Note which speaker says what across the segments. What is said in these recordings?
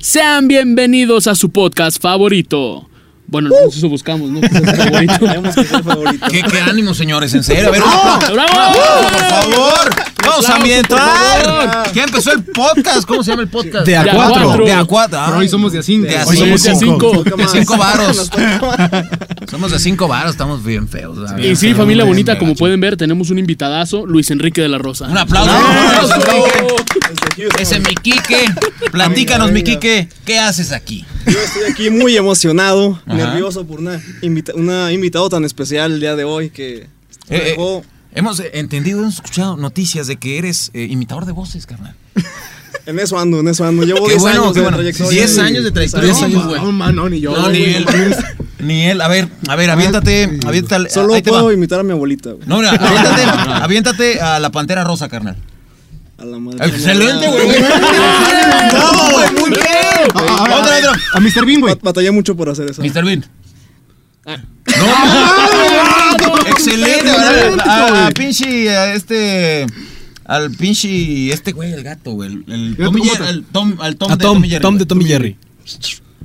Speaker 1: Sean bienvenidos a su podcast favorito. Bueno, no eso buscamos, ¿no? Que sea su favorito.
Speaker 2: Tenemos que ser favoritos.
Speaker 3: ¿Qué, qué ánimo, señores, en serio. A ver,
Speaker 1: ¡Bravo!
Speaker 3: por favor, vamos a
Speaker 1: por
Speaker 3: ambientar. ¿Qué empezó el podcast? ¿Cómo se llama el podcast?
Speaker 4: De a
Speaker 1: De a
Speaker 4: cuatro.
Speaker 1: cuatro.
Speaker 3: De a cuatro.
Speaker 4: Pero
Speaker 3: ay.
Speaker 4: hoy somos de a cinco.
Speaker 3: De a
Speaker 1: Sí,
Speaker 4: Hoy
Speaker 3: cinco.
Speaker 4: somos
Speaker 1: es de cinco.
Speaker 3: De
Speaker 2: más.
Speaker 3: cinco varos.
Speaker 2: Nos toca-
Speaker 3: Somos de cinco varos, estamos bien feos. la
Speaker 1: Y
Speaker 3: verdad.
Speaker 1: sí, familia
Speaker 3: Bien
Speaker 1: bonita,
Speaker 3: feos.
Speaker 1: como pueden ver, tenemos un invitadazo, Luis Enrique de la Rosa.
Speaker 3: Un aplauso.
Speaker 1: ¡Bravo!
Speaker 3: Un aplauso, Quique.
Speaker 2: Este, Houston.
Speaker 3: Ese mi Quique. Platícanos, mi
Speaker 2: Venga, venga.
Speaker 3: Quique. ¿Qué haces aquí?
Speaker 2: Yo estoy aquí muy emocionado,
Speaker 3: Ajá.
Speaker 2: nervioso por una, invita- una invitado tan especial el día de hoy que
Speaker 3: Eh, eh,
Speaker 2: dejó-
Speaker 3: hemos eh, entendido, hemos escuchado noticias de que eres eh, imitador de voces, carnal.
Speaker 2: En eso ando, en eso ando. Llevo
Speaker 3: Qué
Speaker 2: 10
Speaker 3: bueno,
Speaker 2: años
Speaker 3: qué
Speaker 2: de
Speaker 3: bueno.
Speaker 2: trayectoria.
Speaker 3: 10 años de trayectoria.
Speaker 2: Diez años.
Speaker 3: No, güey.
Speaker 4: No, man, no, ni yo.
Speaker 3: No, Ah,
Speaker 4: güey.
Speaker 3: ni él. Ni él. A ver, a ver, aviéntate. aviéntate
Speaker 2: Solo
Speaker 3: ahí te va.
Speaker 2: puedo imitar a mi abuelita, güey.
Speaker 3: No, mira, aviéntate, aviéntate a la pantera rosa, carnal.
Speaker 2: A la madre.
Speaker 3: Excelente, güey.
Speaker 4: ¡Bravo,
Speaker 3: güey! ¡Muy bien!
Speaker 4: A, a- a-
Speaker 3: Otra, otra.
Speaker 4: a Mr. Bean, güey.
Speaker 2: Bat- Batallé mucho por hacer eso.
Speaker 3: Mr. Bean.
Speaker 1: Ah.
Speaker 3: Ah, ¡No! ¡Excelente!
Speaker 4: Excelente,
Speaker 3: A, a
Speaker 4: güey.
Speaker 3: pinche, a este... Al pinche... Este güey, el gato, güey. El, el
Speaker 4: Gato
Speaker 3: Tom y Jerry,
Speaker 4: Mota.
Speaker 3: al Tom, al Tom de
Speaker 5: A Tom,
Speaker 3: Tom y Jerry.
Speaker 5: Tom de
Speaker 3: güey.
Speaker 5: Tom y Jerry.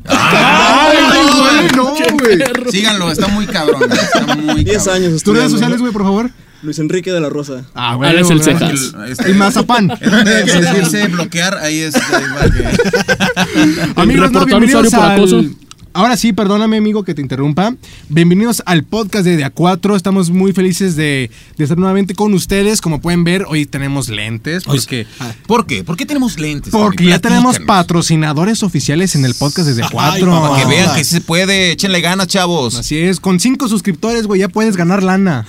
Speaker 3: ¡Ay, güey!
Speaker 4: no, güey.
Speaker 3: Síganlo, está muy cabrón. güey, Está muy cabrón.
Speaker 2: 10 años
Speaker 4: Tus redes
Speaker 2: estudiando.
Speaker 4: sociales, güey, por favor.
Speaker 2: Luis Enrique de la Rosa.
Speaker 4: Ah,
Speaker 1: güey, Ahora es el
Speaker 4: güey.
Speaker 1: cejas.
Speaker 3: El- este-
Speaker 4: Y mazapán.
Speaker 3: Es donde se dice bloquear, ahí es... ahí va que-
Speaker 4: Amigos, no,
Speaker 1: Reportar usuario
Speaker 4: bienvenidos
Speaker 1: por acoso.
Speaker 4: al... Ahora sí, perdóname, amigo, que te interrumpa. Bienvenidos al podcast de a 4 Estamos muy felices de, de estar nuevamente con ustedes. Como pueden ver, hoy tenemos lentes. Porque,
Speaker 3: pues ¿Por qué? ¿Por qué tenemos lentes?
Speaker 4: porque
Speaker 3: Tony?
Speaker 4: ya tenemos
Speaker 3: Platícanos.
Speaker 4: patrocinadores oficiales en el podcast desde a 4
Speaker 3: Para que vean que sí se puede, échenle ganas, chavos.
Speaker 4: Así es, con cinco suscriptores, güey, ya puedes ganar lana.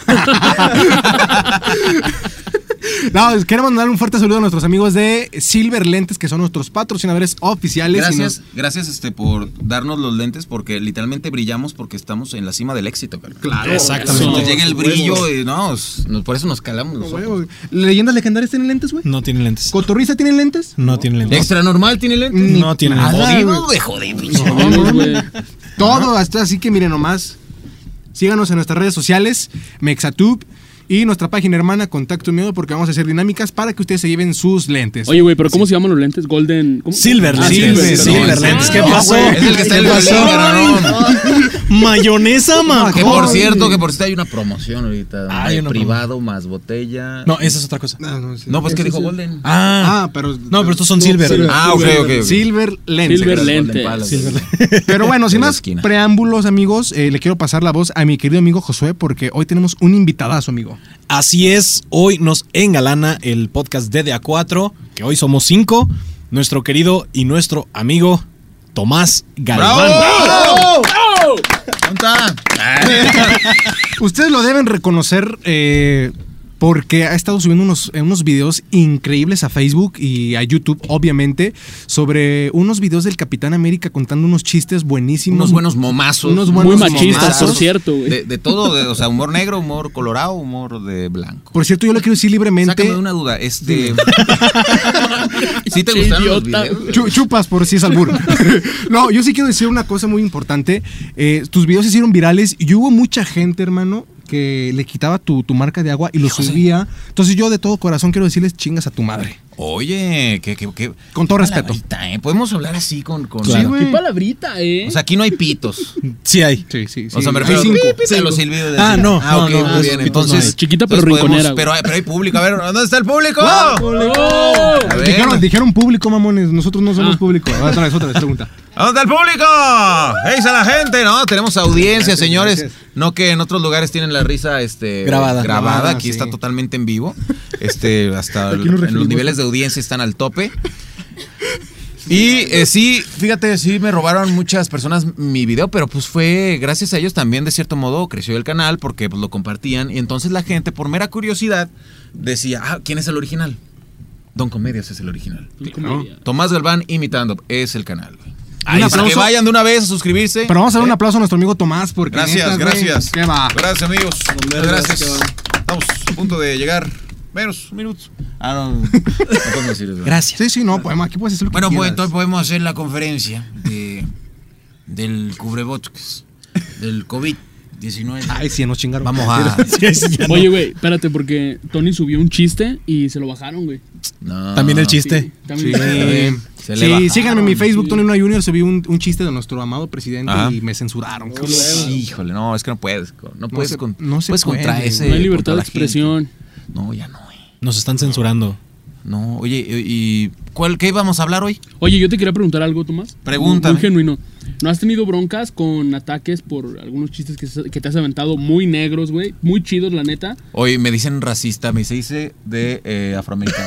Speaker 4: No, queremos mandar un fuerte saludo a nuestros amigos de Silver Lentes, que son nuestros patrocinadores oficiales. y
Speaker 3: Gracias,
Speaker 4: nos-
Speaker 3: gracias este, por darnos los lentes, porque literalmente brillamos porque estamos en la cima del éxito, carnal.
Speaker 4: Claro,
Speaker 1: Exactamente.
Speaker 3: Nos llega el
Speaker 2: Huevos.
Speaker 3: brillo y no, s- nos- por eso nos calamos los ojos.
Speaker 4: Huevos. ¿Leyendas legendarias tienen lentes, güey?
Speaker 5: No tiene lentes.
Speaker 4: ¿Cotorriza tiene lentes?
Speaker 5: No tiene lentes.
Speaker 3: Extra normal tiene lentes.
Speaker 5: No tiene
Speaker 3: Ah,
Speaker 5: lentes.
Speaker 3: Jodido, güey, jodido.
Speaker 1: Vamos, güey.
Speaker 4: Todo, hasta así que miren nomás. Síganos en nuestras redes sociales, Mexatube y nuestra página hermana Contacto y Miedo, porque vamos a hacer dinámicas para que ustedes se lleven sus lentes.
Speaker 1: Oye, güey, pero ¿cómo se llaman los lentes? Golden. ¿cómo?
Speaker 5: Silver
Speaker 1: Ah,
Speaker 5: lentes.
Speaker 1: Silver,
Speaker 5: Silver
Speaker 1: perdón.
Speaker 5: lentes, ¿qué
Speaker 1: Ah,
Speaker 5: pasó?
Speaker 1: güey.
Speaker 3: Es el que está en el
Speaker 5: ¿Qué pasó?
Speaker 3: violín,
Speaker 5: Mayonesa, ma.
Speaker 3: Que por cierto, que por cierto hay una promoción ahorita. donde
Speaker 5: Hay una
Speaker 3: privado más botella.
Speaker 5: No, esa es otra cosa.
Speaker 4: No, no, sí.
Speaker 3: No, pues que dijo Golden.
Speaker 5: Ah,
Speaker 4: Ah, pero.
Speaker 5: no, pero estos son
Speaker 2: Silver.
Speaker 5: silver.
Speaker 3: Ah, ok, ok. ok.
Speaker 4: Silver Lentes.
Speaker 1: Silver
Speaker 3: Golden
Speaker 1: lentes.
Speaker 3: Palace.
Speaker 5: Silver.
Speaker 4: Pero bueno,
Speaker 3: De
Speaker 4: sin
Speaker 3: la
Speaker 4: más
Speaker 3: esquina.
Speaker 4: preámbulos, amigos, eh, le quiero pasar la voz a mi querido amigo Josué, porque hoy tenemos un invitadazo, amigo.
Speaker 5: Así es, hoy nos engalana el podcast DDA4, que hoy somos cinco. Nuestro querido y nuestro amigo Tomás Galván.
Speaker 3: ¡Bravo!
Speaker 1: ¡Oh!
Speaker 3: ¿Dónde está?
Speaker 4: Ustedes lo deben reconocer eh, porque ha estado subiendo unos, eh, unos videos increíbles a Facebook y a YouTube, obviamente, sobre unos videos del Capitán América contando unos chistes buenísimos.
Speaker 3: Unos buenos momazos.
Speaker 4: Unos
Speaker 1: Muy
Speaker 4: buenos
Speaker 1: machistas,
Speaker 4: momazos.
Speaker 1: por cierto, güey.
Speaker 3: De, de todo, de- o sea, humor negro, humor colorado, humor de blanco.
Speaker 4: Por cierto, yo le quiero decir libremente.
Speaker 3: Sácame una duda, este... ¿Sí te
Speaker 1: Che,
Speaker 3: gustaron los
Speaker 1: idiota.
Speaker 3: videos?
Speaker 4: Chu- chupas por si es albur. no, yo sí quiero decir una cosa muy importante. Eh, tus videos se hicieron virales y hubo mucha gente, hermano, que le quitaba tu, tu marca de agua y lo subía. Entonces yo de todo corazón quiero decirles chingas a tu madre.
Speaker 3: Oye, que... que, que
Speaker 4: Con todo respeto.
Speaker 3: Palabrita, ¿eh? Podemos hablar así con... con
Speaker 5: Claro.
Speaker 4: güey.
Speaker 1: Qué palabrita, eh.
Speaker 3: O sea, aquí no hay pitos.
Speaker 5: Sí hay.
Speaker 4: Sí, sí, sí.
Speaker 3: O sea, me refiero
Speaker 4: Hay cinco.
Speaker 3: a los silbidos. de-
Speaker 5: Ah, no,
Speaker 3: Ah,
Speaker 5: no,
Speaker 3: ok,
Speaker 5: no,
Speaker 3: muy
Speaker 5: no,
Speaker 3: bien.
Speaker 5: no,
Speaker 3: Entonces...
Speaker 5: no.
Speaker 1: Chiquita, pero
Speaker 3: entonces podemos-
Speaker 1: rinconera, güey.
Speaker 3: Pero hay, pero hay público. A ver, ¿dónde está el público?
Speaker 1: ¡Oh!
Speaker 3: A ver,
Speaker 4: Dijeron, dijeron público, mamones. Nosotros no somos
Speaker 1: Ah.
Speaker 4: público. Ahora Otra vez, otra vez, pregunta.
Speaker 3: ¿Dónde está el público? ¡Hey, a la gente! No, tenemos audiencia, señores.
Speaker 4: gracias.
Speaker 3: No que en otros lugares tienen la risa este,
Speaker 5: Grabada.
Speaker 4: Grabada,
Speaker 3: aquí
Speaker 4: sí.
Speaker 3: está totalmente en vivo. Este, hasta
Speaker 4: Aquí nos
Speaker 3: el- en los
Speaker 4: referimos.
Speaker 3: niveles de audiencia están al tope. Y eh, sí, fíjate, sí me robaron muchas personas mi video, pero pues fue gracias a ellos también, de cierto modo, creció el canal porque pues, lo compartían. Y entonces la gente, por mera curiosidad, decía, ah, ¿quién es el original? Don Comedias es el original. Tomás Galván imitando, es el canal. güey.
Speaker 4: Ahí
Speaker 3: Para
Speaker 4: está.
Speaker 3: que vayan de una vez a suscribirse.
Speaker 4: Pero vamos a dar un aplauso a nuestro amigo Tomás porque.
Speaker 3: Eh. Gracias,
Speaker 4: neta, güey,
Speaker 3: gracias.
Speaker 4: Qué va.
Speaker 3: Gracias, amigos. Muchas gracias.
Speaker 2: qué
Speaker 3: Estamos a punto de llegar. Menos minutos. Ah, no. no podemos decir eso.
Speaker 5: Gracias.
Speaker 4: Sí, sí, no, podemos, aquí puedes hacer lo que
Speaker 3: Bueno, pues
Speaker 4: quieras.
Speaker 3: entonces podemos hacer la conferencia de, del cubrebocas, del COVID-19.
Speaker 4: Ay, sí, nos chingaron.
Speaker 3: pues. Vamos a.
Speaker 1: Oye, güey, espérate, porque Tony subió un chiste y se lo bajaron, güey.
Speaker 3: No.
Speaker 5: También el chiste.
Speaker 1: Ah. Sí, también.
Speaker 3: Está bien.
Speaker 4: Sí.
Speaker 3: Se le
Speaker 4: Sí,
Speaker 3: bajaron,
Speaker 4: síganme en mi Facebook,
Speaker 2: sí.
Speaker 4: Tony Luna Junior. Subí un, un chiste de nuestro amado presidente
Speaker 3: Ajá.
Speaker 4: y me
Speaker 1: Oh,
Speaker 4: censuraron. cabrón.
Speaker 3: Sí, Híjole, no, es que no puedes. co- No puedes
Speaker 4: se-
Speaker 3: con-
Speaker 4: no se
Speaker 3: puedes
Speaker 4: puede,
Speaker 3: contra
Speaker 4: güey.
Speaker 3: ese.
Speaker 4: No
Speaker 1: hay libertad de
Speaker 3: contra Eh, la gente.
Speaker 1: expresión.
Speaker 3: No, ya no, eh.
Speaker 5: Nos están censurando.
Speaker 3: No, oye, ¿y cuál, qué íbamos a hablar hoy?
Speaker 1: Oye, yo te quería preguntar algo, Tomás.
Speaker 3: Pregúntame.
Speaker 1: Muy genuino. ¿No has tenido broncas con ataques por algunos chistes que, se- que te has aventado muy negros, güey? Muy chidos, la neta.
Speaker 3: Hoy me dicen racista, me se dice de eh, afroamericano.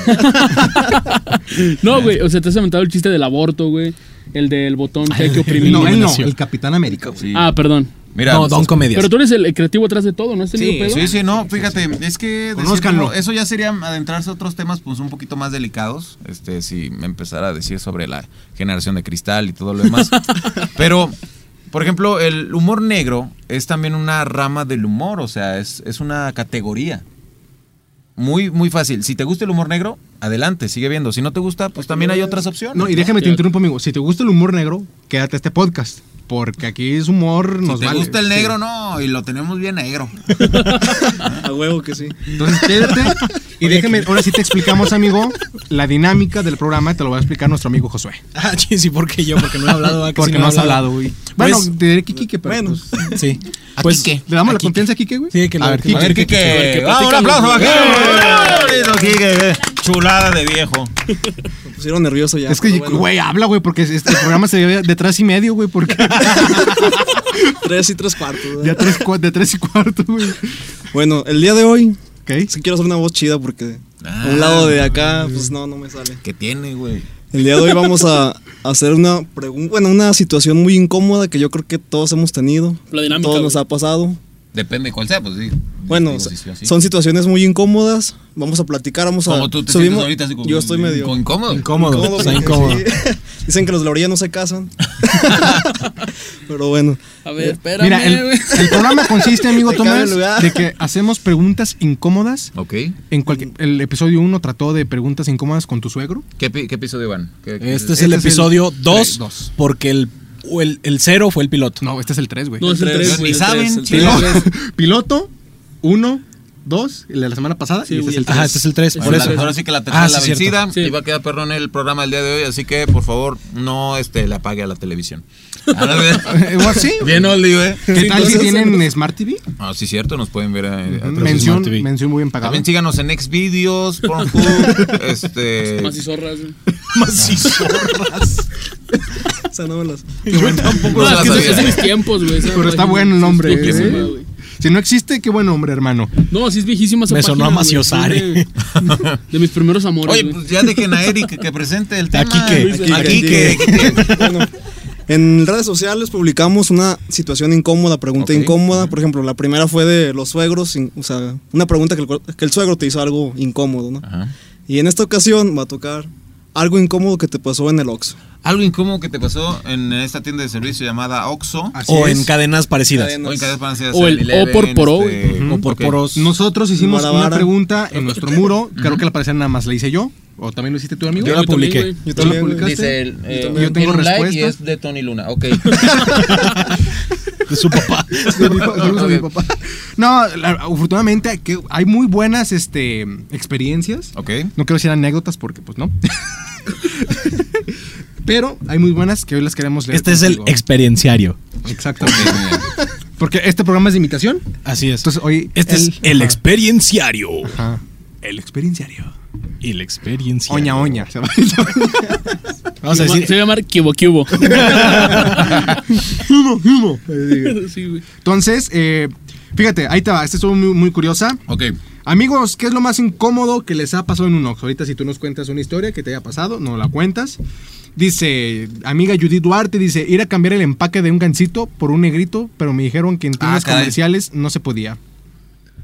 Speaker 1: No, güey. O sea, te has aventado el chiste del aborto, güey. El del botón que hay que oprimir.
Speaker 4: No, él no, el Capitán América. güey.
Speaker 3: Sí.
Speaker 1: Ah, perdón.
Speaker 3: Mira,
Speaker 5: no, Don Comedias.
Speaker 1: Pero tú eres el creativo atrás de todo, ¿no has tenido pedo?
Speaker 3: Sí, sí, no, fíjate, es que...
Speaker 4: Conózcanlo.
Speaker 3: decirlo, eso ya sería adentrarse a otros temas pues un poquito más delicados, este, si me empezara a decir sobre la generación de cristal y todo lo demás. Pero, por ejemplo, el humor negro es también una rama del humor, o sea, es, es una categoría. Muy, muy fácil. Si te gusta el humor negro, adelante, sigue viendo. Si no te gusta, pues también hay otras opciones.
Speaker 4: No, y déjame te interrumpo, amigo. Si te gusta el humor negro, quédate a este podcast. Porque aquí es humor,
Speaker 3: Si
Speaker 4: nos
Speaker 3: te
Speaker 4: vale.
Speaker 3: gusta el negro,
Speaker 4: Sí.
Speaker 3: no, y lo tenemos bien negro.
Speaker 2: A huevo que sí.
Speaker 4: Entonces quédate y déjame. Ahora sí te explicamos, amigo, la dinámica del programa. Te lo va a explicar nuestro amigo Josué.
Speaker 5: Ah, sí, sí, porque yo, porque no he hablado. ah, que sí
Speaker 4: Porque
Speaker 5: me
Speaker 4: no
Speaker 5: he
Speaker 4: has hablado, güey. Bueno,
Speaker 5: Pues-
Speaker 4: te diré que Quique, pero.
Speaker 2: Bueno.
Speaker 4: pues,
Speaker 5: Sí.
Speaker 3: Quique.
Speaker 4: ¿Le damos la
Speaker 5: Aquí-
Speaker 4: confianza a Quique, güey?
Speaker 5: Sí, que lo-
Speaker 4: a ver,
Speaker 5: que lo-
Speaker 3: A
Speaker 4: Quique.
Speaker 3: ver, Quique.
Speaker 1: Quique,
Speaker 3: Ah, un
Speaker 1: platícanos.
Speaker 3: aplauso para Quique.
Speaker 1: ¡Eh!
Speaker 3: Bonito, Quique, eh. Chulada de viejo.
Speaker 2: Me pusieron nervioso ya.
Speaker 4: Es que,
Speaker 2: pero
Speaker 4: güey,
Speaker 2: bueno.
Speaker 4: habla, güey, porque este programa se ve de tres y medio, güey, porque
Speaker 2: Tres y tres cuartos. ¿eh?
Speaker 4: ya tres, cua- de tres y cuarto, güey.
Speaker 2: Bueno, el día de hoy
Speaker 4: ¿Ok?
Speaker 2: sí quiero hacer una voz chida porque
Speaker 3: Ah.
Speaker 2: a un lado de acá, pues no, no me sale.
Speaker 3: ¿Qué tiene, güey?
Speaker 2: El día de hoy vamos a hacer una pregun- bueno, una situación muy incómoda que yo creo que todos hemos tenido.
Speaker 1: La dinámica,
Speaker 2: Todos
Speaker 1: güey.
Speaker 2: nos ha pasado.
Speaker 3: Depende cuál sea, pues sí.
Speaker 2: Bueno,
Speaker 3: Digo,
Speaker 2: so-
Speaker 3: sí, sí, así.
Speaker 2: son situaciones muy incómodas. Vamos a platicar, vamos a.
Speaker 3: Como tú te sientes
Speaker 2: subimos-
Speaker 3: ahorita así como-
Speaker 2: Yo estoy medio.
Speaker 3: como incómodo.
Speaker 5: Incómodo.
Speaker 2: incómodo
Speaker 5: está
Speaker 2: porque
Speaker 5: incómodo.
Speaker 2: sí. Dicen que los de la orilla no se casan. Pero bueno.
Speaker 1: A ver, espérame,
Speaker 4: Mira, el,
Speaker 1: güey.
Speaker 4: el programa consiste, amigo
Speaker 2: Te cambio
Speaker 4: Tomás,
Speaker 2: el lugar.
Speaker 4: de que hacemos preguntas incómodas.
Speaker 3: Ok.
Speaker 4: En cualquier,
Speaker 1: Mm.
Speaker 4: el episodio 1 trató de preguntas incómodas con tu suegro.
Speaker 3: ¿Qué, pi- qué episodio van? ¿Qué- qué-
Speaker 5: Este es
Speaker 4: Este
Speaker 5: el
Speaker 4: es el
Speaker 5: episodio
Speaker 4: tres,
Speaker 5: 2,
Speaker 4: dos.
Speaker 5: porque el, o el, el cero fue el piloto.
Speaker 4: No, este es el 3, güey.
Speaker 1: No, es el
Speaker 2: Tres.
Speaker 1: tres, güey.
Speaker 3: Ni
Speaker 1: el
Speaker 3: saben,
Speaker 1: tres, el
Speaker 3: chingón.
Speaker 1: tres.
Speaker 4: Piloto- Piloto, 1, 2, el de la semana pasada,
Speaker 1: Sí,
Speaker 4: y este
Speaker 1: güey,
Speaker 4: es el
Speaker 1: el
Speaker 4: 3.
Speaker 5: Ajá, este es el 3,
Speaker 1: Es
Speaker 3: Bueno,
Speaker 5: por
Speaker 1: el
Speaker 3: la-
Speaker 5: eso.
Speaker 1: tres.
Speaker 3: ahora sí que la tercera
Speaker 5: Ah,
Speaker 3: es
Speaker 5: sí,
Speaker 3: la
Speaker 5: cierto.
Speaker 3: vencida
Speaker 1: Sí.
Speaker 3: y va a quedar perrón el programa el día de hoy, así que por favor no este, le apague a la televisión. Ahora,
Speaker 4: Eh, o así.
Speaker 3: Bien oldie, güey.
Speaker 4: ¿Qué tal si tienen Smart TV?
Speaker 3: Ah, sí, cierto, nos pueden ver. eh, a través de-
Speaker 4: Mención,
Speaker 5: Smart TV.
Speaker 4: mención muy bien pagada.
Speaker 3: También síganos en Xvideos, Pornhub, este...
Speaker 1: Más y zorras, güey.
Speaker 2: O sea, no me las.
Speaker 3: Yo tampoco
Speaker 1: No,
Speaker 3: se
Speaker 1: es
Speaker 3: la
Speaker 1: que
Speaker 3: sabía.
Speaker 1: es de mis tiempos, güey. esa
Speaker 4: Pero está
Speaker 1: página.
Speaker 4: bueno el nombre,
Speaker 1: Es viejísima,
Speaker 4: ¿eh?
Speaker 1: güey.
Speaker 4: Si no existe, qué buen hombre, hermano.
Speaker 1: No, sí es viejísima esa
Speaker 5: Me sonó
Speaker 1: página,
Speaker 5: a
Speaker 1: güey.
Speaker 5: Maciosare.
Speaker 1: Sí, De, de mis primeros amores,
Speaker 3: Oye,
Speaker 1: güey.
Speaker 3: pues ya dejen a Eric que presente el tema.
Speaker 5: A Quique.
Speaker 3: A
Speaker 2: A
Speaker 3: Quique.
Speaker 2: Quique. Bueno, en redes sociales publicamos una situación incómoda, pregunta
Speaker 3: Ok.
Speaker 2: incómoda. Por ejemplo, la primera fue de los suegros. in- O sea, una pregunta que el, cu- que el suegro te hizo algo incómodo, ¿no?
Speaker 3: Ajá.
Speaker 2: Y en esta ocasión va a tocar algo incómodo que te pasó en el Oxxo.
Speaker 3: Algo incómodo que te pasó en esta tienda de servicio llamada Oxxo.
Speaker 5: O
Speaker 4: Así
Speaker 5: en
Speaker 4: es.
Speaker 5: cadenas parecidas.
Speaker 2: Cadena.
Speaker 3: O en cadenas van a ser
Speaker 1: O el
Speaker 3: 7-Eleven,
Speaker 1: O por Poro,
Speaker 3: este,
Speaker 5: Ujú,
Speaker 3: o por
Speaker 5: porque
Speaker 3: poros.
Speaker 4: Nosotros hicimos
Speaker 2: Vara,
Speaker 4: una
Speaker 2: vara.
Speaker 4: pregunta en nuestro muro. Creo que la parecía nada más la hice yo. ¿O también lo hiciste tú, amigo?
Speaker 5: Yo
Speaker 1: Yo
Speaker 5: la
Speaker 1: también,
Speaker 5: publiqué.
Speaker 1: güey.
Speaker 2: Yo
Speaker 4: ¿Tú la
Speaker 2: también, güey.
Speaker 4: publicaste?
Speaker 3: Dice él, eh,
Speaker 4: Yo
Speaker 3: tiene
Speaker 4: tengo
Speaker 3: un like y
Speaker 4: respuestas.
Speaker 3: es de Tony Luna. Ok.
Speaker 5: De su papá.
Speaker 4: De mi pa- saludos a mi papá. No, la- afortunadamente hay que- hay muy buenas este, experiencias.
Speaker 3: ok.
Speaker 4: No quiero decir anécdotas porque, pues, no. Pero hay muy buenas que hoy las queremos leer.
Speaker 5: Este es el
Speaker 4: contigo.
Speaker 5: experienciario.
Speaker 4: Exactamente. Porque este programa es de imitación.
Speaker 5: Así es.
Speaker 4: Entonces, hoy.
Speaker 5: este es el
Speaker 4: ajá,
Speaker 5: experienciario.
Speaker 4: ajá. El experienciario.
Speaker 5: El experienciario.
Speaker 4: Oña, oña. se va-
Speaker 5: Vamos a
Speaker 1: Se va- Se
Speaker 5: decir.
Speaker 1: va a llamar Kibo Kibo. Sí, güey.
Speaker 4: Entonces, eh, fíjate, ahí te va. Esta estuvo muy, muy curiosa.
Speaker 3: Ok.
Speaker 4: Amigos, ¿qué es lo más incómodo que les ha pasado en un Oxxo? Ahorita si tú nos cuentas una historia que te haya pasado, no la cuentas. Dice, amiga Judith Duarte, dice, ir a cambiar el empaque de un gancito por un negrito, pero me dijeron que en tiendas
Speaker 3: Ah, caray.
Speaker 4: comerciales no se podía.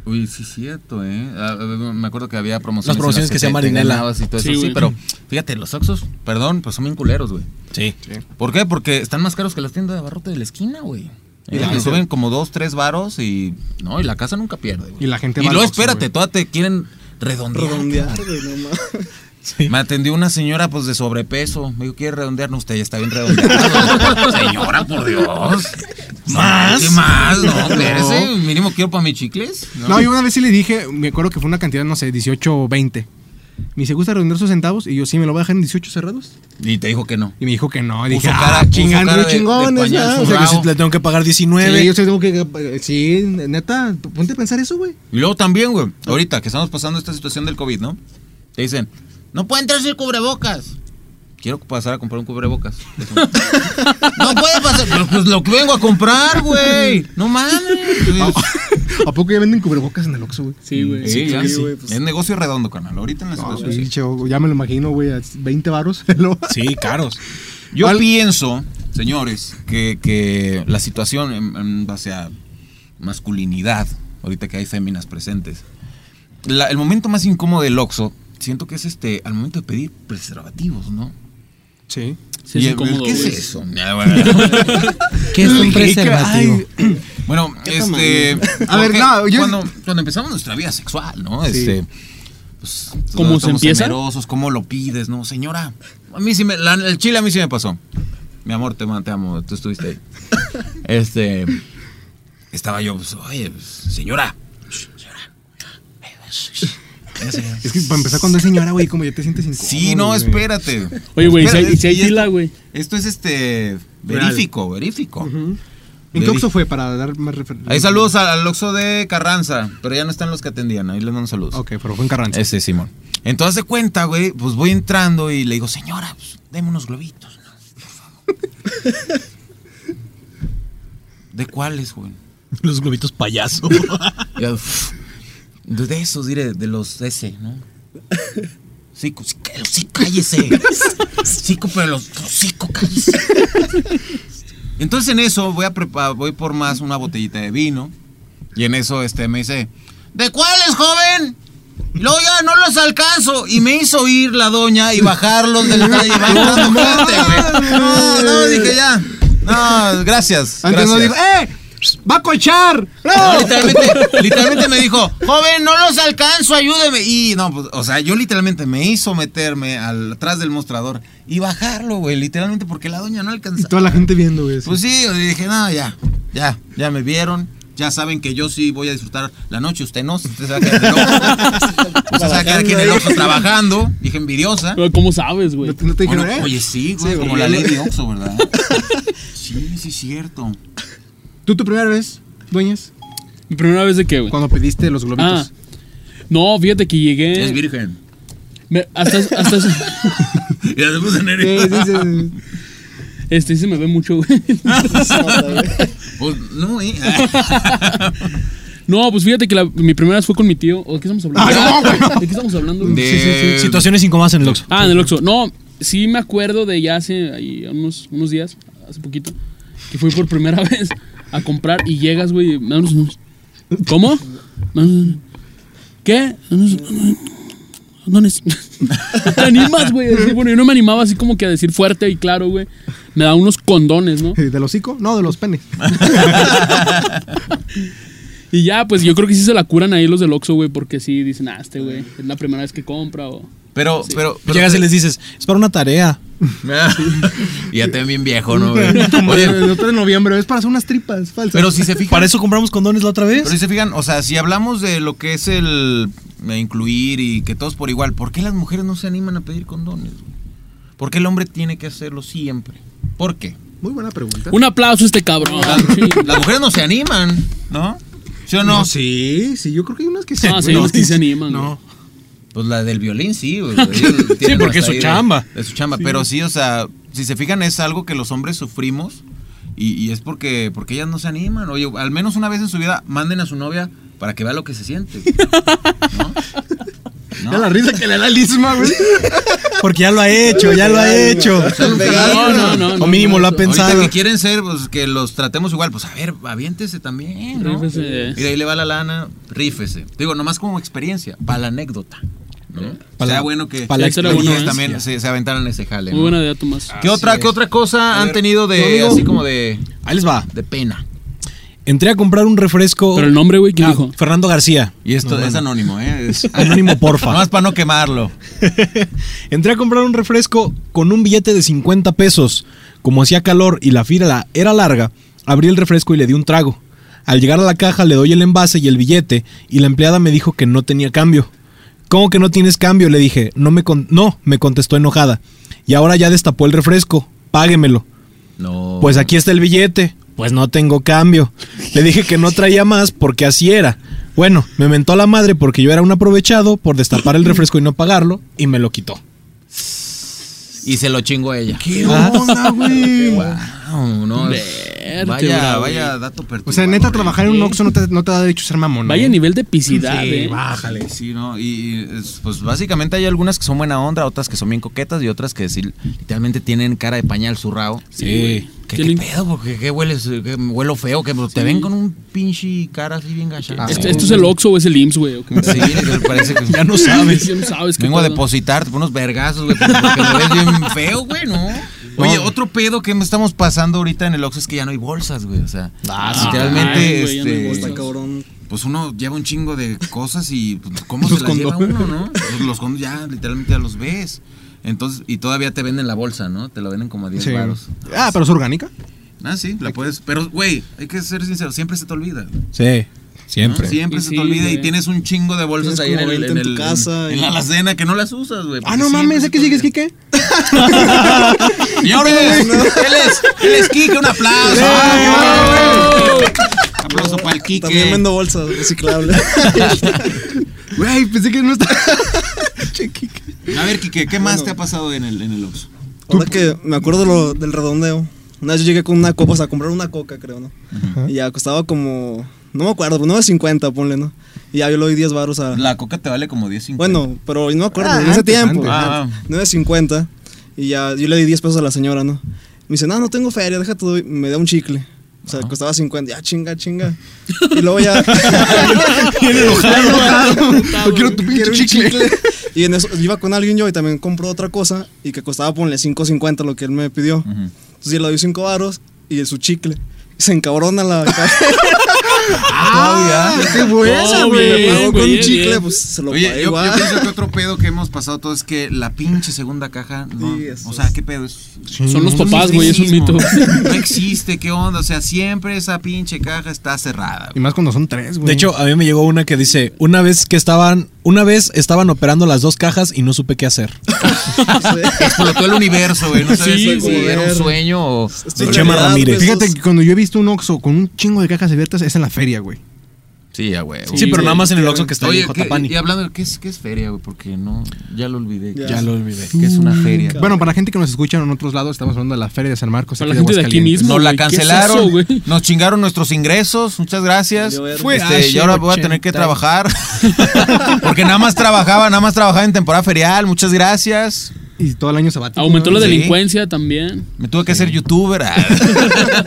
Speaker 3: Uy, sí es cierto, ¿eh? Ah, Me acuerdo que había promociones.
Speaker 5: Las promociones
Speaker 3: en
Speaker 5: que se
Speaker 3: te-
Speaker 5: llaman
Speaker 3: te
Speaker 5: Marinela.
Speaker 3: ganabas y todo eso,
Speaker 1: Sí,
Speaker 3: Sí,
Speaker 1: güey.
Speaker 3: pero fíjate, los Oxxos, perdón, pues son bien culeros, güey.
Speaker 5: Sí.
Speaker 3: ¿Por qué? Porque están más caros que las tiendas de abarrote de la esquina, güey. Eh, le suben como dos, tres varos y. No, y la casa nunca pierde, güey.
Speaker 4: Y la gente
Speaker 3: Y
Speaker 4: va al
Speaker 3: luego,
Speaker 4: Oxxo,
Speaker 3: espérate,
Speaker 4: güey.
Speaker 3: todas te quieren redondear.
Speaker 2: Redondear, güey, no mames.
Speaker 3: Me atendió una señora pues de sobrepeso. Me dijo, ¿quiere redondear? No, usted ya está bien redondeado. señora, por Dios.
Speaker 5: ¿Más?
Speaker 3: ¿Qué más? No, espérese. Mínimo quiero para mis chicles.
Speaker 4: No, yo una vez sí le dije, me acuerdo que fue una cantidad, no sé, 18 o 20. Me dice, ¿gusta redondear sus centavos? Y yo, sí, ¿me lo va a dejar en 18 cerrados?
Speaker 3: Y te dijo que no.
Speaker 4: Y me dijo que no. Y
Speaker 3: Puso
Speaker 4: dije,
Speaker 3: cara-
Speaker 4: ah,
Speaker 3: puso
Speaker 4: chingan,
Speaker 3: cara
Speaker 4: muy
Speaker 3: de- de
Speaker 4: chingones,
Speaker 3: payaso,
Speaker 4: ¿verdad? O sea,
Speaker 5: O sea, que
Speaker 3: Bravo.
Speaker 5: si le tengo que pagar 19.
Speaker 4: Sí, yo sí tengo que. Sí, neta, ponte a pensar eso, güey.
Speaker 3: Y luego también, güey, ahorita que estamos pasando esta situación del COVID, ¿no? Te dicen, no puede entrar sin cubrebocas. Quiero pasar a comprar un cubrebocas. no puede pasar. Pero, pues lo que vengo a comprar, güey. No mames.
Speaker 4: ¿A poco ya venden cubrebocas en el Oxxo, güey?
Speaker 1: Sí, güey.
Speaker 3: Sí, ya,
Speaker 2: sí, güey, pues.
Speaker 3: Es negocio redondo, carnal. Ahorita en la situación.
Speaker 4: Sí, chavo, ya me lo imagino, güey, a 20 varos. lo-
Speaker 5: Sí, caros.
Speaker 3: Yo
Speaker 4: Al-
Speaker 3: pienso, señores, que, que la situación en, en base a masculinidad, ahorita que hay féminas presentes, la- el momento más incómodo del Oxxo, siento que es este, al momento de pedir preservativos, ¿no?
Speaker 4: Sí.
Speaker 1: Sí, es
Speaker 3: Y el-
Speaker 1: incómodo,
Speaker 3: ¿Qué es
Speaker 1: güey.
Speaker 3: eso? Ah, bueno.
Speaker 5: ¿Qué es un
Speaker 3: Ay,
Speaker 5: preservativo?
Speaker 3: Bueno, este.
Speaker 4: A ver,
Speaker 3: porque
Speaker 4: no, yo-
Speaker 3: Cuando, cuando empezamos nuestra vida sexual, ¿no?
Speaker 4: Sí.
Speaker 3: Este. Pues,
Speaker 1: ¿Cómo se
Speaker 3: estamos
Speaker 1: empieza?
Speaker 3: temerosos, ¿Cómo lo pides, no? Señora, a mí sí me. la- el chile a mí sí me pasó. Mi amor, te, ma- te amo, tú estuviste ahí. Este. Estaba yo, pues, oye, pues, señora. Señora.
Speaker 4: Es que para empezar, cuando es señora, güey, como ya te sientes incómodo.
Speaker 3: Sí, no,
Speaker 4: güey.
Speaker 3: espérate.
Speaker 1: Oye, güey, ¿y si hay-
Speaker 3: Espérate,
Speaker 1: y si hay
Speaker 3: esto-
Speaker 1: fila, güey?
Speaker 3: Esto es este. Verífico, verífico.
Speaker 4: ¿En qué
Speaker 3: Le
Speaker 4: Oxxo
Speaker 3: dije-
Speaker 4: fue para dar más referencia?
Speaker 3: Ahí saludos al, al Oxxo de Carranza, pero ya no están los que atendían, ahí les mando saludos.
Speaker 4: Ok, pero fue en Carranza.
Speaker 3: Ese Simón. Entonces de cuenta, güey, pues voy entrando y le digo, señora, pues deme unos globitos, ¿no? Por favor". ¿De cuáles, güey?
Speaker 5: Los globitos payaso.
Speaker 3: Ya, uf. de, de esos, diré, de los ese, ¿no? Sí, cu- sí, cá- sí, cállese. Sí, cu- pero los hocico, cállese. Entonces en eso voy a preparar, voy por más una botellita de vino. Y en eso este me dice, ¿de cuáles, joven? Y luego ya no los alcanzo. Y me hizo ir la doña y bajarlos del y bajarlos de frente, güey. No, no, dije ya. No, gracias.
Speaker 4: Antes no
Speaker 3: gracias.
Speaker 4: digo, ¡eh! ¡Va a cochar!
Speaker 3: No,
Speaker 4: ¡Bravo!
Speaker 3: literalmente, literalmente me dijo, joven, no los alcanzo, ayúdeme. Y no, pues, o sea, yo literalmente me hizo meterme al atrás del mostrador y bajarlo, güey, literalmente porque la doña no
Speaker 4: Y
Speaker 3: alcanzaba.
Speaker 4: toda la gente viendo, güey. así.
Speaker 3: Pues sí, yo le dije, no, ya, ya, ya me vieron. Ya saben que yo sí voy a disfrutar la noche, usted no, usted se va a quedar en el Oxxo. Usted se va a quedar aquí en el Oxxo trabajando, dije envidiosa.
Speaker 1: Pero, ¿Cómo sabes, güey?
Speaker 4: no, te- no te dijeron,
Speaker 3: Bueno,
Speaker 4: ¿eh?
Speaker 3: oye, sí, güey,
Speaker 4: Sí,
Speaker 3: como
Speaker 4: güey.
Speaker 3: la ley de Oxxo, ¿verdad? Sí, sí, es cierto.
Speaker 4: ¿Tú tu primera vez, dueñas?
Speaker 1: ¿Mi primera vez de qué, güey?
Speaker 4: Cuando pediste los
Speaker 1: Ah.
Speaker 4: globitos.
Speaker 1: No, fíjate que
Speaker 3: Es
Speaker 1: llegué.
Speaker 3: virgen.
Speaker 1: me- hasta, hasta,
Speaker 3: Ya se puso en
Speaker 4: Sí, sí, sí.
Speaker 1: este sí se me ve mucho, güey.
Speaker 3: Pues, no, eh.
Speaker 1: No, pues fíjate que la- mi primera vez fue con mi tío. ¿O ¿De qué estamos hablando? ¿De qué estamos hablando? güey?
Speaker 3: De-
Speaker 5: Situaciones incómodas en el Oxxo.
Speaker 1: Ah, en el Oxxo. No, sí me acuerdo de ya hace ahí unos, unos días, hace poquito, que fui por primera vez a comprar y llegas, güey, me dan unos- unos- ¿Cómo? Me dan unos- ¿Qué? Unos- No neces- No te animas, güey. a decir, Bueno, yo no me animaba así como que a decir fuerte y claro, güey. Me da unos condones, ¿no?
Speaker 4: ¿Del hocico? No, de los penes.
Speaker 1: Y ya, pues yo creo que sí se la curan ahí los del Oxxo, güey, porque sí dicen, ah, este, güey, es la primera vez que compra o...
Speaker 3: Pero, pero, pero-
Speaker 5: Llegas y les dices, es para una tarea.
Speaker 3: Y ya te ven bien viejo, ¿no? güey? Oye,
Speaker 4: El otro de noviembre, es para hacer unas tripas falsas.
Speaker 3: pero si se fijan,
Speaker 5: ¿Para eso compramos condones la otra vez?
Speaker 3: pero si se fijan, o sea, si hablamos de lo que es el eh, incluir y que todos por igual, ¿por qué las mujeres no se animan a pedir condones? güey? ¿Por qué el hombre tiene que hacerlo siempre? ¿Por qué?
Speaker 4: Muy buena pregunta.
Speaker 1: Un aplauso a este cabrón.
Speaker 3: Las, las mujeres no se animan, ¿no? ¿Sí o no?
Speaker 4: No, sí, sí, yo creo que hay unas que se
Speaker 1: No, Ah, sí, hay unas que se animan,
Speaker 4: No.
Speaker 3: Pues la del violín, sí. güey.
Speaker 5: Sí,
Speaker 3: Tienen
Speaker 5: porque es su
Speaker 3: hasta ahí de-
Speaker 5: chamba.
Speaker 3: De, su chamba. Pero sí, o sea, si se fijan, es algo que los hombres sufrimos y, y es porque, porque ellas no se animan. Oye, al menos una vez en su vida, manden a su novia para que vea lo que se siente. ¿No?
Speaker 4: Ya
Speaker 3: ¿No?
Speaker 4: la risa que le da Lisma, güey.
Speaker 5: Porque ya lo ha hecho, ya lo ha hecho.
Speaker 1: No, no, no, no,
Speaker 5: o mínimo
Speaker 1: no,
Speaker 5: lo ha
Speaker 1: no.
Speaker 5: pensado.
Speaker 3: Ahorita que quieren ser, pues que los tratemos igual. Pues a ver, aviéntese también, ¿no?
Speaker 1: Rífese.
Speaker 3: Y de ahí le va la lana, rífese. Digo, nomás como experiencia, para la anécdota. ¿no?
Speaker 5: Pa' la-
Speaker 3: Sea bueno que
Speaker 5: pa' la
Speaker 3: que
Speaker 1: experiencia.
Speaker 3: ustedes también se, se aventaran ese jale.
Speaker 1: Muy
Speaker 3: ¿no?
Speaker 1: buena idea, Tomás.
Speaker 3: ¿Qué otra, ¿Qué otra cosa
Speaker 5: A
Speaker 3: han
Speaker 5: ver,
Speaker 3: tenido de
Speaker 5: Rodrigo.
Speaker 3: así como de,
Speaker 5: Ahí les va.
Speaker 3: de pena?
Speaker 5: Entré a comprar un refresco.
Speaker 1: Pero el nombre, güey, ¿quién
Speaker 5: Ah,
Speaker 1: dijo?
Speaker 5: Fernando García.
Speaker 3: Y esto es anónimo, ¿eh? Es
Speaker 5: Anónimo, porfa.
Speaker 3: Nomás para no quemarlo.
Speaker 5: Entré a comprar un refresco con un billete de 50 pesos. Como hacía calor y la fila era larga, abrí el refresco y le di un trago. Al llegar a la caja le doy el envase y el billete y la empleada me dijo que no tenía cambio. ¿Cómo que no tienes cambio? Le dije. No me, con- no, me contestó enojada. Y ahora ya destapó el refresco. Páguemelo.
Speaker 3: No.
Speaker 5: Pues aquí está el billete. Pues no tengo cambio. Le dije que no traía más porque así era. Bueno, me mentó la madre porque yo era un aprovechado por destapar el refresco y no pagarlo y me lo quitó.
Speaker 3: Y se lo chingo a ella.
Speaker 4: ¿Qué
Speaker 1: Ah.
Speaker 4: onda, güey?
Speaker 3: Wow, no.
Speaker 1: Verte,
Speaker 3: vaya,
Speaker 1: bravo,
Speaker 3: vaya dato
Speaker 4: O sea,
Speaker 3: perturbador,
Speaker 4: neta,
Speaker 3: ¿eh?
Speaker 4: trabajar en un Oxxo no te, no te da derecho a ser mamón. ¿no?
Speaker 1: Vaya nivel de epicidad,
Speaker 4: Sí,
Speaker 1: eh.
Speaker 4: bájale.
Speaker 3: ¿eh? Sí, ¿no? Y, y, es- pues básicamente hay algunas que son buena onda, otras que son bien coquetas y otras que sí, literalmente tienen cara de pañal zurrao.
Speaker 1: Sí.
Speaker 3: ¿Qué,
Speaker 1: Tienen-
Speaker 3: qué pedo? Porque qué hueles, qué huelo feo, que te ven con un pinche cara así bien gachada.
Speaker 1: Este- ¿Esto es el Oxxo o es el IMSS, güey? ¿O qué?
Speaker 3: Sí, me parece que
Speaker 5: Ya no sabes.
Speaker 1: Ya no sabes qué
Speaker 3: Vengo a
Speaker 1: pedo.
Speaker 3: depositarte unos vergazos, güey, porque porque lo ves bien feo, güey, ¿no? Oye, otro pedo que me estamos pasando ahorita en el Oxxo es que ya no hay bolsas, güey, o sea,
Speaker 1: sí.
Speaker 3: literalmente,
Speaker 1: Ah, Ay, güey, ya no hay
Speaker 3: este,
Speaker 1: bolsas.
Speaker 2: Está cabrón.
Speaker 3: pues uno lleva un chingo de cosas y pues, cómo
Speaker 4: Los
Speaker 3: se las lleva
Speaker 4: condones.
Speaker 3: uno, ¿no? Pues, los condones ya literalmente ya los ves. Entonces, y todavía te venden la bolsa, ¿no? Te la venden como a 10
Speaker 4: Sí.
Speaker 3: varos.
Speaker 4: Ah, pero es orgánica.
Speaker 3: Ah, sí, la puedes, pero güey, hay que ser sincero, siempre se te olvida.
Speaker 5: Sí,
Speaker 3: ¿no?
Speaker 5: siempre.
Speaker 3: Siempre
Speaker 1: Y
Speaker 3: se
Speaker 1: sí,
Speaker 3: te olvida
Speaker 1: güey.
Speaker 3: y tienes un chingo de bolsas
Speaker 2: Tienes
Speaker 3: ahí en,
Speaker 2: como
Speaker 3: el,
Speaker 2: 20
Speaker 3: en,
Speaker 2: en tu
Speaker 3: el-
Speaker 2: casa
Speaker 3: en
Speaker 2: y-
Speaker 3: la alacena que no las usas, güey.
Speaker 4: Ah,
Speaker 3: porque
Speaker 4: no
Speaker 3: siempre
Speaker 4: mames,
Speaker 3: se
Speaker 4: ¿a qué
Speaker 3: te
Speaker 4: sigues,
Speaker 3: olvida.
Speaker 4: Kike?
Speaker 3: Señores, él es, él es Quique, un aplauso. aplauso para el
Speaker 2: También
Speaker 3: Quique.
Speaker 2: vendo bolsas reciclables.
Speaker 4: Güey, pensé que no estaba.
Speaker 3: A ver, Quique, ¿qué más te ha pasado en el, en el Oxxo?
Speaker 2: Ahora que me acuerdo lo del redondeo. Una vez yo llegué con una copa, o sea, a comprar una coca, creo, ¿no? Y ya costaba como. No me acuerdo, pero 9.50, ponle, ¿no? Y ya yo le doy 10 baros a.
Speaker 3: La coca te vale como 10.50.
Speaker 2: Bueno, pero no me acuerdo,
Speaker 4: Ah,
Speaker 2: en ese
Speaker 4: antes,
Speaker 2: tiempo.
Speaker 4: antes.
Speaker 2: ajá,
Speaker 3: Ah.
Speaker 2: 9.50. Y ya yo le di 10 pesos a la señora, ¿no? Me dice, no, no tengo feria, déjate, doy", me da un chicle. O sea, costaba 50, ya chinga, chinga. Y luego ya.
Speaker 4: Yo quiero tu pinche
Speaker 2: Quiero un
Speaker 4: chicle.
Speaker 2: chicle. Y en eso iba con alguien yo y también compró otra cosa y que costaba ponle 5.50 lo que él me pidió. Entonces yo le doy 5 varos y su chicle. Se encabrona la
Speaker 3: Ah, ya.
Speaker 4: ¡Qué buena,
Speaker 1: No,
Speaker 4: güey!
Speaker 2: me
Speaker 1: bien,
Speaker 2: pagó con
Speaker 1: güey,
Speaker 2: un chicle,
Speaker 1: bien.
Speaker 2: pues se lo
Speaker 3: Oye,
Speaker 2: pagué
Speaker 3: yo, yo
Speaker 2: igual.
Speaker 3: pienso que otro pedo que hemos pasado todo es que la pinche segunda caja, no,
Speaker 2: Sí, eso
Speaker 3: o sea,
Speaker 2: es.
Speaker 3: ¿qué pedo es?
Speaker 1: Son los papás, güey, es un mito.
Speaker 3: Mismo. No existe, ¿qué onda? O sea, siempre esa pinche caja está cerrada.
Speaker 4: Y más cuando son tres, güey.
Speaker 5: De hecho, a mí me llegó una que dice, una vez que estaban, una vez estaban operando las dos cajas y no supe qué hacer.
Speaker 3: Explotó el universo, güey. No sabes
Speaker 1: Sí,
Speaker 3: si
Speaker 2: güey.
Speaker 3: era un sueño o...
Speaker 2: Esto
Speaker 5: De
Speaker 2: es
Speaker 5: Chema
Speaker 2: realidad,
Speaker 5: Ramírez.
Speaker 2: pues,
Speaker 4: Fíjate
Speaker 2: dos-
Speaker 4: que cuando yo he visto un Oxxo con un chingo de cajas abiertas es en la feria, güey.
Speaker 3: Sí, ya, güey.
Speaker 5: Sí, pero
Speaker 1: güey,
Speaker 5: nada más en el Oxxo que está ahí
Speaker 3: Oye,
Speaker 5: en
Speaker 3: ¿qué-
Speaker 5: Jotapani.
Speaker 3: y hablando de qué es, qué es feria, güey, porque no, ya lo olvidé.
Speaker 2: Ya.
Speaker 5: Ya lo olvidé.
Speaker 3: Que es una feria.
Speaker 4: Bueno, para la gente que nos escucha en otros lados, estamos hablando de la feria de San Marcos.
Speaker 1: Para la gente de aquí
Speaker 4: Aguascalientes.
Speaker 1: mismo.
Speaker 3: nos la
Speaker 1: güey, ¿qué es
Speaker 3: cancelaron,
Speaker 1: eso, güey?
Speaker 3: nos chingaron nuestros ingresos, muchas gracias.
Speaker 2: Valió verga.
Speaker 5: Fue
Speaker 1: ah,
Speaker 3: Este, y ahora voy a tener que
Speaker 5: 80.
Speaker 3: trabajar. Porque nada más trabajaba, nada más trabajaba en temporada ferial, muchas gracias.
Speaker 4: Y todo el año sabático.
Speaker 1: Aumentó la
Speaker 4: ¿no?
Speaker 3: Sí.
Speaker 1: delincuencia también.
Speaker 3: Me tuve que hacer youtuber. ah.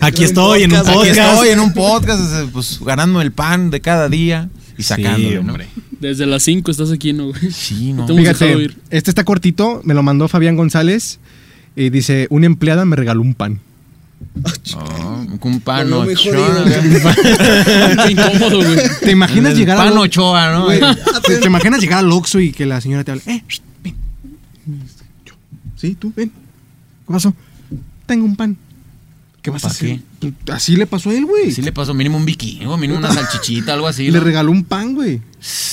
Speaker 5: Aquí estoy en un
Speaker 2: Aquí
Speaker 5: podcast.
Speaker 3: Aquí estoy en un podcast, este, pues ganando el pan de cada día y sacándolo. ¿no?
Speaker 5: hombre.
Speaker 1: Desde las 5 estás aquí, ¿no, güey?
Speaker 3: Sí, no.
Speaker 1: Te hemos dejado
Speaker 4: Fíjate,
Speaker 1: ir.
Speaker 4: este está cortito, me lo mandó Fabián González. Y dice, una empleada me regaló un pan.
Speaker 3: No, un pan
Speaker 2: Lo mejor
Speaker 3: ochoa.
Speaker 1: Qué incómodo, güey.
Speaker 4: ¿Te imaginas llegar
Speaker 3: pan
Speaker 4: al Oxxo?
Speaker 3: ochoa, ¿no?
Speaker 4: Güey, ¿Te, te imaginas llegar al Oxxo y que la señora te hable? Eh, sh, ven. Yo, Sí, tú, ven. ¿Qué pasó? Tengo un pan. ¿Qué vas a
Speaker 3: ¿Para
Speaker 4: hacer? Pues, Así le pasó a él, güey.
Speaker 3: Sí le pasó mínimo un vikingo, mínimo una salchichita, algo así.
Speaker 4: le
Speaker 3: ¿no?
Speaker 4: regaló un pan, güey.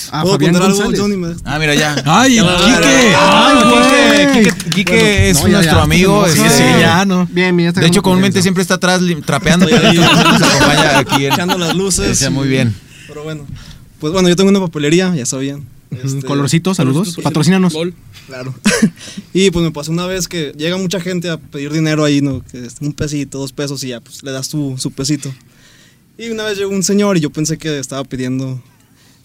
Speaker 4: A
Speaker 2: ¿Puedo
Speaker 4: Fabián
Speaker 2: contar algo,
Speaker 4: González.
Speaker 2: Johnny? ¿Me dejas?
Speaker 3: Ah, mira ya.
Speaker 5: ¡Ay, Quique!
Speaker 4: ¡Ay, güey!
Speaker 3: Quique, Quique, Quique es
Speaker 4: No, ya,
Speaker 3: nuestro
Speaker 4: ya,
Speaker 3: amigo.
Speaker 4: estás enojado.
Speaker 5: Sí, sí,
Speaker 3: este,
Speaker 5: ya, no.
Speaker 4: Bien, bien, ya está
Speaker 3: De hecho,
Speaker 4: ganando
Speaker 3: comúnmente
Speaker 4: confianza.
Speaker 3: sipesiempre está atrás lim- trapeando.
Speaker 2: Estoy ahí.
Speaker 3: Nos acompaña aquí en-
Speaker 2: echando las luces.
Speaker 3: Decía muy bien.
Speaker 2: Pero bueno, pues bueno, yo tengo una papelería, ya sabían. Este,
Speaker 4: Colorcito, saludos.
Speaker 1: Patrocínanos.
Speaker 4: Patrocínanos.
Speaker 1: Gol.
Speaker 2: Claro. y pues me pasó una vez que llega mucha gente a pedir dinero ahí, ¿no? Que es un pesito, dos pesos y ya, pues le das tu, su pesito. Y una vez llegó un señor y yo pensé que estaba pidiendo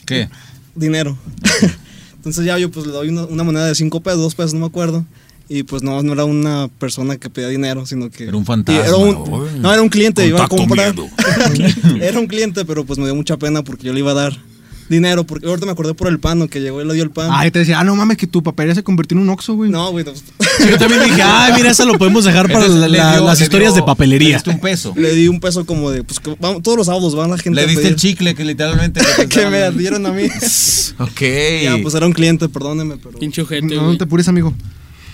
Speaker 3: ¿Qué?
Speaker 2: dinero. Entonces ya yo pues le doy una, una moneda de cinco pesos, dos pesos, no me acuerdo. Y pues no, no era una persona que pedía dinero, sino que...
Speaker 3: Era un fantasma,
Speaker 2: y Era
Speaker 3: güey.
Speaker 2: un, no, era un cliente, iba a
Speaker 3: Contacto
Speaker 2: comprar.
Speaker 3: miedo.
Speaker 2: era un cliente, pero pues me dio mucha pena porque yo le iba a dar dinero. Porque ahorita me acordé por el pan, ¿no? que llegó y le dio el pan.
Speaker 4: Ay, te decía, ah, no mames, que tu papelería se convirtió en un Oxxo, güey.
Speaker 2: No, güey. pues,
Speaker 5: Yo también dije, ay, mira, esa lo podemos dejar para
Speaker 3: Entonces,
Speaker 5: la-
Speaker 3: le
Speaker 5: la-
Speaker 3: dio-
Speaker 5: las
Speaker 3: le
Speaker 5: historias
Speaker 3: dio-
Speaker 5: de papelería.
Speaker 3: Le diste un peso.
Speaker 2: le di un peso como de, pues que vamos- todos los sábados van la gente
Speaker 3: Le
Speaker 2: a
Speaker 3: diste
Speaker 2: pedir
Speaker 3: el chicle que literalmente. te
Speaker 2: que me
Speaker 3: prestaron.
Speaker 2: dieron a mí. ya, pues
Speaker 3: Ok.
Speaker 2: era un cliente, perdóneme, pero
Speaker 1: Pinche ojete,
Speaker 4: No, no
Speaker 1: güey.
Speaker 4: te apures, amigo.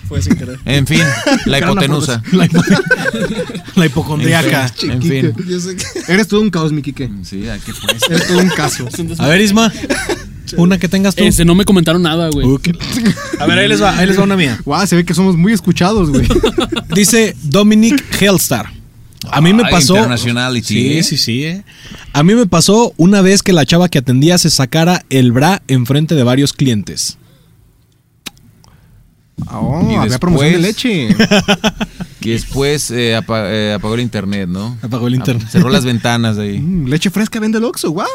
Speaker 2: fue sin querer.
Speaker 3: En fin, la hipotenusa.
Speaker 5: La, hipo- la hipocondriaca.
Speaker 3: En fin.
Speaker 2: Yo sé que
Speaker 4: Eres todo un caos, mi Quique.
Speaker 3: Sí, ¿a qué pues?
Speaker 4: Eres todo un caso.
Speaker 5: A ver, Isma. Una que tengas tú.
Speaker 1: Este, no me comentaron nada, güey.
Speaker 5: A ver, ahí les va, ahí les va una mía.
Speaker 4: Guau, se ve que somos muy escuchados, güey.
Speaker 5: Dice Dominic Hellstar. A mí me
Speaker 3: Ay,
Speaker 5: pasó.
Speaker 3: internationality,
Speaker 5: Sí,
Speaker 3: ¿eh?
Speaker 5: sí, sí. eh. A mí me pasó una vez que la chava que atendía se sacara el bra enfrente de varios clientes.
Speaker 4: Ah, oh,
Speaker 3: Y
Speaker 4: había
Speaker 3: después-
Speaker 4: promoción de leche.
Speaker 3: Y después eh, apa- eh, apagó el internet, ¿no?
Speaker 5: Apagó el internet.
Speaker 3: Ah, Cerró las ventanas ahí.
Speaker 4: Mm, leche fresca vende el Oxxo, guau.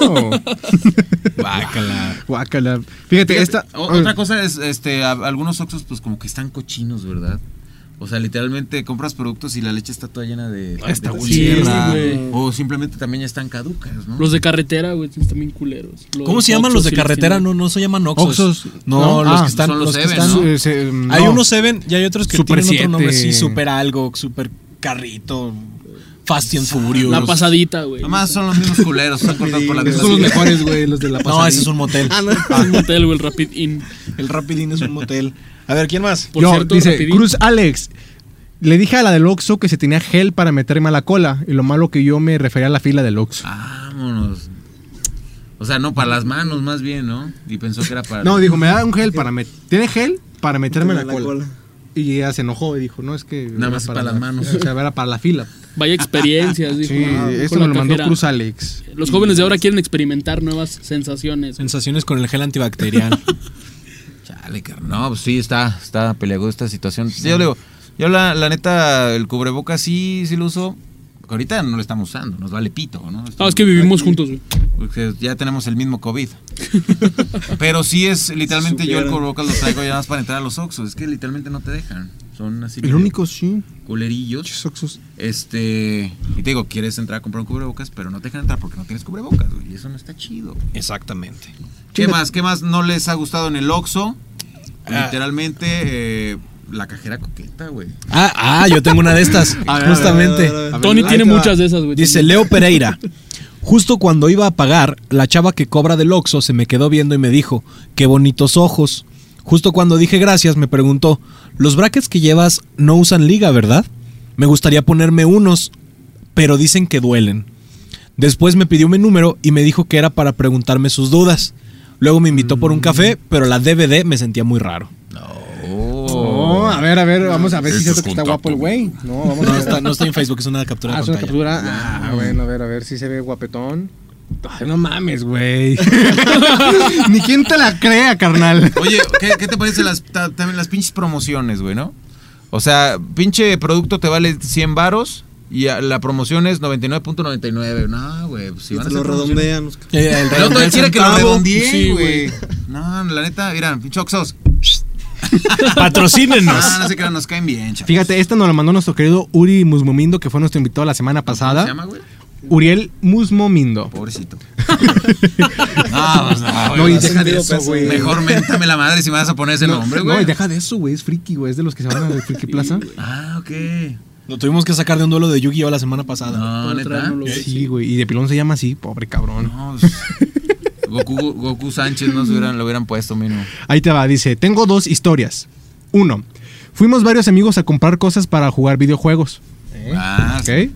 Speaker 3: Bácala.
Speaker 4: Guácala. Fíjate, esta...
Speaker 3: otra cosa es, este, a- algunos oxos pues como que están cochinos, ¿verdad? O sea, literalmente compras productos y la leche está toda llena de,
Speaker 4: Está
Speaker 3: de
Speaker 1: sí,
Speaker 3: tierra,
Speaker 1: Ah, güey.
Speaker 3: o simplemente también ya están caducas, ¿no?
Speaker 1: Los de carretera, güey, están bien culeros.
Speaker 5: ¿Cómo se llaman los de
Speaker 1: Oxxos, sí
Speaker 5: carretera?
Speaker 1: tienen-
Speaker 5: No, no se llaman Oxos.
Speaker 4: Oxxos.
Speaker 5: No,
Speaker 4: No,
Speaker 5: los
Speaker 4: ah,
Speaker 5: que están.
Speaker 3: son los
Speaker 5: los que
Speaker 3: Seven,
Speaker 5: están-
Speaker 3: ¿no?
Speaker 4: Eh, se- mm,
Speaker 5: Hay
Speaker 4: no.
Speaker 5: unos Seven y hay otros que
Speaker 4: Super
Speaker 5: tienen otro nombre.
Speaker 4: siete.
Speaker 5: Sí, super algo, super carrito, Fast and Furious.
Speaker 1: La pasadita, güey.
Speaker 3: Nomás son los mismos culeros, están cortados por la
Speaker 4: Esos
Speaker 3: misma
Speaker 4: son los
Speaker 3: silla.
Speaker 4: mejores, güey, los de la
Speaker 5: No,
Speaker 4: pasadita.
Speaker 5: ese es un motel.
Speaker 2: Ah, no.
Speaker 1: Un hotel, güey, el Rapid Inn.
Speaker 5: El Rapidín es un motel. A ver, ¿quién más?
Speaker 1: Por
Speaker 4: Yo,
Speaker 1: cierto,
Speaker 4: dice,
Speaker 1: Rapid Inn-
Speaker 4: Cruz Alex, le dije a la del Oxxo que se tenía gel para meterme a la cola. Y lo malo que yo me refería a la fila del Oxxo.
Speaker 3: Vámonos. O sea, no, para las manos más bien, ¿no? Y pensó que era para...
Speaker 4: No, dijo, me da un gel para meter... ¿Tiene gel? Para meterme a la,
Speaker 2: la
Speaker 4: cola.
Speaker 2: cola.
Speaker 4: Y ella se enojó y dijo, no, es que...
Speaker 3: Nada
Speaker 4: era
Speaker 3: más para las manos.
Speaker 4: O sea, era para la fila.
Speaker 1: Vaya experiencias, dijo.
Speaker 4: Sí,
Speaker 1: ah,
Speaker 4: esto
Speaker 1: con
Speaker 4: me
Speaker 1: la
Speaker 4: lo mandó
Speaker 1: cajera.
Speaker 4: Cruz Alex.
Speaker 1: Los jóvenes de ahora quieren experimentar nuevas sensaciones.
Speaker 5: Sensaciones con el gel antibacterial.
Speaker 3: Chale, carnal. No, pues sí, está, está peleaguda esta situación. Yo digo, yo la, la neta, el cubrebocas sí, sí lo uso. Porque ahorita no lo estamos usando, nos vale pito, ¿no?
Speaker 1: No, Ah, es que vivimos juntos, güey.
Speaker 3: Porque ya tenemos el mismo COVID. Pero sí es, literalmente yo el
Speaker 2: Supieran.
Speaker 3: cubrebocas lo traigo ya más para entrar a los Oxxos. Es que literalmente no te dejan. Son así.
Speaker 4: El
Speaker 3: medio
Speaker 4: único, sí.
Speaker 3: Culerillos.
Speaker 4: Oxxos.
Speaker 3: Este. Y te digo, quieres entrar a comprar un cubrebocas, pero no te dejan entrar porque no tienes cubrebocas, güey. Y eso no está chido.
Speaker 5: Exactamente.
Speaker 3: ¿Qué
Speaker 4: Chinga-
Speaker 3: más? ¿Qué más no les ha gustado en el Oxxo?
Speaker 5: Ah.
Speaker 3: Literalmente, eh, la cajera coqueta, güey.
Speaker 5: Ah, ah, yo tengo una de estas.
Speaker 4: A ver,
Speaker 5: justamente.
Speaker 2: a ver, a ver, a ver.
Speaker 1: Tony
Speaker 4: ahí
Speaker 1: tiene
Speaker 4: te va.
Speaker 1: muchas de esas, güey.
Speaker 5: Dice Leo Pereira. Justo cuando iba a pagar, la chava que cobra del Oxxo se me quedó viendo y me dijo, qué bonitos ojos. Justo cuando dije gracias, me preguntó, los brackets que llevas no usan liga, ¿verdad? Me gustaría ponerme unos, pero dicen que duelen. Después me pidió mi número y me dijo que era para preguntarme sus dudas. Luego me invitó
Speaker 1: Mm.
Speaker 5: por un café, pero la DVD me sentía muy raro. Oh.
Speaker 4: No, Oh, a ver, a ver, vamos a ver si es cierto que está guapo el güey. No, vamos
Speaker 5: No
Speaker 4: a ver.
Speaker 5: está, no está en Facebook, es una captura
Speaker 4: Ah,
Speaker 5: de
Speaker 4: es una
Speaker 5: pantalla.
Speaker 4: captura. Ah, bueno, a ver, a ver si se ve guapetón. Ay, no mames, güey. Ni quién te la crea, carnal.
Speaker 3: Oye, ¿qué, qué te parece las, ta- también las pinches promociones, güey, no? O sea, pinche producto te vale 100 varos y a- la promoción es 99.99. No, güey, pues si
Speaker 2: Y
Speaker 3: van a
Speaker 2: te
Speaker 3: hacer
Speaker 2: lo
Speaker 3: promociones-
Speaker 2: redondean. los-
Speaker 5: Eh, el
Speaker 3: El otro
Speaker 5: redondel
Speaker 3: quiere que lo
Speaker 5: centavo.
Speaker 3: redondee,
Speaker 1: Sí,
Speaker 3: güey. No, la neta, miran, pinche Oxxos. No,
Speaker 5: Patrocínenos.
Speaker 3: no sé qué, nos caen bien, chavos.
Speaker 4: Fíjate, esta nos la mandó nuestro querido Uri Musmomindo, que fue nuestro invitado la semana
Speaker 3: ¿Cómo se
Speaker 4: pasada.
Speaker 3: llama, güey?
Speaker 4: Uriel Musmomindo.
Speaker 3: Pobrecito. no, pues no, güey.
Speaker 4: No, y
Speaker 2: vas a
Speaker 4: deja de
Speaker 2: sentir
Speaker 4: eso,
Speaker 2: peso,
Speaker 4: güey.
Speaker 3: Mejor méntame la madre si me vas a poner ese
Speaker 4: No,
Speaker 3: nombre,
Speaker 4: no,
Speaker 3: güey.
Speaker 4: y deja de eso, güey. Es friki, güey. Es de los que se van a la Friki Plaza.
Speaker 3: Ah, ok.
Speaker 5: Lo tuvimos que sacar de un duelo de Yu-Gi-Oh la semana pasada.
Speaker 3: No,
Speaker 1: Para
Speaker 3: neta.
Speaker 1: traernos los-
Speaker 4: Sí, güey. Y de pilón se llama así, pobre cabrón.
Speaker 3: No, pues, Goku, Goku Sánchez no se hubieran, lo hubieran puesto, mínimo.
Speaker 4: Ahí te va, dice, tengo dos historias. Uno, fuimos varios amigos a comprar cosas para jugar videojuegos,
Speaker 3: Ah,
Speaker 4: ¿ok?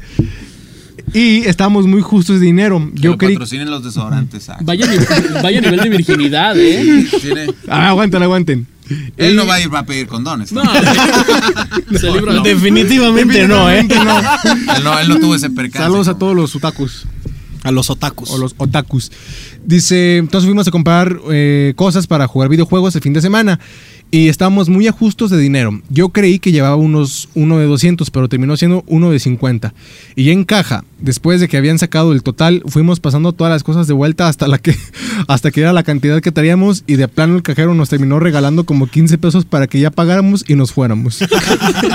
Speaker 4: Y estábamos muy justos de dinero.
Speaker 3: Yo
Speaker 4: Yo creí...
Speaker 3: patrocinen los desodorantes. ah.
Speaker 1: Vaya, nivel- vaya nivel de virginidad, ¿eh?
Speaker 3: Tiene-
Speaker 4: Ah, aguanten, aguanten.
Speaker 3: él
Speaker 4: Eh.
Speaker 3: no va a ir va a pedir condones.
Speaker 1: No,
Speaker 3: ¿no?
Speaker 1: güey. Se libra.
Speaker 5: Definitivamente no, ¿eh?
Speaker 3: Él, no, él no tuvo ese percance.
Speaker 4: Saludos a
Speaker 3: ¿no?
Speaker 4: todos los otakus.
Speaker 5: A los otakus.
Speaker 4: O los otakus. Dice, entonces fuimos a comprar eh, cosas para jugar videojuegos el fin de semana. Y estábamos muy a justos de dinero. Yo creí que llevaba unos uno de 200, pero terminó siendo uno de 50. Y ya en caja, después de que habían sacado el total, fuimos pasando todas las cosas de vuelta hasta, la que, hasta que era la cantidad que traíamos. Y de plano el cajero nos terminó regalando como 15 pesos para que ya pagáramos y nos fuéramos.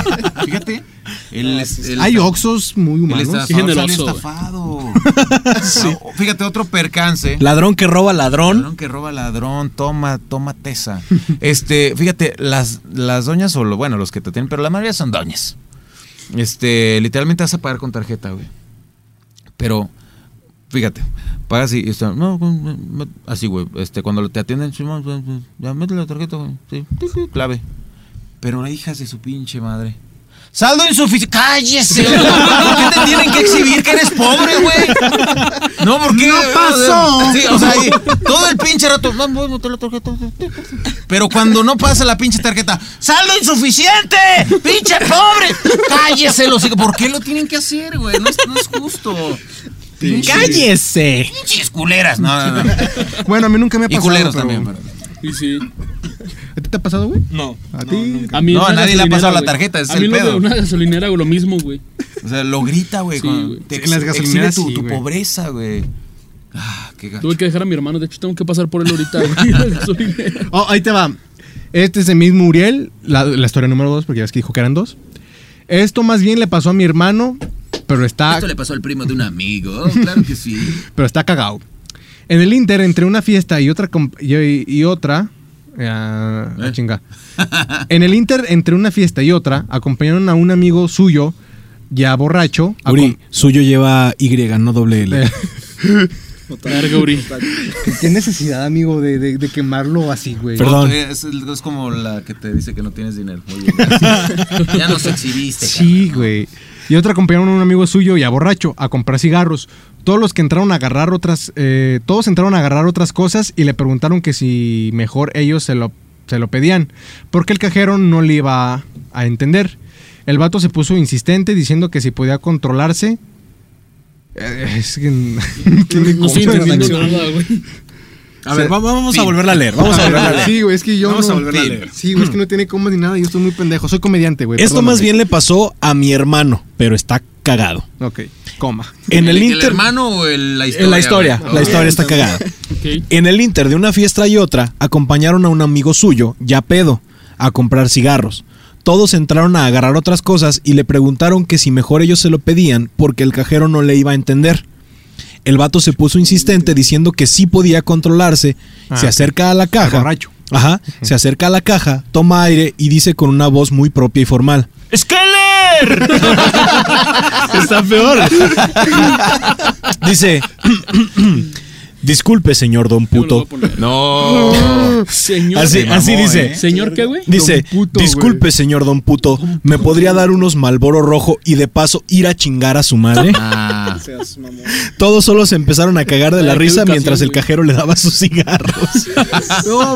Speaker 3: Fíjate. Él es, él
Speaker 4: Hay
Speaker 3: está-
Speaker 4: oxos muy
Speaker 3: El
Speaker 4: humanos.
Speaker 3: estafador salió
Speaker 1: Generoso, güey.
Speaker 3: estafado. No, Fíjate, otro percance.
Speaker 5: Ladrón que roba ladrón.
Speaker 3: Ladrón que roba ladrón, toma, toma tesa. Este, fíjate, las, las doñas o lo, bueno, los que te tienen, pero la mayoría son doñas. Este, literalmente vas a pagar con tarjeta, güey. Pero, fíjate, pagas y, y está, no, no, no, así, güey, este, cuando te atienden, sí, no, no, no, ya mete la tarjeta, güey, sí, sí, sí, clave. Pero la hija de su pinche madre. Saldo insuficiente. ¡Cállese! güey! ¿Por qué te tienen que exhibir que eres pobre, güey? No, porque.
Speaker 4: ¡No pasó!
Speaker 3: Sí, o sea, y todo el pinche rato. "No, no, no, te la tarjeta". Pero cuando no pasa la pinche tarjeta, ¡saldo insuficiente! ¡Pinche pobre! ¡Cállese, los hijos! ¿Por qué lo tienen que hacer, güey? No es, no es justo.
Speaker 5: ¡Cállese!
Speaker 3: ¡Pinches culeras! No, no, no.
Speaker 4: Bueno, a mí nunca me ha
Speaker 3: Y
Speaker 4: pasado.
Speaker 3: culeros
Speaker 4: pero-
Speaker 3: también, pero.
Speaker 1: Y sí.
Speaker 4: ¿A ti te ha pasado, güey?
Speaker 2: No.
Speaker 4: A ti.
Speaker 1: A mí
Speaker 3: No,
Speaker 1: en
Speaker 3: a
Speaker 1: una
Speaker 3: nadie le ha
Speaker 1: gasolinera,
Speaker 3: pasado la
Speaker 1: güey.
Speaker 3: tarjeta, ese
Speaker 1: A
Speaker 3: es
Speaker 1: mí
Speaker 3: el
Speaker 1: lo de
Speaker 3: pedo.
Speaker 1: una gasolinera hago lo mismo, güey.
Speaker 3: O sea, lo grita, güey.
Speaker 1: Sí,
Speaker 3: con-
Speaker 1: güey.
Speaker 3: Te
Speaker 4: En las
Speaker 3: ex-
Speaker 4: gasolineras
Speaker 3: exhibe tu,
Speaker 4: sí,
Speaker 3: tu
Speaker 4: güey.
Speaker 3: pobreza, güey. Ah, qué gacho.
Speaker 1: Tuve que dejar a mi hermano, de hecho tengo que pasar por él ahorita, güey. la gasolinera.
Speaker 4: Oh, ahí te va. Este es el mismo Uriel, la, la historia número dos, porque ya es que dijo que eran dos. Esto más bien le pasó a mi hermano, pero está,
Speaker 3: Esto le pasó al primo de un amigo. Claro que sí.
Speaker 4: pero está cagado. En el Inter, entre una fiesta y otra... comp- Y, y otra... eh, ah,
Speaker 3: ¿Eh?
Speaker 4: chinga. En el Inter, entre una fiesta y otra, acompañaron a un amigo suyo, ya borracho. a
Speaker 5: Uri, suyo lleva Y, no doble L.
Speaker 4: Eh.
Speaker 1: Verga, Uri.
Speaker 4: com- ¿Qué necesidad, amigo, de, de- de quemarlo así, güey?
Speaker 5: Perdón.
Speaker 3: Es, es como la que te dice que no tienes dinero. Muy bien. ya nos
Speaker 5: Este
Speaker 3: exhibiste.
Speaker 4: Sí, güey. Y otro acompañaron a un amigo suyo ya borracho a comprar cigarros. Todos los que entraron a agarrar otras, eh, todos entraron a agarrar otras cosas y le preguntaron que si mejor ellos se lo, se lo pedían, porque el cajero no le iba a, a entender. El vato se puso insistente diciendo que si podía controlarse. Eh, Es que no tiene
Speaker 1: No estoy
Speaker 4: cómo.
Speaker 1: entendiendo nada, güey.
Speaker 5: A ver, va- vamos a volverla a leer. Vamos a volverla a leer.
Speaker 4: Sí, güey, es que yo
Speaker 5: Vamos a
Speaker 4: no-
Speaker 5: volverla a leer.
Speaker 4: Sí, güey, es que no tiene comas ni nada, yo estoy muy pendejo, soy comediante, güey.
Speaker 5: Esto
Speaker 4: perdóname.
Speaker 5: más bien le pasó a mi hermano, pero está cagado.
Speaker 4: Ok, coma.
Speaker 5: En el,
Speaker 3: ¿El
Speaker 5: Inter.
Speaker 3: hermano o el- la historia?
Speaker 5: en Eh, la historia,
Speaker 3: güey?
Speaker 5: la historia está cagada.
Speaker 1: Ok.
Speaker 5: En el Inter de una fiesta y otra, acompañaron a un amigo suyo, ya pedo, a comprar cigarros. Todos entraron a agarrar otras cosas y le preguntaron que si mejor ellos se lo pedían porque el cajero no le iba a entender. El vato se puso insistente diciendo que sí podía controlarse,
Speaker 4: Ah.
Speaker 5: se acerca a la caja.
Speaker 4: Borracho.
Speaker 5: Ajá, se acerca a la caja, toma aire y dice con una voz muy propia y formal. ¡Skeller! Está peor. Dice, disculpe señor Don
Speaker 1: Yo lo
Speaker 5: Puto.
Speaker 1: voy a poner.
Speaker 3: No.
Speaker 1: Señor.
Speaker 5: Así,
Speaker 3: Se mamó,
Speaker 5: así dice.
Speaker 3: ¿eh?
Speaker 1: ¿Señor qué, güey?
Speaker 5: Dice,
Speaker 4: Don Puto,
Speaker 5: disculpe
Speaker 4: güey.
Speaker 5: señor Don Puto, ¿me podría dar unos Malboro Rojo y de paso ir a chingar a su madre?
Speaker 3: Ah.
Speaker 2: Seas mamón.
Speaker 5: Todos solo se empezaron a cagar de la
Speaker 1: Ay, qué
Speaker 5: risa
Speaker 1: educación,
Speaker 5: mientras el
Speaker 1: güey.
Speaker 5: cajero le daba sus cigarros.
Speaker 4: No,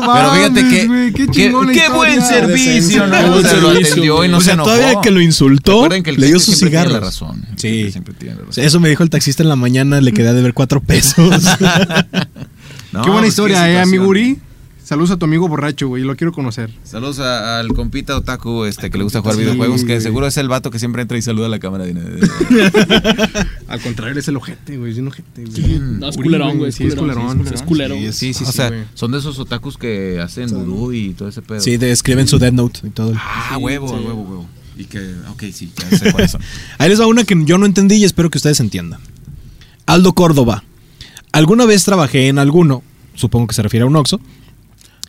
Speaker 3: Pero
Speaker 4: mames,
Speaker 3: fíjate que.
Speaker 4: güey,
Speaker 3: qué
Speaker 4: chingona
Speaker 3: qué buen
Speaker 4: historia.
Speaker 3: servicio,
Speaker 2: Qué
Speaker 3: ¿no?
Speaker 1: buen
Speaker 3: O sea, lo
Speaker 1: servicio,
Speaker 3: atendió y no
Speaker 5: o
Speaker 3: se
Speaker 5: sea,
Speaker 3: enojó.
Speaker 5: todavía que lo insultó,
Speaker 3: Recuerden que el
Speaker 5: le dio
Speaker 3: cliente
Speaker 5: sus
Speaker 3: siempre tiene
Speaker 5: cigarros.
Speaker 3: la razón. El
Speaker 5: Sí.
Speaker 3: cliente siempre tiene la razón.
Speaker 5: Eso me dijo el taxista en la mañana, le quedé de ver cuatro pesos.
Speaker 3: No,
Speaker 4: qué buena
Speaker 3: pues,
Speaker 4: historia, eh,
Speaker 3: situación.
Speaker 4: amigo Uri. Saludos a tu amigo borracho, güey, lo quiero conocer.
Speaker 3: Saludos a- al compita otaku este que le gusta jugar
Speaker 4: Sí,
Speaker 3: videojuegos, que
Speaker 4: güey.
Speaker 3: seguro es el vato que siempre entra y saluda a la cámara. de- de- de-
Speaker 4: Al contrario, es el ojete, güey, es un ojete, güey.
Speaker 1: Sí, no, es
Speaker 4: Uri,
Speaker 1: culerón,
Speaker 4: güey,
Speaker 1: güey.
Speaker 4: sí, es culerón.
Speaker 1: sí, Es culero. güey.
Speaker 3: Sí, sí, sí.
Speaker 4: Ah,
Speaker 3: o sea,
Speaker 4: sí, güey.
Speaker 3: son de esos otakus que hacen vudú y todo ese pedo.
Speaker 5: Sí, de- escriben su Dead Note y todo. el-
Speaker 3: Ah,
Speaker 1: Sí,
Speaker 3: huevo,
Speaker 1: sí.
Speaker 3: huevo, huevo. Y que, ok, sí, ya sé cuáles son.
Speaker 5: Ahí les va una que yo no entendí y espero que ustedes entiendan. Aldo Córdoba. Alguna vez trabajé en alguno, supongo que se refiere a un Oxxo,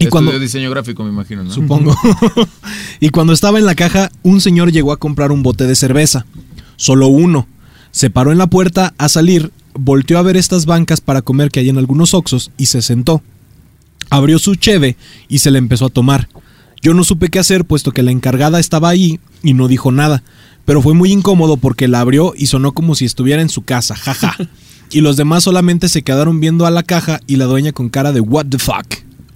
Speaker 5: y
Speaker 3: Estudió
Speaker 5: cuando...
Speaker 3: diseño gráfico, me imagino, ¿no?
Speaker 5: supongo. y cuando estaba en la caja, un señor llegó a comprar un bote de cerveza. Solo uno. Se paró en la puerta a salir, volteó a ver estas bancas para comer que hay en algunos oxos y se sentó. Abrió su cheve y se la empezó a tomar. Yo no supe qué hacer puesto que la encargada estaba ahí y no dijo nada. Pero fue muy incómodo porque la abrió y sonó como si estuviera en su casa, jaja. Y los demás solamente se quedaron viendo a la caja y la dueña con cara de what the fuck.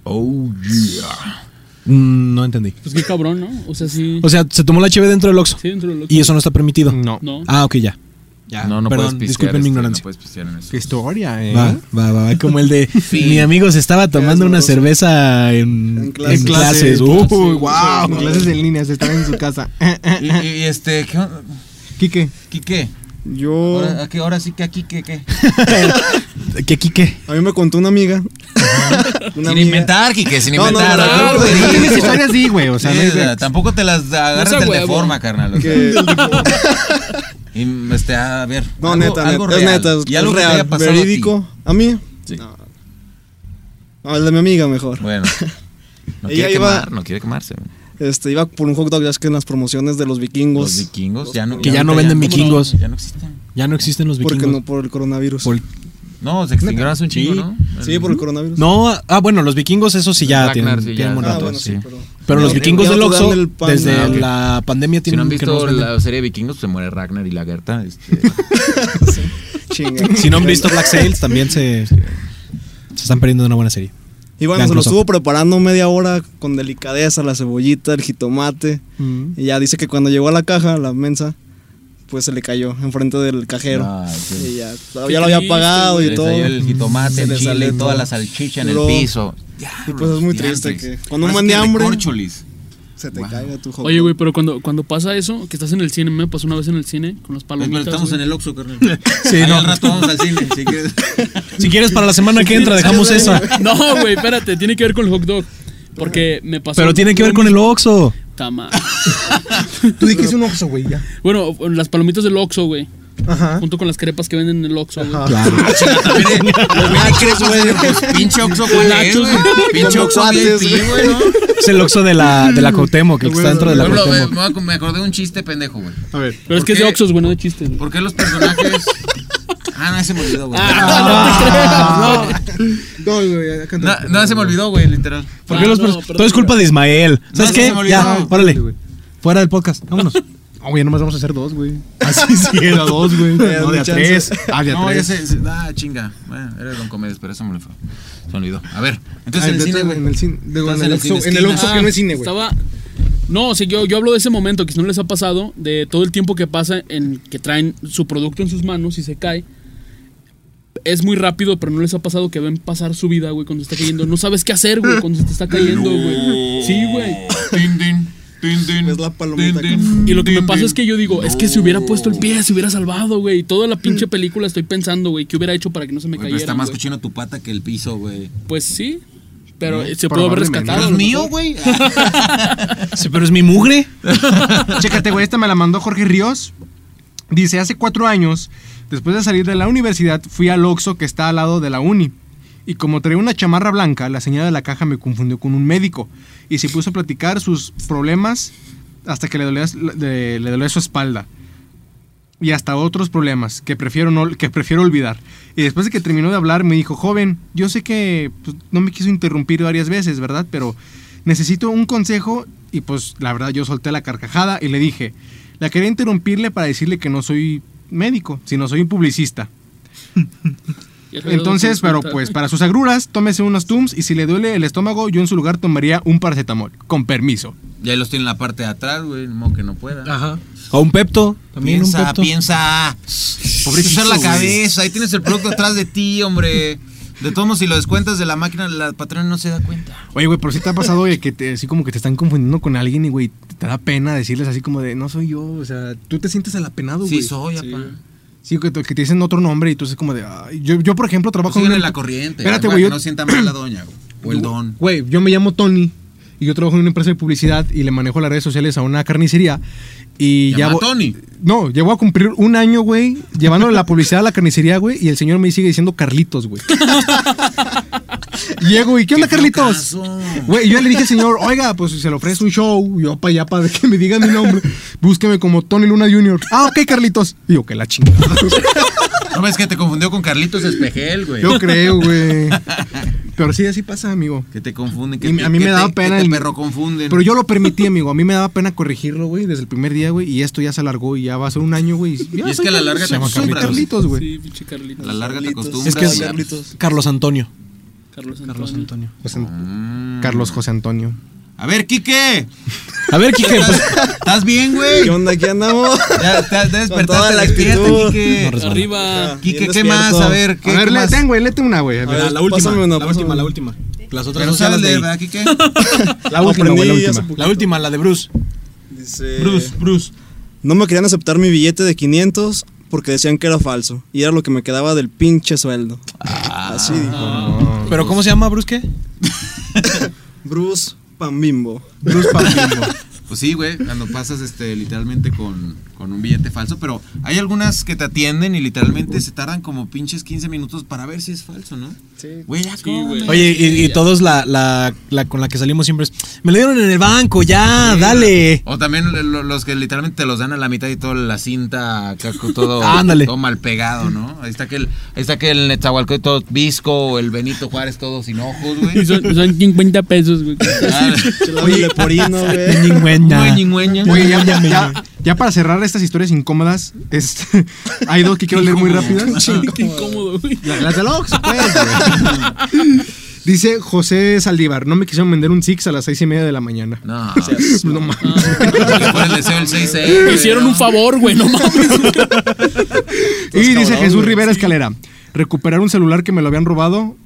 Speaker 3: Oh, yeah.
Speaker 5: Mm, no entendí.
Speaker 1: Pues qué cabrón, ¿no? O sea, sí.
Speaker 5: O sea, se tomó la cheve dentro del Oxxo.
Speaker 1: Sí, dentro de lo
Speaker 5: Y eso no está permitido.
Speaker 4: No.
Speaker 1: No.
Speaker 5: Ah, ok, ya. ya
Speaker 3: No, no
Speaker 5: Perdón,
Speaker 3: puedes pistear.
Speaker 5: disculpen mi
Speaker 3: este,
Speaker 5: ignorancia.
Speaker 3: No puedes pistear en eso.
Speaker 4: Qué historia, eh.
Speaker 5: Va, va, va, va, como el de
Speaker 3: Sí.
Speaker 5: mi amigo se estaba tomando una
Speaker 2: doloroso.
Speaker 5: cerveza en, en
Speaker 2: En
Speaker 5: clases.
Speaker 2: clases.
Speaker 5: Uh,
Speaker 4: Uy,
Speaker 1: Sí,
Speaker 4: wow.
Speaker 2: sí, sí.
Speaker 4: clases en línea, se estaba en su casa.
Speaker 3: Y, y- y este, ¿qué on-
Speaker 4: Quique,
Speaker 3: Quique?
Speaker 2: Yo.
Speaker 3: Ahora, ¿a qué hora sí que aquí, qué, qué?
Speaker 5: ¿Qué, qué, qué?
Speaker 2: A mí me contó una amiga.
Speaker 3: Sin inventar, Quique, sin
Speaker 2: No, no,
Speaker 3: inventar.
Speaker 2: no,
Speaker 3: Tampoco
Speaker 2: no,
Speaker 3: te
Speaker 2: no,
Speaker 4: No tienes
Speaker 3: digo.
Speaker 4: historias así, güey, o sea,
Speaker 3: Sí,
Speaker 4: no es de-
Speaker 3: tampoco te las agarras
Speaker 1: No sea
Speaker 3: del de
Speaker 1: huevo.
Speaker 3: forma, carnal. o sea.
Speaker 2: que-
Speaker 3: Y este, a ver.
Speaker 2: no,
Speaker 3: algo-
Speaker 2: neta,
Speaker 3: algo
Speaker 2: neta,
Speaker 3: real.
Speaker 2: es neta. Es,
Speaker 3: Y algo que te
Speaker 2: real,
Speaker 3: haya pasado a ti.
Speaker 2: verídico. ¿A, mí?
Speaker 3: Sí.
Speaker 2: No. No, el de mi amiga mejor.
Speaker 3: Bueno. No
Speaker 2: Ella
Speaker 3: quiere
Speaker 2: iba-
Speaker 3: quemar, no quiere quemarse.
Speaker 2: Este, iba por un hot dog, ya es que en las promociones de los vikingos.
Speaker 3: Los vikingos ya no.
Speaker 5: Que ya no
Speaker 3: ahorita
Speaker 5: venden vikingos.
Speaker 3: Ya no existen.
Speaker 5: Ya no existen los
Speaker 2: Porque
Speaker 5: vikingos.
Speaker 2: no por el coronavirus.
Speaker 5: Por-
Speaker 3: No, se extinguieron hace un chingo, ¿no?
Speaker 2: Sí, por el coronavirus.
Speaker 5: No, ah, bueno, los vikingos, eso sí ya
Speaker 3: Ragnar,
Speaker 5: tienen,
Speaker 3: sí, ya
Speaker 5: tienen un
Speaker 3: está.
Speaker 2: ah,
Speaker 5: rato.
Speaker 2: bueno, sí,
Speaker 3: sí.
Speaker 2: pero.
Speaker 5: Pero los
Speaker 2: Ya-
Speaker 5: vikingos
Speaker 2: ya no
Speaker 5: del
Speaker 2: te dan
Speaker 5: Oxxo,
Speaker 2: el pan,
Speaker 5: desde
Speaker 2: ah, ok.
Speaker 5: la pandemia
Speaker 3: Si no
Speaker 5: tienen
Speaker 3: han
Speaker 5: que no
Speaker 3: visto
Speaker 5: nos venden.
Speaker 3: la serie Vikingos, pues, se muere Ragnar y la Gerta. este,
Speaker 2: Chinga.
Speaker 5: Si no han visto Black Sails, también se, se están perdiendo de una buena serie.
Speaker 2: Y bueno,
Speaker 5: Vean
Speaker 2: se lo
Speaker 5: close-up.
Speaker 2: estuvo preparando media hora con delicadeza, la cebollita, el jitomate.
Speaker 4: Mm.
Speaker 2: Y ya dice que cuando llegó a la caja, la mensa, pues se le cayó enfrente del cajero.
Speaker 3: Ah, sí.
Speaker 2: Y ya, ya
Speaker 1: Qué
Speaker 2: lo había
Speaker 1: triste,
Speaker 2: pagado
Speaker 1: güey.
Speaker 2: y
Speaker 3: le
Speaker 2: todo.
Speaker 3: salió el jitomate,
Speaker 2: Se
Speaker 3: el
Speaker 2: le
Speaker 3: chile
Speaker 2: sale
Speaker 3: y toda
Speaker 2: todo.
Speaker 3: la salchicha en el
Speaker 2: Luego,
Speaker 3: piso.
Speaker 2: Y pues es muy triste que cuando un man de hambre se te
Speaker 3: Wow.
Speaker 2: caiga tu joven.
Speaker 1: Oye, güey, pero cuando, cuando pasa eso, que estás en el cine, me pasó una vez en el cine con las palomitas.
Speaker 6: Estamos en
Speaker 1: güey.
Speaker 6: el Oxxo, carnal.
Speaker 5: Sí,
Speaker 6: Ahí
Speaker 5: no.
Speaker 6: al rato vamos al cine, si quieres.
Speaker 5: Si quieres, para la semana que entra, dejamos esa.
Speaker 1: No, güey, espérate, tiene que ver con el hot dog. Porque me pasó.
Speaker 5: Pero tiene que ver con el Oxxo.
Speaker 1: Puta madre.
Speaker 4: Tú dijiste un oxo, güey, ya.
Speaker 1: Bueno, las palomitas del Oxxo, güey.
Speaker 4: Ajá.
Speaker 1: Junto con las crepas que venden en el Oxxo, güey.
Speaker 3: Pues, Pinche Oxxo, ¿cuál es, güey? Pinche
Speaker 2: Como
Speaker 3: Oxxo
Speaker 2: cuates,
Speaker 3: VIP, güey, ¿no?
Speaker 5: Es el Oxxo de la, de la Cuauhtémoc, el que está dentro de la
Speaker 3: Por ejemplo,
Speaker 5: Cuauhtémoc.
Speaker 3: me- me ac- me acordé de un chiste pendejo, güey.
Speaker 4: A ver.
Speaker 1: Pero es
Speaker 3: ¿Por
Speaker 1: que es de
Speaker 3: qué?
Speaker 1: Oxxos, güey, no de chistes. güey.
Speaker 3: ¿Por qué los personajes...? Ah, no, se me olvidó, güey.
Speaker 4: Ah. No, güey, acá
Speaker 3: No, no, se me olvidó, güey, literal.
Speaker 5: ¿Por qué los
Speaker 1: Ah, no,
Speaker 5: pers-
Speaker 1: perdón.
Speaker 5: Todo es culpa de Ismael. ¿Sabes
Speaker 3: se
Speaker 5: qué?
Speaker 3: me olvidó.
Speaker 5: Ya, órale. Fuera del podcast, vámonos. Ah,
Speaker 4: Ah, güey, nomás vamos a hacer dos, güey. Así sí, era dos, güey. No, de a
Speaker 2: chance.
Speaker 4: tres. Ah, de a
Speaker 3: No, ya
Speaker 4: tres.
Speaker 3: se... se- Ah, chinga. Bueno, era Don Comedias, pero eso me lo fue. Se me olvidó. A ver,
Speaker 4: Ah,
Speaker 3: entonces en el
Speaker 4: de-
Speaker 3: cine, güey.
Speaker 4: en el cine, digo,
Speaker 6: Estás
Speaker 4: en el
Speaker 6: en el
Speaker 4: Oxxo,
Speaker 6: cine
Speaker 4: en el
Speaker 6: esquina.
Speaker 4: Oxxo que no es cine, güey.
Speaker 1: Estaba. No, o sea, yo, yo hablo de ese momento que si no les ha pasado, de todo el tiempo que pasa en que traen su producto en sus manos y se cae. Es muy rápido, pero no les ha pasado que ven pasar su vida, güey, cuando está cayendo. No sabes qué hacer, güey, cuando se te está cayendo, güey. Sí, güey.
Speaker 3: Tin, tin, tin, tin,
Speaker 2: Es la palomita
Speaker 3: tin,
Speaker 2: que-
Speaker 3: tin,
Speaker 1: Y lo que me
Speaker 3: tin,
Speaker 1: pasa
Speaker 3: tin.
Speaker 1: es que yo digo, es que si hubiera puesto el pie, se hubiera salvado, güey. Y Toda la pinche película estoy pensando, güey, qué hubiera hecho para que no se me
Speaker 6: Güey, Pero
Speaker 1: cayera.
Speaker 6: está más
Speaker 1: güey.
Speaker 6: cochino tu pata que el piso, güey.
Speaker 1: Pues sí, pero eh, se pudo haber
Speaker 4: probablemente.
Speaker 1: rescatado.
Speaker 3: ¿No
Speaker 1: a
Speaker 3: es
Speaker 1: lo
Speaker 3: mío,
Speaker 1: mejor.
Speaker 3: güey?
Speaker 5: Sí, pero es mi mugre.
Speaker 4: Chécate, güey, esta me la mandó Jorge Ríos. Dice, hace cuatro años, después de salir de la universidad, fui al Oxxo que está al lado de la uni. Y como traía una chamarra blanca, la señora de la caja me confundió con un médico. Y se puso a platicar sus problemas hasta que le dolía, le- le dolía su espalda. Y hasta otros problemas que prefiero, no, que prefiero olvidar. Y después de que terminó de hablar, me dijo, joven, yo sé que pues, no me quiso interrumpir varias veces, ¿verdad? Pero necesito un consejo y pues la verdad yo solté la carcajada y le dije, la quería interrumpirle para decirle que no soy médico, sino soy un publicista.
Speaker 1: Ya te había dado
Speaker 4: Entonces, pero
Speaker 1: cuenta.
Speaker 4: pues para sus agruras, tómese unos Tums y si le duele el estómago, yo en su lugar tomaría un paracetamol, con permiso.
Speaker 3: Ya los tiene en la parte de atrás, güey, no que no pueda.
Speaker 1: Ah,
Speaker 5: Ajá. O un Pepto. También un
Speaker 3: piensa,
Speaker 5: Pepto.
Speaker 3: piensa. Pobrecito, usar la cabeza. Ahí tienes el producto atrás de ti, hombre. De todos modos, si lo descuentas de la máquina, la patrona no se da cuenta.
Speaker 4: Oye, güey, pero si te ha pasado, oye, que te- así como que te están confundiendo con alguien y, güey, te da pena decirles así como de, no soy yo, o sea, tú te sientes alapenado,
Speaker 3: Sí,
Speaker 4: güey.
Speaker 3: soy,
Speaker 2: Sí.
Speaker 3: apá.
Speaker 4: Sí, que te, que te dicen otro nombre y tú es como de, "Ay". yo, yo, por ejemplo, trabajo
Speaker 3: Pues Síguele
Speaker 4: en
Speaker 3: la corriente.
Speaker 4: Espérate,
Speaker 3: para
Speaker 4: güey,
Speaker 3: Que
Speaker 4: yo-
Speaker 3: no sienta mal la doña, güey. O el don.
Speaker 4: Güey, yo me llamo Tony y yo trabajo en una empresa de publicidad y le manejo las redes sociales a una carnicería. Y
Speaker 3: Llama
Speaker 4: ya
Speaker 3: a
Speaker 4: vo-
Speaker 3: Tony.
Speaker 4: No, llevo a cumplir un año, güey, llevándole la publicidad a la carnicería, güey, y el señor me sigue diciendo Carlitos, güey. Llego y ¿qué onda,
Speaker 3: Qué
Speaker 4: Carlitos?
Speaker 3: locazo.
Speaker 4: Güey, yo le dije al señor, oiga, pues se le ofrece un show, yo para allá, para que me diga mi nombre, búsqueme como Tony Luna Jr. Ah, ok, Carlitos. Y yo, que la chingada.
Speaker 3: No ves que te confundió con Carlitos Espejel, güey.
Speaker 4: Yo creo, güey. Pero sí, así pasa, amigo.
Speaker 3: Que te confunden. Que
Speaker 4: Y
Speaker 3: te-
Speaker 4: a mí
Speaker 3: que
Speaker 4: me
Speaker 3: te-
Speaker 4: daba
Speaker 3: que
Speaker 4: pena
Speaker 3: te
Speaker 4: el-
Speaker 3: perro confunden.
Speaker 4: Pero yo lo permití, amigo. A mí me daba pena corregirlo, güey, desde el primer día, güey. Y esto ya se alargó y ya va a ser un año, güey. Ya
Speaker 3: Y es
Speaker 4: soy
Speaker 3: que a la larga te
Speaker 4: Carlitos, soy
Speaker 3: acostumbras.
Speaker 4: Carlitos, güey.
Speaker 1: Sí, pinche Carlitos.
Speaker 3: A la larga te
Speaker 2: Carlitos.
Speaker 3: acostumbras.
Speaker 5: Es que es
Speaker 3: ya.
Speaker 2: Carlitos.
Speaker 5: Carlos Antonio.
Speaker 1: Carlos Antonio.
Speaker 5: Carlos Antonio.
Speaker 4: José An-
Speaker 3: Mm.
Speaker 4: Carlos José Antonio.
Speaker 3: A ver, Quique.
Speaker 5: A ver, Kike. pues,
Speaker 3: ¿Estás, estás bien, güey?
Speaker 2: ¿Qué onda? Aquí andamos.
Speaker 3: Ya, te, te
Speaker 2: Con toda
Speaker 3: despertaste.
Speaker 2: la
Speaker 3: Despierta,
Speaker 2: actitud. Ah,
Speaker 3: Quique.
Speaker 5: No
Speaker 1: Arriba.
Speaker 3: Quique,
Speaker 2: Bien
Speaker 3: ¿qué más?
Speaker 2: despierto.
Speaker 3: A ver,
Speaker 4: A
Speaker 3: ¿qué,
Speaker 4: ver,
Speaker 3: qué
Speaker 4: le
Speaker 3: más?
Speaker 4: tengo, güey, lete una, güey. A ver,
Speaker 2: ver,
Speaker 5: La última.
Speaker 2: pásame una,
Speaker 5: la
Speaker 2: pásame
Speaker 5: última,
Speaker 2: una.
Speaker 5: la última. Las otras
Speaker 3: Pero
Speaker 5: no
Speaker 3: sabes
Speaker 5: de
Speaker 3: leer,
Speaker 5: ahí.
Speaker 3: ¿verdad, Quique?
Speaker 4: La última, güey, la
Speaker 2: Aprendí hace
Speaker 4: última.
Speaker 5: La última, la de Bruce.
Speaker 2: Dice,
Speaker 5: Bruce.
Speaker 2: No me querían aceptar mi billete de 500 porque decían que era falso. Y era lo que me quedaba del pinche sueldo. Así dijo.
Speaker 5: ¿Pero cómo se llama Bruce qué?
Speaker 2: Bruce Pambimbo.
Speaker 4: Bruce Pambimbo.
Speaker 3: Pues sí, güey, cuando pasas este literalmente con con un billete falso, pero hay algunas que te atienden y literalmente se tardan como pinches 15 minutos para ver si es falso, ¿no?
Speaker 2: Sí.
Speaker 3: Güey, ya
Speaker 1: Sí,
Speaker 3: come.
Speaker 1: güey.
Speaker 5: Oye, y, y todos la, la- la con la que salimos siempre es, me lo dieron en el banco, ya, dale.
Speaker 3: O también lo- los que literalmente te los dan a la mitad y toda la cinta, acá con todo,
Speaker 5: Ándale.
Speaker 3: todo mal pegado, ¿no? Ahí está que el, ahí está que el Nezahualcóyotl todo visco, o el Benito Juárez todo sin ojos,
Speaker 1: Y
Speaker 3: güey.
Speaker 1: son, son 50 pesos, güey.
Speaker 3: Ah,
Speaker 2: Chelado leporino, güey.
Speaker 5: Ñingüeña.
Speaker 3: Ñueñueña.
Speaker 4: Oye, ya, ya- ya- ya para cerrar estas historias incómodas, es- hay dos que quiero leer muy rápidas.
Speaker 1: Qué incómodo, güey.
Speaker 4: Las del Oxxo, pues, güey. Dice José Saldívar, no me quisieron vender un Six a las seis y media de la mañana.
Speaker 3: No,
Speaker 4: No mames.
Speaker 3: Ah, porque por el deseo del 6
Speaker 1: Me hicieron un favor, güey, no mames.
Speaker 4: Y
Speaker 2: Estás
Speaker 4: dice
Speaker 2: cabrón,
Speaker 4: Jesús
Speaker 2: güey.
Speaker 4: Rivera Escalera, recuperar un celular que me lo habían robado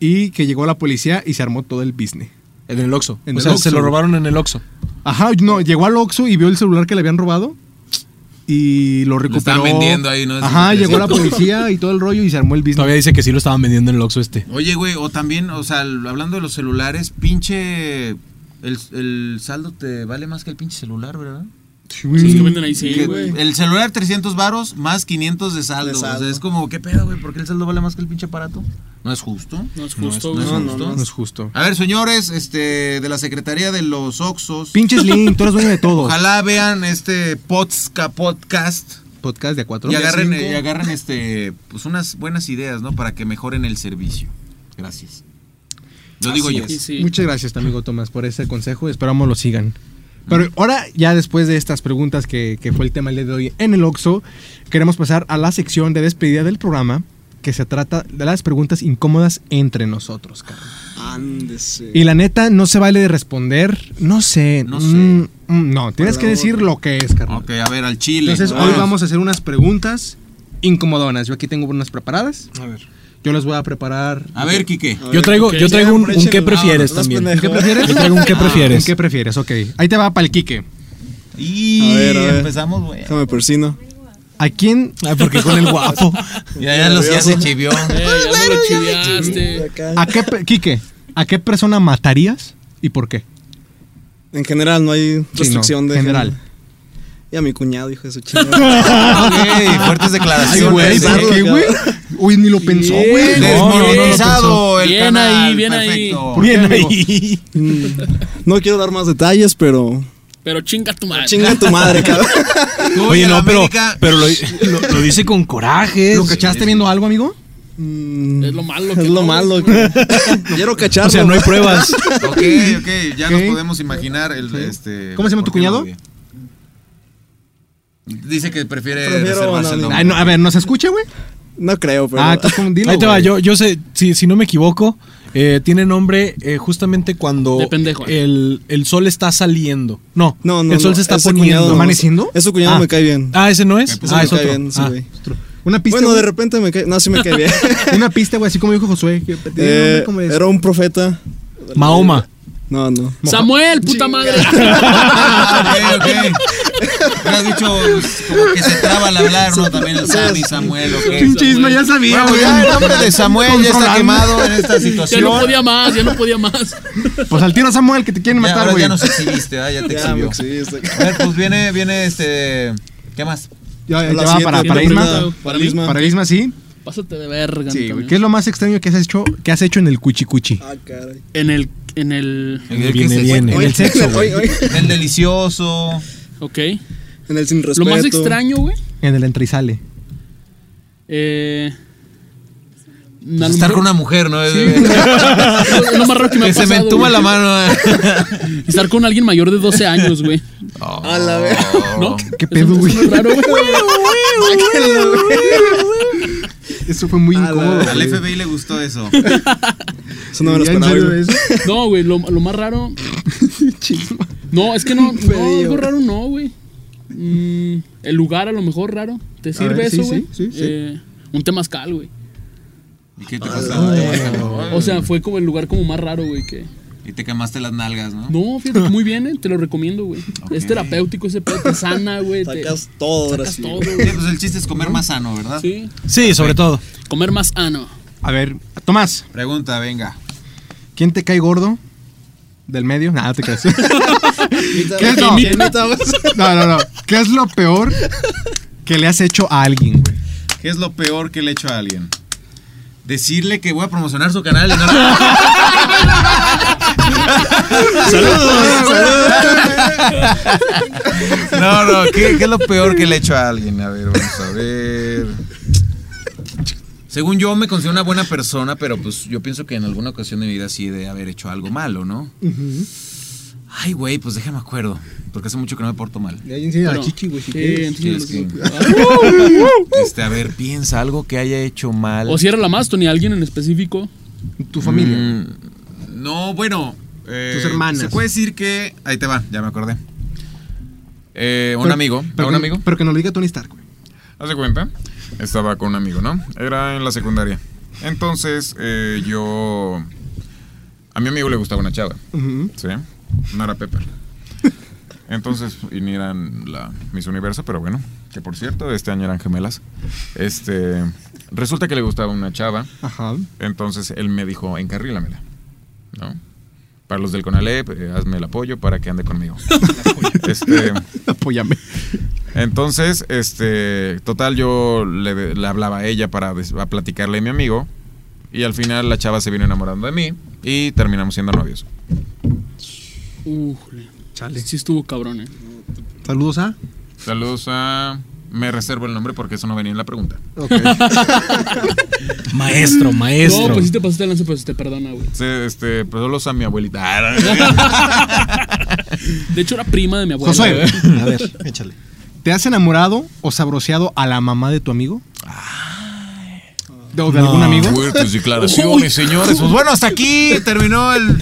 Speaker 4: y que llegó la policía y se armó todo el business.
Speaker 5: En el Oxxo.
Speaker 4: En
Speaker 5: O
Speaker 4: el
Speaker 5: sea,
Speaker 4: Oxxo.
Speaker 5: se lo robaron en el Oxxo.
Speaker 4: Ajá, no, llegó al Oxxo y vio el celular que le habían robado y lo recuperó.
Speaker 3: estaban vendiendo ahí, ¿no?
Speaker 4: Ajá,
Speaker 3: Sí,
Speaker 4: llegó
Speaker 3: sí.
Speaker 4: la policía y todo el rollo y se armó el business.
Speaker 5: Todavía dice que sí lo estaban vendiendo en el Oxxo este.
Speaker 3: Oye, güey, o también, o sea, l- hablando de los celulares, pinche. El, el saldo te vale más que el pinche celular, ¿verdad?
Speaker 4: Mm.
Speaker 1: Sí, que venden ahí, sí,
Speaker 3: Que-
Speaker 1: güey.
Speaker 3: el celular 300 varos más 500 de saldo.
Speaker 2: De
Speaker 3: O sea,
Speaker 2: saldo.
Speaker 3: es como, ¿qué pedo, güey? ¿Por qué el saldo vale más que el pinche aparato? No es justo.
Speaker 1: No es justo,
Speaker 3: No
Speaker 1: güey.
Speaker 3: es
Speaker 2: No, no,
Speaker 3: justo.
Speaker 4: No es justo.
Speaker 3: A ver, señores, este, de la Secretaría de los Oxos.
Speaker 4: Pinches Link, tú eres dueño de todo.
Speaker 3: Ojalá vean este Potsca Podcast
Speaker 4: Podcast de a cuatro.
Speaker 3: y agarren, eh,
Speaker 2: cinco.
Speaker 3: y agarren este, pues unas buenas ideas, ¿no? Para que mejoren el servicio. Gracias. Lo digo yo.
Speaker 1: Sí, sí.
Speaker 4: Muchas gracias, amigo Tomás, por ese consejo. Esperamos lo sigan. Pero ahora, ya después de estas preguntas que, que fue el tema del día de hoy en el Oxxo, queremos pasar a la sección de despedida del programa, que se trata de las preguntas incómodas entre nosotros, cabrón.
Speaker 2: Ándese.
Speaker 4: Y la neta, no se vale de responder, no sé.
Speaker 3: No sé.
Speaker 4: mm, mm, no, tienes
Speaker 2: Por
Speaker 4: que
Speaker 2: favor.
Speaker 4: decir lo que es, carnal.
Speaker 3: Ok, a ver, al chile.
Speaker 4: Entonces, hoy
Speaker 3: Vámonos.
Speaker 4: vamos a hacer unas preguntas incomodonas. Yo aquí tengo unas preparadas.
Speaker 2: A ver.
Speaker 4: Yo las voy a preparar.
Speaker 3: A ver, Quique.
Speaker 5: Yo traigo, yo traigo un,
Speaker 2: Ya,
Speaker 5: un qué
Speaker 2: échenlo. No,
Speaker 5: prefieres
Speaker 2: no es
Speaker 5: también.
Speaker 2: pendejo.
Speaker 4: ¿Qué prefieres? Ah,
Speaker 5: Yo traigo un qué prefieres.
Speaker 4: ¿Qué prefieres? Ok. Ahí te va para el Quique.
Speaker 3: Y
Speaker 2: A ver, a ver.
Speaker 3: empezamos, güey.
Speaker 2: Déjame persino.
Speaker 4: ¿A quién?
Speaker 5: Ay, porque con el guapo.
Speaker 3: Ya, ya, los, ya se chivió.
Speaker 1: Eh, ya me lo chiviaste.
Speaker 4: ¿A qué, pe- Quique? ¿A qué persona matarías y por qué?
Speaker 2: En general, no hay
Speaker 4: Sí,
Speaker 2: restricción
Speaker 4: no,
Speaker 2: de.
Speaker 4: general.
Speaker 2: género. Y a mi cuñado, hijo de su chingada.
Speaker 3: Ok, fuertes
Speaker 4: Ay,
Speaker 3: declaraciones.
Speaker 4: güey,
Speaker 2: güey,
Speaker 4: ¿por qué, güey? Uy, ni lo pensó, güey.
Speaker 5: No, no, no lo
Speaker 3: Desmonetizado
Speaker 5: pensó.
Speaker 3: el
Speaker 1: Bien
Speaker 3: canal.
Speaker 1: ahí, bien ahí.
Speaker 3: perfecto.
Speaker 4: ¿Por qué, amigo?
Speaker 5: ahí.
Speaker 2: no quiero dar más detalles, pero.
Speaker 1: Pero chinga tu madre.
Speaker 2: Chinga tu madre, cabrón.
Speaker 3: Tú y
Speaker 5: Oye,
Speaker 3: el
Speaker 5: no, pero,
Speaker 3: América-
Speaker 5: pero lo, lo- lo dice con coraje.
Speaker 4: ¿Lo cachaste viendo algo, amigo?
Speaker 2: Mm,
Speaker 1: Es lo malo que
Speaker 2: Es lo
Speaker 1: no,
Speaker 2: malo.
Speaker 1: güey.
Speaker 2: que- Quiero cacharlo.
Speaker 5: O sea, no hay pruebas.
Speaker 3: Ok, ok, ya nos
Speaker 4: Ok.
Speaker 3: podemos imaginar el este.
Speaker 4: ¿Cómo se llama tu
Speaker 3: por qué
Speaker 4: cuñado?
Speaker 3: lo odia. Dice que prefiere
Speaker 2: Prefiero
Speaker 3: reservarse el
Speaker 2: anonimato.
Speaker 4: Ay,
Speaker 3: nombre.
Speaker 4: no, a ver, ¿no se escucha, güey?
Speaker 2: No creo, pero.
Speaker 4: Ah, tú con- dilo,
Speaker 5: Ahí te va,
Speaker 4: güey.
Speaker 5: yo, yo sé, si, si no me equivoco, eh, tiene nombre eh, justamente cuando
Speaker 1: De pendejo.
Speaker 5: el, el sol está saliendo. No,
Speaker 2: No, no.
Speaker 5: el sol
Speaker 2: no,
Speaker 5: se está
Speaker 2: ese cuñado
Speaker 5: poniendo.
Speaker 2: no-
Speaker 4: ¿Amaneciendo?
Speaker 2: Ese cuñado
Speaker 5: Ah.
Speaker 2: me cae bien.
Speaker 5: Ah, ese no es.
Speaker 3: Me puso
Speaker 5: Ah,
Speaker 2: me
Speaker 5: es otro.
Speaker 2: cae bien, sí,
Speaker 5: Ah.
Speaker 2: güey.
Speaker 4: Una pista.
Speaker 2: Bueno, de
Speaker 4: güey.
Speaker 2: repente me cae. No, sí me cae bien.
Speaker 4: Una pista, güey, así como dijo Josué. que- tiene
Speaker 2: Eh,
Speaker 4: nombre como de-
Speaker 2: era un profeta.
Speaker 5: Mahoma.
Speaker 2: No, no.
Speaker 1: Samuel, puta madre.
Speaker 3: Ah, ok, ok. Hubieras dicho pues, como que se traba al hablar, ¿no? También el Sammy, Samuel, ok.
Speaker 4: Pinche Isma,
Speaker 1: güey.
Speaker 4: ya sabía,
Speaker 3: Bueno,
Speaker 4: güey.
Speaker 3: ya el nombre de Samuel ya está
Speaker 4: Controlando.
Speaker 3: quemado en esta
Speaker 1: Ya
Speaker 3: situación.
Speaker 1: no podía más, ya no podía más.
Speaker 4: Pues al tiro Samuel que te quieren
Speaker 3: Ya,
Speaker 4: matar,
Speaker 3: ahora
Speaker 4: güey.
Speaker 3: ya nos exhibiste, ¿ah? ya te
Speaker 2: Ya, me
Speaker 3: exhibió.
Speaker 2: exhibiste.
Speaker 3: A ver, pues viene, viene este. ¿Qué más?
Speaker 4: Ya, ya
Speaker 2: La
Speaker 4: va
Speaker 2: siguiente
Speaker 4: para, para
Speaker 2: pregunta,
Speaker 4: Isma.
Speaker 2: Para Isma.
Speaker 4: Para Isma, sí.
Speaker 1: Pásate de verga.
Speaker 4: Sí, güey.
Speaker 1: Antonio.
Speaker 4: ¿Qué es lo más extraño que has hecho, que has hecho en el cuchicuchi?
Speaker 2: Ah, caray.
Speaker 1: En el. En el.
Speaker 5: Viene,
Speaker 3: ¿Qué es eso?
Speaker 5: viene. En el sexo, güey.
Speaker 2: oye, oye.
Speaker 3: El delicioso.
Speaker 1: Ok.
Speaker 2: En el sin respeto.
Speaker 1: Lo más extraño, güey.
Speaker 4: En el entra y sale.
Speaker 1: Eh. a
Speaker 3: Pues
Speaker 1: lo
Speaker 3: estar
Speaker 1: mejor-
Speaker 3: con una mujer, ¿no?
Speaker 1: Sí, güey. Es lo más raro que me ha
Speaker 3: que se me
Speaker 1: pasado,
Speaker 3: entuma
Speaker 1: güey.
Speaker 3: la mano.
Speaker 1: Estar con alguien mayor de 12 años, güey.
Speaker 2: A la vez.
Speaker 1: ¿No?
Speaker 4: ¿Qué pedo, güey?
Speaker 1: Es raro, güey.
Speaker 4: Eso fue muy
Speaker 2: A Ah, la-
Speaker 4: incómodo.
Speaker 3: Al
Speaker 4: güey.
Speaker 3: FBI le gustó eso.
Speaker 2: Eso no me lo
Speaker 4: ¿Ya en
Speaker 2: esperaba.
Speaker 4: serio
Speaker 2: güey.
Speaker 4: eso?
Speaker 1: No, güey, lo, lo más raro. No, es que no. No,
Speaker 2: Pedillo,
Speaker 1: algo
Speaker 2: güey.
Speaker 1: raro no, güey. Mm, el lugar a lo mejor raro. ¿Te sirve
Speaker 4: ver, sí,
Speaker 1: eso,
Speaker 4: sí,
Speaker 1: güey?
Speaker 4: sí, sí.
Speaker 1: Eh, un temazcal, güey.
Speaker 3: ¿Y qué te
Speaker 1: O sea, fue como el lugar como más raro, güey, que...
Speaker 3: Y te quemaste las nalgas, ¿no?
Speaker 1: No, fíjate que muy bien, eh, te lo recomiendo, güey.
Speaker 3: Ok.
Speaker 1: Es terapéutico ese pedo, te sana, güey. Te
Speaker 2: Sacas todo ahora
Speaker 1: sacas
Speaker 2: sí.
Speaker 1: todo,
Speaker 2: güey.
Speaker 3: Sí,
Speaker 1: güey.
Speaker 3: pues el chiste es comer más sano, ¿verdad?
Speaker 1: Sí.
Speaker 5: Sí, sobre todo.
Speaker 1: Comer más ah, ano.
Speaker 4: A ver, Tomás,
Speaker 3: Pregunta, venga.
Speaker 4: ¿quién te cae gordo? ¿Del medio? Nada, te crees.
Speaker 2: Imita-
Speaker 4: ¿Qué? No.
Speaker 2: imita-
Speaker 4: pues. No, no, no. ¿Qué es lo peor que le has hecho a alguien, güey?
Speaker 3: ¿Qué es lo peor que le he hecho a alguien? Decirle que voy a promocionar su canal y no No, no, ¿qué, qué es lo peor que le he hecho a alguien? A ver, vamos a ver. Según yo me considero una buena persona, pero pues yo pienso que en alguna ocasión de mi vida sí de haber hecho algo malo, ¿no? Ay, güey, pues déjame acuerdo, porque hace mucho que no me porto mal.
Speaker 7: Ya enseña la
Speaker 1: Bueno,
Speaker 7: chichi, güey, si
Speaker 1: sí,
Speaker 7: quieres.
Speaker 1: enséñanos.
Speaker 3: ¿Quieres que- Este, a ver, piensa algo que haya hecho mal.
Speaker 1: O cierra la más, Tony, alguien en específico.
Speaker 4: Tu familia.
Speaker 3: Mm, no, bueno. eh,
Speaker 4: Tus hermanas.
Speaker 3: Se puede decir que. Ahí te va, ya me acordé. Eh, un amigo. ¿a
Speaker 4: Pero,
Speaker 3: un
Speaker 4: que-
Speaker 3: amigo?
Speaker 4: Pero que no lo diga Tony Stark, güey.
Speaker 3: Haz de cuenta, estaba con un amigo, ¿no? Era en la secundaria. Entonces, eh, yo. A mi amigo le gustaba una chava,
Speaker 4: Ujú.
Speaker 3: ¿sí? Nara Pepper. Entonces, y ni eran la Miss Universo, pero bueno, que por cierto, este año eran gemelas. Este. Resulta que le gustaba una chava.
Speaker 4: Ajá.
Speaker 3: Entonces él me dijo, encarrílamela. ¿No? Para los del Conalep, eh, hazme el apoyo para que ande conmigo. este,
Speaker 4: Apóyame.
Speaker 3: entonces, este, total, yo le, le hablaba a ella para des- a platicarle a mi amigo. Y al final la chava se vino enamorando de mí y terminamos siendo novios.
Speaker 1: Ujule. Chale. Sí estuvo cabrón, eh.
Speaker 4: Saludos a.
Speaker 3: Saludos a... Me reservo el nombre porque eso no venía en la pregunta.
Speaker 4: Ok.
Speaker 5: Maestro, maestro.
Speaker 1: No, pues sí te pasaste el lance, pues te perdona, güey.
Speaker 3: Sí, Este, pues, saludos a mi abuelita.
Speaker 1: De hecho, era prima de mi abuela.
Speaker 4: Josué,
Speaker 1: güey.
Speaker 7: A ver, échale.
Speaker 4: ¿te has enamorado o sabroseado a la mamá de tu amigo? ¿O de algún amigo?
Speaker 3: Fuertes declaraciones, señores. Pues bueno, hasta aquí terminó el...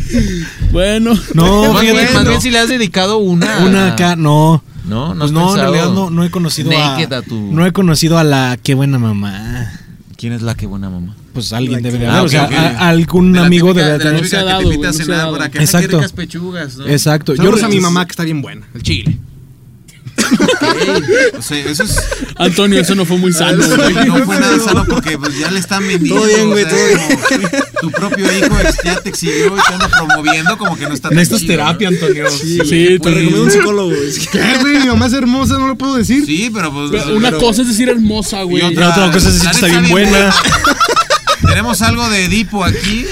Speaker 1: Bueno.
Speaker 5: No,
Speaker 3: Más
Speaker 5: fíjate
Speaker 3: bien,
Speaker 5: que
Speaker 3: más
Speaker 5: no.
Speaker 3: bien si le has dedicado una.
Speaker 5: Una acá, no.
Speaker 3: No, no,
Speaker 5: Pues
Speaker 3: has
Speaker 5: no, en
Speaker 3: pensado?
Speaker 5: realidad no, no he conocido a,
Speaker 3: Naked a tu-
Speaker 5: No he conocido a la qué buena mamá.
Speaker 3: ¿Quién es la que buena mamá?
Speaker 5: Pues alguien debe de
Speaker 3: Ah,
Speaker 5: haber.
Speaker 3: ok,
Speaker 5: o sea,
Speaker 3: ok.
Speaker 5: a- a algún
Speaker 3: De la
Speaker 5: amigo
Speaker 3: típica-
Speaker 5: debe de
Speaker 3: de la
Speaker 5: tener.
Speaker 1: No se
Speaker 3: típica
Speaker 1: ha
Speaker 3: que
Speaker 1: dado,
Speaker 3: te invita
Speaker 1: güey,
Speaker 3: a
Speaker 1: no se ha
Speaker 3: cenar
Speaker 1: dado.
Speaker 3: para que "Ay, qué
Speaker 5: Exacto.
Speaker 3: ricas pechugas, ¿no?
Speaker 5: Exacto.
Speaker 4: Saludos
Speaker 5: re-
Speaker 4: a mi mamá que está bien buena. El chile.
Speaker 3: Ey, o sea, eso es,
Speaker 1: Antonio, eso no fue muy sano, güey.
Speaker 3: no fue nada sano porque pues, ya le están vendiendo.
Speaker 2: Todo bien,
Speaker 3: o
Speaker 2: güey,
Speaker 3: sea,
Speaker 2: todo
Speaker 3: como Tu propio hijo ex- ya te exhibió y te anda promoviendo como que no está tan
Speaker 5: Necesitas
Speaker 3: chido, ¿no?
Speaker 5: terapia, Antonio.
Speaker 1: Sí,
Speaker 3: Pues,
Speaker 2: Te recomiendo un psicólogo, güey.
Speaker 4: ¿Qué, güey? Mi mamá es hermosa, no lo puedo decir.
Speaker 3: Sí, pero pues.
Speaker 1: Pero Una
Speaker 3: pero-
Speaker 1: cosa es decir hermosa, güey.
Speaker 3: Y
Speaker 5: La otra cosa es decir
Speaker 3: La
Speaker 5: que está
Speaker 3: neta
Speaker 5: bien
Speaker 3: bien
Speaker 5: buena.
Speaker 3: Tenemos algo de Edipo aquí.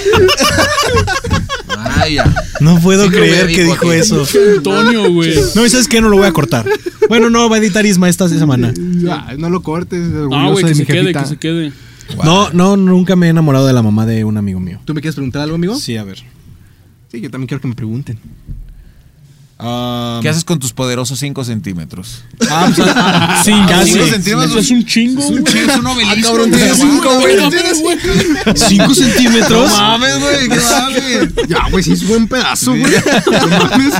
Speaker 3: Vaya.
Speaker 5: No puedo
Speaker 3: Sí, no
Speaker 5: creer
Speaker 3: me
Speaker 5: que
Speaker 3: dijo
Speaker 5: dijo
Speaker 3: aquí.
Speaker 5: eso.
Speaker 1: Antonio, güey.
Speaker 5: No, ¿y sabes qué? No lo voy a cortar. Bueno, no, va a editar Isma esta semana.
Speaker 4: Ay, Ah, no lo cortes, orgulloso
Speaker 1: Ah, güey,
Speaker 4: de
Speaker 1: que
Speaker 4: mi
Speaker 1: se quede,
Speaker 4: jefita.
Speaker 1: que se quede.
Speaker 5: No, no, nunca me he enamorado de la mamá de un amigo mío.
Speaker 4: ¿Tú me quieres preguntar algo, amigo?
Speaker 5: Sí, a ver.
Speaker 4: Sí, yo también quiero que me pregunten.
Speaker 5: Ah,
Speaker 3: ¿Qué haces con tus poderosos 5 centímetros?
Speaker 5: ah, pues, ah, sí,
Speaker 3: sí,
Speaker 5: casi.
Speaker 3: lo sentí. Centímetros.
Speaker 1: Eso es un chingo,
Speaker 3: Es un
Speaker 1: güey.
Speaker 3: chingo, es
Speaker 2: Ah,
Speaker 3: un obelisco.
Speaker 5: cabrón,
Speaker 3: güey,
Speaker 5: tiene
Speaker 3: guau.
Speaker 5: cinco, güey.
Speaker 1: No mames, güey.
Speaker 5: ¿Cinco centímetros?
Speaker 3: No mames, güey, qué mames.
Speaker 4: Ya, güey, sí es buen pedazo, güey. No mames.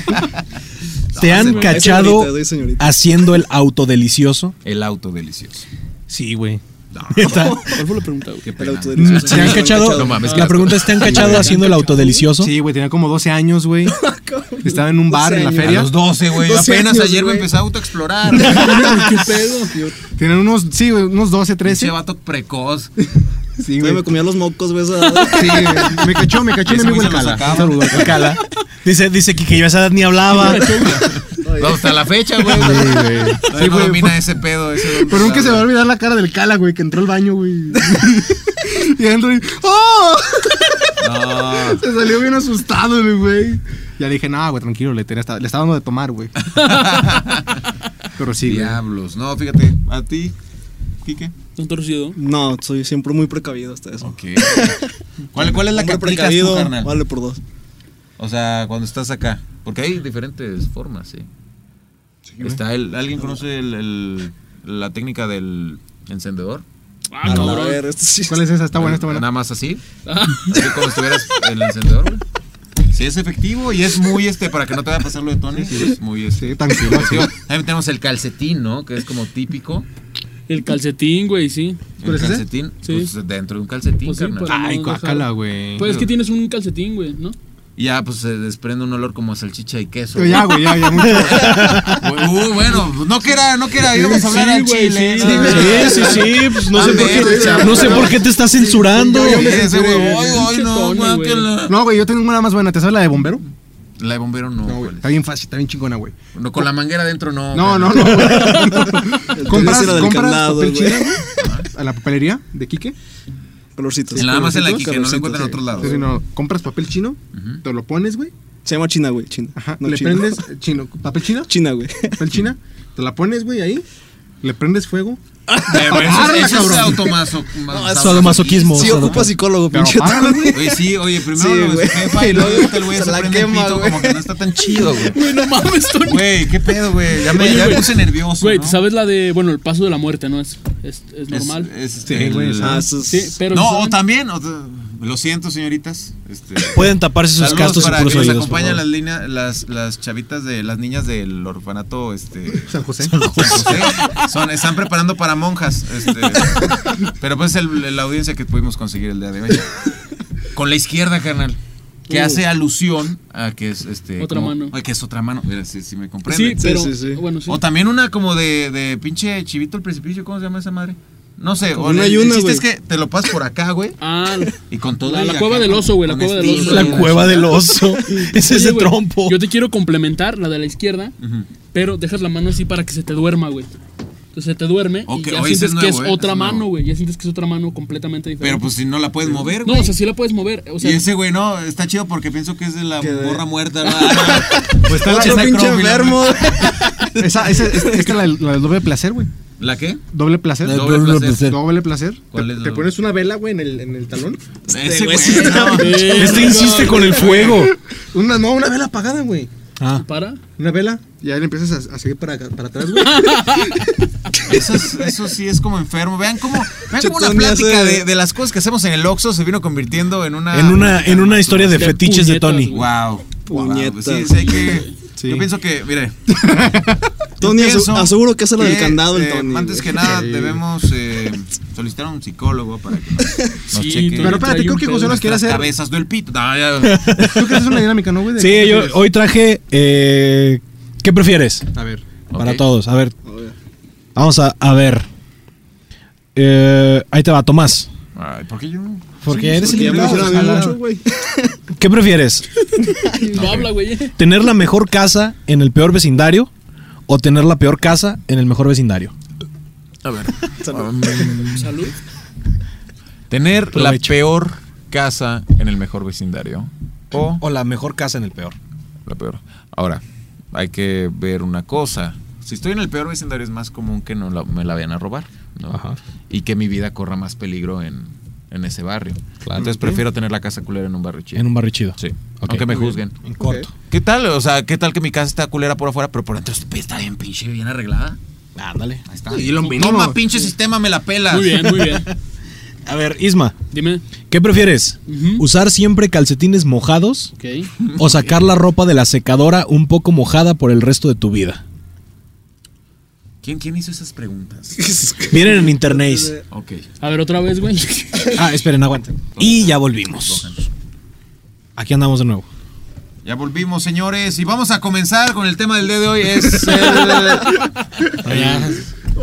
Speaker 5: ¿Te han
Speaker 2: Doy
Speaker 5: cachado
Speaker 2: señorita, doy señorita.
Speaker 5: haciendo el auto delicioso?
Speaker 3: El auto delicioso.
Speaker 5: Sí, güey. Neta.
Speaker 1: ¿Cuál fue la pregunta, güey?
Speaker 3: Qué
Speaker 2: El
Speaker 3: pena.
Speaker 2: auto
Speaker 5: Mm,
Speaker 2: delicioso.
Speaker 5: ¿Te han cachado?
Speaker 3: No mames, qué
Speaker 5: la
Speaker 3: asco.
Speaker 5: pregunta es, ¿te han cachado haciendo el autodelicioso?
Speaker 4: Sí, güey, tenía como 12 años, güey. Estaba en un bar en la
Speaker 2: 12
Speaker 3: A
Speaker 4: feria.
Speaker 3: los 12, güey. yo
Speaker 2: 12
Speaker 3: Apenas
Speaker 2: años,
Speaker 3: ayer
Speaker 2: güey.
Speaker 3: me empecé a autoexplorar. Pinche
Speaker 2: ¿Qué pedo? Yo
Speaker 4: Tienen unos, sí, güey, unos 12, 13.
Speaker 3: vato precoz.
Speaker 4: Sí,
Speaker 2: todavía
Speaker 4: güey.
Speaker 2: me comía los mocos, güey. esa-
Speaker 4: Sí, güey. me cachó, me cachó mi
Speaker 3: Ese
Speaker 4: amigo
Speaker 3: güey se los
Speaker 4: el cala.
Speaker 3: sacaba.
Speaker 4: Un saludo al Cala.
Speaker 5: Cala. Dice, dice que, que yo a esa edad ni hablaba.
Speaker 3: No, hasta la fecha, güey.
Speaker 2: Ah,
Speaker 4: Sí,
Speaker 3: Sí, no
Speaker 4: güey,
Speaker 3: domina
Speaker 4: fue-
Speaker 3: ese pedo. Ese don-
Speaker 4: Pero nunca se me va a olvidar la cara del cala, güey, que entró al baño, güey. y entró y. ¡Oh!
Speaker 3: No.
Speaker 4: Se salió bien asustado, mi güey. Ya le dije, no, güey, tranquilo, le, tenía hasta- le estaba dando de tomar, güey. Pero sí, güey.
Speaker 3: Diablos. No, fíjate. ¿A ti, Quique?
Speaker 1: ¿No torcido?
Speaker 2: No, soy siempre muy precavido hasta eso.
Speaker 3: Ok. ¿Cuál, ¿Cuál es la que
Speaker 2: Hombre
Speaker 3: aplicas tú, carnal?
Speaker 2: vale por dos.
Speaker 3: O sea, cuando estás acá. Porque hay diferentes formas, sí. Está el, ¿Alguien conoce el- el- la técnica del encendedor?
Speaker 1: Ah,
Speaker 2: A la
Speaker 1: cabrón.
Speaker 2: ver, esto sí.
Speaker 4: ¿Cuál es esa? Está buena, está buena.
Speaker 3: Nada más así. Así como si tuvieras el encendedor, güey. Sí, es efectivo y es muy este, para que no te vaya a pasar lo de Tony, es muy este.
Speaker 4: Sí, tranquilo. sí.
Speaker 3: efectivo. También tenemos el calcetín, ¿no? Que es como típico.
Speaker 1: El calcetín, güey, sí.
Speaker 4: ¿Cuál
Speaker 3: El
Speaker 4: es ese?
Speaker 3: calcetín,
Speaker 1: Sí.
Speaker 3: pues dentro de un calcetín,
Speaker 1: Pues sí,
Speaker 3: carnal.
Speaker 1: para
Speaker 4: Ay,
Speaker 1: no dejar-
Speaker 4: cuácala, güey.
Speaker 1: Pues es que tienes un calcetín, güey, ¿no?
Speaker 3: Y ya pues se desprende un olor como a salchicha y queso.
Speaker 4: Pero ya, güey, ya, ya, mucho.
Speaker 3: Uy, bueno, pues, no que era, no que era, íbamos a hablar
Speaker 1: sí,
Speaker 3: al
Speaker 1: güey,
Speaker 3: chile.
Speaker 1: sí, güey.
Speaker 5: Sí, sí, sí. pues, no, sé por qué,
Speaker 3: Amén,
Speaker 5: no sé por qué te está censurando.
Speaker 3: Oye, ese güey,
Speaker 1: Pinche
Speaker 3: ay, ay, no,
Speaker 1: Tony, güey.
Speaker 3: guácala.
Speaker 4: No, güey, yo tengo una más buena. ¿Te sabes la de bombero?
Speaker 3: La de bombero no.
Speaker 4: No, güey.
Speaker 3: ¿cuál es?
Speaker 4: Está bien fácil, está bien chingona, güey.
Speaker 3: No, con la manguera adentro no.
Speaker 4: No,
Speaker 3: güey.
Speaker 4: no, no. güey.
Speaker 2: El
Speaker 4: ¿Compras,
Speaker 2: tercero del
Speaker 4: compras
Speaker 2: candado,
Speaker 4: papel
Speaker 2: güey.
Speaker 4: china, güey? ¿A la papelería de Quique?
Speaker 2: Colorcitos.
Speaker 3: Nada más en la
Speaker 2: Colorcitos,
Speaker 3: Quique, no lo
Speaker 2: colorcitos,
Speaker 3: encuentran en
Speaker 2: sí.
Speaker 3: otros lados.
Speaker 4: Sí, sí, no. ¿Compras papel chino?
Speaker 3: Ujú.
Speaker 4: Te lo pones, güey.
Speaker 2: Se llama China, güey. China.
Speaker 4: Ajá.
Speaker 2: No
Speaker 4: le
Speaker 2: chino.
Speaker 4: prendes chino. ¿Papel china?
Speaker 2: China, güey.
Speaker 4: Papel china. Te la pones, güey, ahí. Le prendes fuego.
Speaker 3: Pero eso,
Speaker 4: Arla,
Speaker 3: es- eso es
Speaker 4: cabrón.
Speaker 3: automaso.
Speaker 5: Sadomasoquismo.
Speaker 2: Sí, ocupa psicólogo,
Speaker 4: Pero
Speaker 2: pinche.
Speaker 4: apágalo, güey.
Speaker 3: Oye, sí, oye, primero
Speaker 2: Sí,
Speaker 3: lo
Speaker 2: güey.
Speaker 3: de su jefa y luego ahorita el güey
Speaker 2: Se
Speaker 3: se
Speaker 2: la
Speaker 3: prende el
Speaker 2: quema,
Speaker 3: pito
Speaker 2: güey.
Speaker 3: como que no está tan chido, güey.
Speaker 1: Güey, no mames, Tony.
Speaker 3: Güey, qué pedo, güey. Ya me
Speaker 1: Oye,
Speaker 3: ya me
Speaker 1: güey.
Speaker 3: puse nervioso.
Speaker 1: Güey,
Speaker 3: ¿no?
Speaker 1: ¿sabes la de, bueno, el paso de la muerte, no? Es, es, es
Speaker 3: Es-
Speaker 1: normal.
Speaker 3: es,
Speaker 4: Sí,
Speaker 3: el-
Speaker 4: güey,
Speaker 2: Ah, eso es-
Speaker 1: sí, pero...
Speaker 3: No,
Speaker 1: ¿saben?
Speaker 3: o también. o t- lo siento, señoritas. Este,
Speaker 5: Pueden taparse sus
Speaker 3: saludos
Speaker 5: castos y
Speaker 3: para
Speaker 5: puros
Speaker 3: que nos
Speaker 5: oídos. por
Speaker 3: acompañan
Speaker 5: favor.
Speaker 3: las, líneas, las, las chavitas de las niñas del orfanato. Este,
Speaker 4: San José.
Speaker 3: San José. Son, están preparando para monjas. este, pero pues el, la audiencia que pudimos conseguir el día de hoy. Con la izquierda, carnal. Que
Speaker 1: Uh.
Speaker 3: hace alusión a que es este.
Speaker 1: Otra
Speaker 3: como-
Speaker 1: mano.
Speaker 3: Ay, que es otra mano. Mira, si, si me
Speaker 1: Sí,
Speaker 3: comprende.
Speaker 1: pero...
Speaker 2: sí, sí.
Speaker 1: Bueno, sí.
Speaker 3: O también una como de, de pinche chivito el precipicio, ¿cómo se llama esa madre? No
Speaker 5: Pues
Speaker 3: sé,
Speaker 2: Como
Speaker 3: o
Speaker 2: un
Speaker 3: el, el
Speaker 2: ayuno,
Speaker 3: chiste
Speaker 2: güey.
Speaker 3: es que te lo pasas por acá, güey.
Speaker 1: Ah, la-
Speaker 3: Y con todo
Speaker 1: La-
Speaker 3: y
Speaker 1: la
Speaker 3: acá
Speaker 1: cueva
Speaker 3: con-
Speaker 1: del oso, güey, la
Speaker 3: con
Speaker 1: cueva del
Speaker 3: estilo
Speaker 1: oso.
Speaker 3: y
Speaker 5: La cueva del oso. Es
Speaker 1: Oye,
Speaker 5: ese
Speaker 1: güey,
Speaker 5: trompo.
Speaker 1: Yo te quiero complementar, la de la izquierda,
Speaker 3: Ujú.
Speaker 1: pero dejas la mano así para que se te duerma, güey. Entonces se te duerme
Speaker 3: Ok,
Speaker 1: y ya
Speaker 3: oye, ese
Speaker 1: sientes
Speaker 3: es
Speaker 1: que es
Speaker 3: nuevo, eh,
Speaker 1: otra
Speaker 3: es nuevo.
Speaker 1: mano, güey. Ya sientes que es otra mano completamente diferente.
Speaker 3: Pero pues si no la puedes mover,
Speaker 1: No,
Speaker 3: güey.
Speaker 1: o sea, sí la puedes mover. O sea,
Speaker 3: y ese güey, no, está chido porque pienso que es de la
Speaker 2: Que de-
Speaker 3: morra muerta. ¿no?
Speaker 4: Pues está
Speaker 2: Otro
Speaker 4: la,
Speaker 2: pinche
Speaker 3: necrófilo.
Speaker 2: enfermo.
Speaker 4: esa, esa, esta es la, la del doble placer, güey.
Speaker 3: ¿La qué?
Speaker 4: Doble placer.
Speaker 3: La
Speaker 4: Doble,
Speaker 3: doble placer.
Speaker 4: placer.
Speaker 3: ¿Cuál
Speaker 4: te,
Speaker 3: es la
Speaker 4: te
Speaker 3: doble?
Speaker 4: pones una vela, güey, en el, en el talón.
Speaker 3: Ese güey, no.
Speaker 5: Este insiste con el fuego.
Speaker 4: Una, no, una vela apagada, güey.
Speaker 5: Ah,
Speaker 1: para.
Speaker 4: Una vela. Y ahí le empiezas a, a seguir para, acá- para atrás, güey.
Speaker 3: Eso, es- eso sí es como enfermo. Vean cómo, vean cómo una
Speaker 2: Chetón ya
Speaker 3: plática
Speaker 2: sé.
Speaker 3: de, de las cosas que hacemos en el Oxxo se vino convirtiendo en una...
Speaker 5: en una, en una historia de
Speaker 1: De
Speaker 5: fetiches de
Speaker 1: puñetas,
Speaker 5: Tony.
Speaker 1: güey.
Speaker 3: Wow. pues
Speaker 2: Puñetas.
Speaker 3: Sí, sí, hay que...
Speaker 4: Sí.
Speaker 3: Yo pienso que, mire,
Speaker 2: Tony,
Speaker 3: Yo
Speaker 2: asu-
Speaker 3: pienso
Speaker 2: aseguro que es el del
Speaker 3: que,
Speaker 2: candado, el
Speaker 3: eh,
Speaker 2: Tony.
Speaker 3: Antes
Speaker 2: güey.
Speaker 3: que nada,
Speaker 4: Sí.
Speaker 3: debemos eh, solicitar a un psicólogo para que nos, nos
Speaker 1: Sí, Tony
Speaker 3: cheque.
Speaker 4: Pero espérate,
Speaker 1: trae
Speaker 4: creo
Speaker 1: un
Speaker 4: que
Speaker 1: pedo
Speaker 4: José nos quiere
Speaker 3: nuestras
Speaker 4: hacer.
Speaker 3: cabezas del pito. No, ya-
Speaker 4: Creo que pues es una dinámica, ¿no, güey? De-
Speaker 5: Sí, yo hoy traje. eh, ¿Qué prefieres?
Speaker 4: A ver.
Speaker 5: Para
Speaker 3: Ok.
Speaker 5: todos. A ver,
Speaker 2: A ver.
Speaker 5: vamos a, a ver. Eh, ahí te va, Tomás.
Speaker 3: Ay, ¿Por qué yo no?
Speaker 5: Porque eres
Speaker 2: Porque
Speaker 5: el
Speaker 2: ya me dijeron
Speaker 5: invitado.
Speaker 2: a mí
Speaker 4: ojalá.
Speaker 2: mucho, güey.
Speaker 5: ¿Qué prefieres?
Speaker 1: No habla, güey.
Speaker 5: ¿Tener la mejor casa en el peor vecindario o tener la peor casa en el mejor vecindario?
Speaker 3: A ver.
Speaker 1: Salud.
Speaker 3: Um, Tener
Speaker 5: Provecho.
Speaker 3: la peor casa en el mejor vecindario. O
Speaker 5: O la mejor casa en el peor.
Speaker 3: la peor. Ahora, hay que ver una cosa. Si estoy en el peor vecindario es más común que no la- me la vayan a robar. ¿no?
Speaker 5: Ajá.
Speaker 3: Y que mi vida corra más peligro en, en ese barrio. Entonces prefiero tener la casa culera en un barrio chido.
Speaker 5: En un barrio chido.
Speaker 3: Sí.
Speaker 5: Ok.
Speaker 3: Aunque me juzguen.
Speaker 5: En corto.
Speaker 3: ¿Qué tal? O sea, ¿qué tal que mi casa está culera por afuera, pero por dentro está bien pinche, bien arreglada?
Speaker 5: Ándale.
Speaker 3: Ahí está.
Speaker 4: Y lo mínimo.
Speaker 3: Toma, pinche sistema, me la pelas.
Speaker 1: Muy bien, muy bien.
Speaker 5: A ver, Isma,
Speaker 1: Dime.
Speaker 5: ¿qué prefieres?
Speaker 1: Ujú.
Speaker 5: ¿Usar siempre calcetines mojados
Speaker 1: Ok.
Speaker 5: o sacar la ropa de la secadora un poco mojada por el resto de tu vida?
Speaker 3: ¿Quién, ¿Quién hizo esas preguntas?
Speaker 5: Miren en internet.
Speaker 3: Ok.
Speaker 1: A ver, otra vez, güey.
Speaker 5: Ah, esperen, aguanten. Y ya volvimos. Aquí andamos de nuevo.
Speaker 3: Ya volvimos, señores, y vamos a comenzar con el tema del día de hoy. Es el...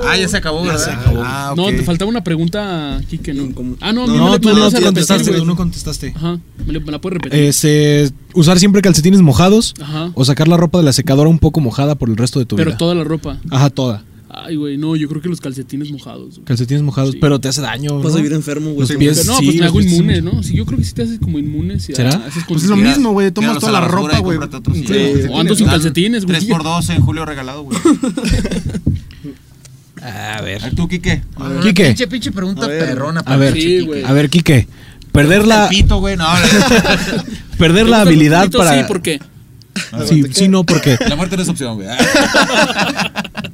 Speaker 3: Ah, ya se acabó, ¿verdad? Ah, ok.
Speaker 1: No, te faltaba una pregunta aquí que no.
Speaker 2: Como-
Speaker 1: Ah, no, a mí
Speaker 2: No,
Speaker 1: me la-
Speaker 2: tú
Speaker 1: me la
Speaker 2: no
Speaker 1: vas a
Speaker 2: te
Speaker 1: repetir,
Speaker 2: contestaste,
Speaker 1: güey.
Speaker 2: tú no
Speaker 5: contestaste.
Speaker 1: Ajá. ¿Me la, me la puedes repetir?
Speaker 3: Eh,
Speaker 5: Este, usar siempre calcetines mojados
Speaker 1: Ajá.
Speaker 5: o sacar la ropa de la secadora un poco mojada por el resto de tu
Speaker 1: Pero
Speaker 5: vida.
Speaker 1: toda la ropa.
Speaker 5: Ajá, toda.
Speaker 1: Ay, güey, no, yo creo que los calcetines mojados. güey.
Speaker 5: Calcetines mojados,
Speaker 1: Sí.
Speaker 5: pero te hace daño.
Speaker 2: Vas a
Speaker 5: ¿no?
Speaker 2: vivir enfermo, güey.
Speaker 5: Los pies.
Speaker 1: No,
Speaker 5: Sí,
Speaker 1: pues me
Speaker 5: los
Speaker 1: hago
Speaker 5: vestidos
Speaker 1: inmune,
Speaker 5: son-
Speaker 1: ¿no? Sí, yo creo que sí te haces como inmune. Si
Speaker 5: ¿Será?
Speaker 1: a- a esas
Speaker 4: Pues es lo
Speaker 1: condiciones.
Speaker 4: mismo, güey. Tomas
Speaker 3: Tíralos
Speaker 4: toda
Speaker 3: a
Speaker 4: la
Speaker 3: basura
Speaker 4: ropa,
Speaker 3: y
Speaker 4: güey.
Speaker 3: cómprate otros
Speaker 4: Sí.
Speaker 3: cigarros.
Speaker 1: O ando sin calcetines, güey.
Speaker 3: 3x12 en julio regalado, güey.
Speaker 5: A ver.
Speaker 3: A ver, ¿Tú, Quique?
Speaker 5: Quique.
Speaker 3: Pinche, pinche pregunta
Speaker 2: A ver.
Speaker 3: perrona.
Speaker 5: A ver,
Speaker 1: Sí, güey.
Speaker 5: a ver, Quique. Perder la,
Speaker 3: Pito, güey. No, la,
Speaker 5: perder
Speaker 1: ¿Te gusta
Speaker 5: la
Speaker 1: el
Speaker 5: habilidad
Speaker 1: poquito?
Speaker 5: para.
Speaker 1: Sí, ¿por qué?
Speaker 5: Sí, sí, no, porque
Speaker 3: la muerte no es opción, güey. Ah.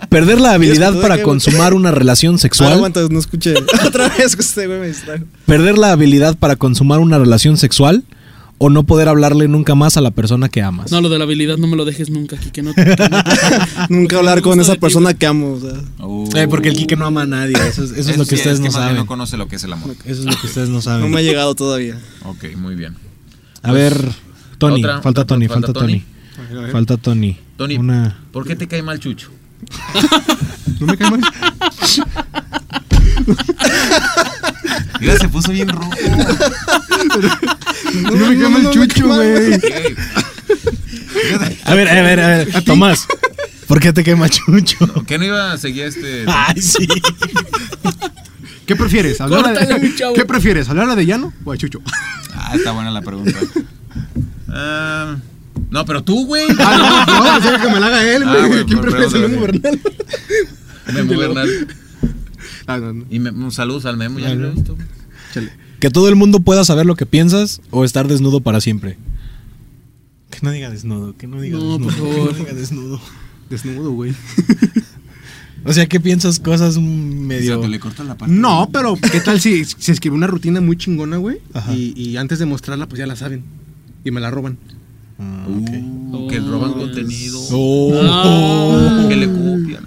Speaker 5: perder la
Speaker 2: ¿Y
Speaker 5: habilidad
Speaker 2: eso de
Speaker 5: para
Speaker 2: qué,
Speaker 5: consumar una relación
Speaker 2: Ah,
Speaker 5: sexual,
Speaker 2: aguanta, no escuché. Otra vez que este güey me distrajo.
Speaker 5: perder la habilidad para consumar una relación sexual o no poder hablarle nunca más a la persona que amas.
Speaker 1: No, lo de la habilidad no me lo dejes nunca, Kike. No, te-
Speaker 2: Nunca hablar con
Speaker 1: gusta
Speaker 2: esa
Speaker 1: de ti,
Speaker 2: persona que amo. O sea,
Speaker 5: Eh, porque el Quique no ama a nadie, eso es, eso es lo que
Speaker 3: Uh, sí,
Speaker 5: ustedes
Speaker 3: es
Speaker 5: no
Speaker 3: más bien
Speaker 5: saben.
Speaker 3: no conoce lo que es el amor.
Speaker 5: Eso es lo que ustedes no
Speaker 2: no me ha
Speaker 5: saben.
Speaker 2: llegado todavía.
Speaker 3: Ok, muy bien.
Speaker 5: A ver, Tony,
Speaker 3: Otra,
Speaker 5: falta
Speaker 3: otra,
Speaker 5: Tony,
Speaker 3: falta
Speaker 5: falta Tony. Falta Tony.
Speaker 3: Tony,
Speaker 5: Una
Speaker 3: ¿por qué te cae mal Chucho?
Speaker 4: No me cae mal.
Speaker 3: Mira, se puso bien rojo.
Speaker 4: No me cae mal chucho, güey.
Speaker 5: A ver, a ver, a ver. Tomás, ¿por qué te quema Chucho?
Speaker 3: ¿Qué no iba a seguir este?
Speaker 5: Ay, sí.
Speaker 4: ¿Qué prefieres? ¿Hablar
Speaker 1: Córtale, mi
Speaker 4: de,
Speaker 1: chavo.
Speaker 4: ¿Qué prefieres? ¿Hablar de Llano o a Chucho?
Speaker 3: Ah, está buena la pregunta. Ah, no, pero tú, güey.
Speaker 4: Ah, no, no, pensaba que me la haga él,
Speaker 3: Ah,
Speaker 4: güey.
Speaker 3: güey,
Speaker 4: ¿Quién
Speaker 3: pero-
Speaker 4: prefieres el
Speaker 3: pero-
Speaker 4: Memo Bernal?
Speaker 3: Memo Bernal.
Speaker 4: Ah, no, no.
Speaker 3: Y me, un saludo al Memo, ya lo he visto. güey.
Speaker 5: Que todo el mundo pueda saber lo que piensas o estar desnudo para siempre. Que no diga desnudo, que no diga
Speaker 1: No,
Speaker 5: desnudo.
Speaker 1: por
Speaker 5: que no
Speaker 1: favor.
Speaker 5: diga desnudo.
Speaker 4: Desnudo, güey.
Speaker 5: O sea, que piensas cosas medio.
Speaker 3: O sea, te le cortas la parte.
Speaker 4: No, pero ¿qué tal si se escribe una rutina muy chingona, güey?
Speaker 5: Ajá.
Speaker 4: Y, y antes de mostrarla, pues ya la saben. Y me la roban.
Speaker 5: Ah,
Speaker 3: Uh,
Speaker 5: ok.
Speaker 3: Que roban
Speaker 1: Oh.
Speaker 3: contenido.
Speaker 5: Oh,
Speaker 1: Ah.
Speaker 3: Que le copian.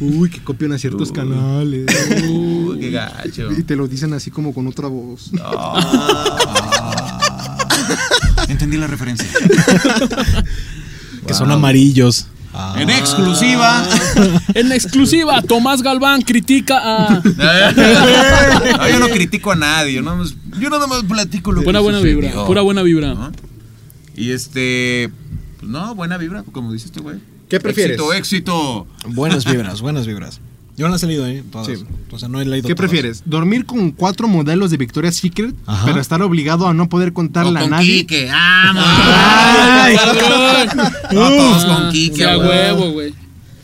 Speaker 4: Uy, que copian a ciertos
Speaker 3: Uy.
Speaker 4: canales.
Speaker 3: Uy, qué gacho.
Speaker 4: Y te lo dicen así como con otra voz.
Speaker 3: Ah. Entendí la referencia.
Speaker 5: Que son amarillos.
Speaker 3: En exclusiva.
Speaker 1: En exclusiva, Tomás Galván critica a.
Speaker 3: No, yo no critico a nadie. Yo nada más, yo nada más platico lo
Speaker 1: Pura
Speaker 3: que
Speaker 1: buena
Speaker 3: sucedió,
Speaker 1: vibra, pura buena vibra.
Speaker 3: ¿no? Y este. pues no, buena vibra, como dices tú, güey.
Speaker 4: ¿Qué prefieres?
Speaker 3: Éxito, éxito.
Speaker 5: Buenas vibras, buenas vibras. Yo no las he leído, ¿eh? Todas.
Speaker 4: Sí.
Speaker 5: O sea, no he leído
Speaker 4: ¿Qué
Speaker 5: todas.
Speaker 4: prefieres? ¿Dormir con cuatro modelos de Victoria's Secret,
Speaker 5: Ajá.
Speaker 4: pero estar obligado a no poder
Speaker 3: O
Speaker 4: contarla a
Speaker 3: con
Speaker 4: nadie?
Speaker 3: Quique. Ah, ¡Vamos!
Speaker 5: Ay.
Speaker 1: ¡Cabrón!
Speaker 3: No, todos pues con
Speaker 1: Ah,
Speaker 3: Quique,
Speaker 1: a
Speaker 3: güey.
Speaker 1: huevo, güey.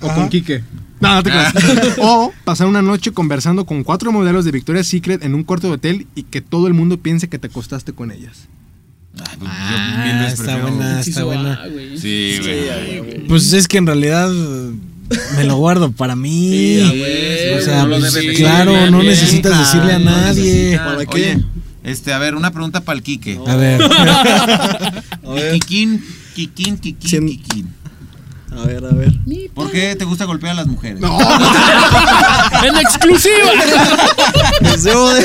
Speaker 4: O con Quique. No, no te creas. o pasar una noche conversando con cuatro modelos de Victoria's Secret en un cuarto de hotel y que todo el mundo piense que te acostaste con ellas.
Speaker 3: Ay, pues, yo mil
Speaker 5: Ah,
Speaker 3: veces
Speaker 5: está
Speaker 3: prefiero-
Speaker 5: buena,
Speaker 1: Sí,
Speaker 5: está
Speaker 1: se va,
Speaker 5: buena.
Speaker 1: güey.
Speaker 3: Sí, güey.
Speaker 5: Pues es que en realidad eh, me lo guardo para mí.
Speaker 1: Sí, a huevo.
Speaker 5: o sea,
Speaker 1: No lo
Speaker 5: pues,
Speaker 1: debes decir,
Speaker 5: claro, no
Speaker 1: bien.
Speaker 5: necesitas
Speaker 3: Ah,
Speaker 5: decirle a
Speaker 3: no
Speaker 5: nadie.
Speaker 3: necesitas.
Speaker 2: ¿Para qué?
Speaker 3: Oye, este, a ver, una pregunta para el Quique.
Speaker 5: A ver,
Speaker 2: A ver,
Speaker 3: Kikín, Kikín, Kikín,
Speaker 2: Siendo-
Speaker 3: Kikín.
Speaker 2: a ver, a ver.
Speaker 3: ¿Por qué te gusta golpear a las mujeres?
Speaker 1: En exclusiva.
Speaker 2: Pues debo de-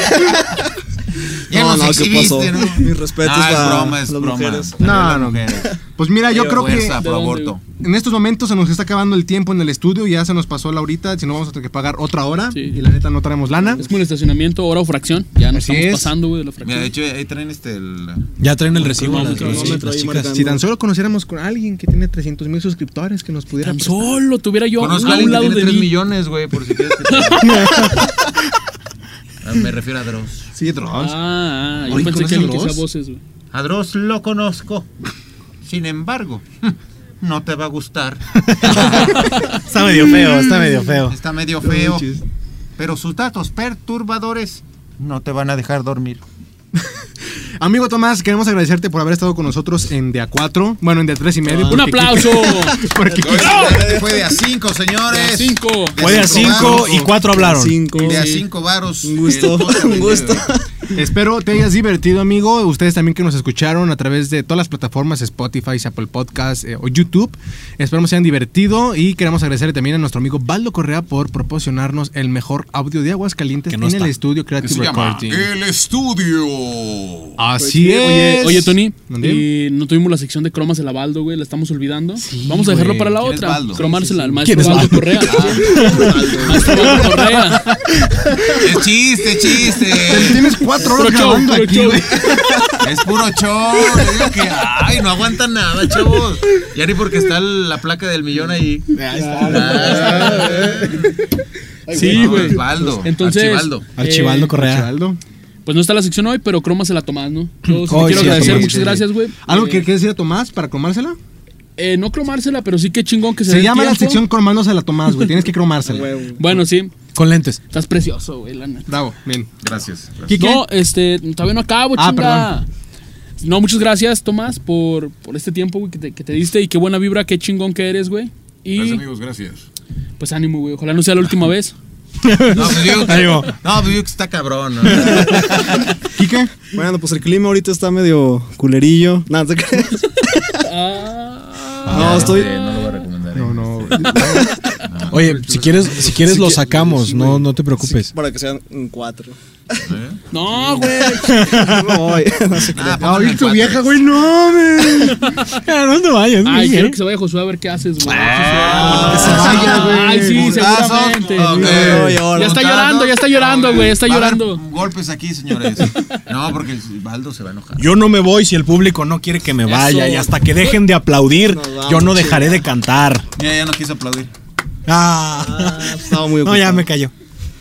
Speaker 3: Ya
Speaker 2: no,
Speaker 3: nos
Speaker 2: no, ¿qué
Speaker 3: exhibiste,
Speaker 2: pasó?
Speaker 3: ¿no?
Speaker 2: Mis respetos
Speaker 3: Ah, es
Speaker 2: para
Speaker 3: broma, es
Speaker 2: las
Speaker 3: broma.
Speaker 2: mujeres.
Speaker 4: No, no.
Speaker 3: Mujeres.
Speaker 4: Pues mira, yo
Speaker 2: Pero
Speaker 4: creo que
Speaker 3: Fuerza,
Speaker 1: ¿De
Speaker 3: pro
Speaker 1: dónde?
Speaker 3: aborto.
Speaker 4: en estos momentos se nos está acabando el tiempo en el estudio, ya se nos pasó la horita, si no vamos a tener que pagar otra hora
Speaker 1: Sí.
Speaker 4: y la neta no traemos lana.
Speaker 1: Es como el estacionamiento, hora o fracción. Ya nos
Speaker 4: Así
Speaker 1: estamos
Speaker 4: es.
Speaker 1: pasando, güey, de la
Speaker 3: Mira, de
Speaker 1: fracción.
Speaker 3: hecho, ahí traen este el.
Speaker 5: ya traen el recibo las,
Speaker 1: cronómetro,
Speaker 5: las-
Speaker 2: cronómetro
Speaker 5: las
Speaker 2: ahí
Speaker 5: chicas.
Speaker 2: marcando.
Speaker 4: Si tan solo conociéramos con alguien que tiene 300 mil suscriptores que nos pudiera...
Speaker 1: Tan
Speaker 4: prestar.
Speaker 1: solo tuviera yo a
Speaker 3: Conozco a
Speaker 1: un
Speaker 3: alguien que
Speaker 1: lado
Speaker 3: tiene
Speaker 1: de
Speaker 3: 3
Speaker 1: mí.
Speaker 3: millones, güey, por si quieres que te... Ah, Me refiero a Dross.
Speaker 4: Sí, Dross.
Speaker 1: Ah, ah, yo
Speaker 4: Oye,
Speaker 1: pensé que
Speaker 4: ¿conoces
Speaker 1: alguien que
Speaker 4: a Dross?
Speaker 1: sea voces, güey.
Speaker 3: A Dross lo conozco. Sin embargo, no te va a gustar.
Speaker 5: Está medio feo, está medio feo.
Speaker 3: Está medio feo. Pero sus datos perturbadores no te van a dejar dormir.
Speaker 4: Amigo Tomás, queremos agradecerte por haber estado con nosotros en De A4, bueno, en De A3 y medio.
Speaker 1: Ah. Un
Speaker 4: porque-
Speaker 1: aplauso.
Speaker 4: porque-
Speaker 3: Fue de a 5, señores.
Speaker 1: Cinco.
Speaker 5: Fue a cinco
Speaker 3: varos.
Speaker 5: y cuatro hablaron.
Speaker 2: Cinco.
Speaker 3: De a
Speaker 1: Sí.
Speaker 3: 5 varos.
Speaker 2: Un gusto,
Speaker 3: El podcast
Speaker 2: un
Speaker 3: del
Speaker 2: gusto.
Speaker 3: día de hoy.
Speaker 4: Espero te hayas divertido, amigo. Ustedes también que nos escucharon a través de todas las plataformas, Spotify, Apple Podcast eh, o YouTube. Esperamos se hayan divertido y queremos agradecerle también a nuestro amigo Baldo Correa por proporcionarnos el mejor audio de Aguascalientes
Speaker 5: Que no
Speaker 4: en
Speaker 5: está.
Speaker 4: el estudio Creative Recording.
Speaker 3: estudio.
Speaker 4: Así es.
Speaker 1: eh, pues, Oye, oye, Tony,
Speaker 4: ¿Dónde?
Speaker 1: eh, no tuvimos la sección de cromas de la Baldo, güey, la estamos olvidando.
Speaker 4: Sí,
Speaker 1: Vamos a dejarlo
Speaker 4: güey.
Speaker 1: para la
Speaker 3: ¿Quién es
Speaker 1: otra.
Speaker 3: Baldo?
Speaker 1: Cromársela al
Speaker 5: ¿Quién
Speaker 1: maestro
Speaker 5: es
Speaker 1: Baldo
Speaker 5: Baldo?
Speaker 1: Correa. Maestro Baldo Correa.
Speaker 3: Es chiste, chiste.
Speaker 4: Tienes cuatro horas
Speaker 1: Puro show,
Speaker 4: grabando
Speaker 1: puro
Speaker 4: aquí,
Speaker 1: show. Eh,
Speaker 4: güey.
Speaker 3: Es puro show. Le digo que, ay, no aguanta nada, chavos. Ya ni porque está la placa del millón ahí. Ah,
Speaker 1: Sí,
Speaker 3: no,
Speaker 1: güey.
Speaker 3: es Baldo,
Speaker 1: Entonces,
Speaker 3: Archibaldo.
Speaker 1: eh,
Speaker 5: Archibaldo Correa.
Speaker 4: Baldo.
Speaker 1: Pues no está la sección hoy, pero croma se la tomás, ¿no? Yo Pues, sí te
Speaker 5: Oh,
Speaker 1: quiero
Speaker 5: sí,
Speaker 1: agradecer,
Speaker 5: Tomás.
Speaker 1: muchas gracias, güey.
Speaker 4: ¿Algo
Speaker 1: Eh,
Speaker 4: que quieres decir a Tomás para cromársela?
Speaker 1: eh, no cromársela, pero sí que chingón que se
Speaker 4: Se
Speaker 1: dé pues, el
Speaker 4: llama la
Speaker 1: tiempo.
Speaker 4: sección cromándosela a Tomás, güey. Tienes que cromársela.
Speaker 2: Huevo.
Speaker 1: Bueno, sí,
Speaker 5: Con lentes.
Speaker 1: estás precioso, güey, la neta.
Speaker 4: Bravo, bien.
Speaker 3: Gracias.
Speaker 4: Quique.
Speaker 1: No, este, todavía no acabo,
Speaker 4: Ah,
Speaker 1: chinga. No, muchas gracias, Tomás, por, por este tiempo, güey, que te, que te diste y qué buena vibra, qué chingón que eres, güey. Y
Speaker 3: amigos, gracias.
Speaker 1: pues ánimo, güey. Ojalá no sea la última vez.
Speaker 3: No, pues digo que, no, pues digo que está cabrón. ¿no?
Speaker 4: Quique.
Speaker 2: Bueno, pues el clima ahorita está medio culerillo. Nada, ¿te crees?
Speaker 1: Ah,
Speaker 2: No, estoy.
Speaker 5: Ah.
Speaker 3: No lo voy a recomendar.
Speaker 4: No, no.
Speaker 3: No,
Speaker 5: Oye, si quieres, si quieres lo sacamos, no, no te preocupes.
Speaker 2: Para que sean en cuatro.
Speaker 1: No, güey.
Speaker 2: No, oye, no sé.
Speaker 3: Ah, pónganme en cuatro.
Speaker 5: güey, no, güey. ¿A dónde vayas,
Speaker 1: Ay,
Speaker 5: güey,
Speaker 1: quiero
Speaker 5: eh?
Speaker 1: que se vaya Josué a ver qué haces, güey.
Speaker 3: Ah,
Speaker 1: Sí, sí.
Speaker 3: que se vaya, güey.
Speaker 1: Ay, sí,
Speaker 3: Putazos.
Speaker 1: seguramente.
Speaker 2: Ah,
Speaker 3: Ok.
Speaker 2: Oye, ahora.
Speaker 1: Ya está llorando, ya está llorando,
Speaker 3: Ok.
Speaker 1: güey, está
Speaker 3: Va a
Speaker 1: llorando.
Speaker 3: haber Golpes aquí, señores. No, porque el Baldo se va a enojar.
Speaker 5: Yo no me voy si el público no quiere que me vaya y hasta que dejen de aplaudir,
Speaker 2: Nos vamos,
Speaker 5: yo no dejaré de cantar.
Speaker 3: Mira, ya no quiso aplaudir.
Speaker 5: Ah.
Speaker 2: Ah, estaba muy
Speaker 5: No, ya
Speaker 2: ocupado.
Speaker 5: me cayó.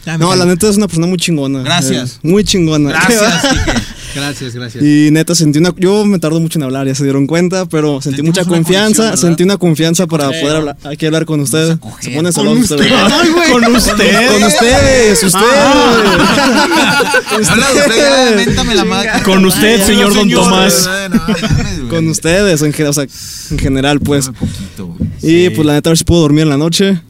Speaker 5: Ya me
Speaker 2: No, la
Speaker 5: cayó.
Speaker 2: neta es una persona muy chingona.
Speaker 3: Gracias.
Speaker 2: Eh, muy chingona.
Speaker 3: Gracias, Quique.
Speaker 6: Gracias, gracias.
Speaker 2: Y neta sentí una yo me tardo mucho en hablar, ya se dieron cuenta, pero sentí
Speaker 3: Sentimos
Speaker 2: mucha
Speaker 3: una conexión,
Speaker 2: confianza,
Speaker 3: ¿verdad?
Speaker 2: sentí una confianza para
Speaker 1: Sí.
Speaker 2: poder hablar, aquí hablar con ustedes.
Speaker 3: coger.
Speaker 2: Se pone celoso usted, ¿verdad?
Speaker 5: Con usted.
Speaker 2: Con ustedes, ustedes.
Speaker 3: Habla de usted, ya, véntame la madre.
Speaker 5: Con usted,
Speaker 3: Sí,
Speaker 5: señor Don
Speaker 3: señor,
Speaker 5: Tomás.
Speaker 3: güey, no mames, güey.
Speaker 2: Con ustedes en, gen- o sea, en general, pues.
Speaker 3: Dame poquito, güey.
Speaker 2: Y pues la neta a ver si puedo dormir en la noche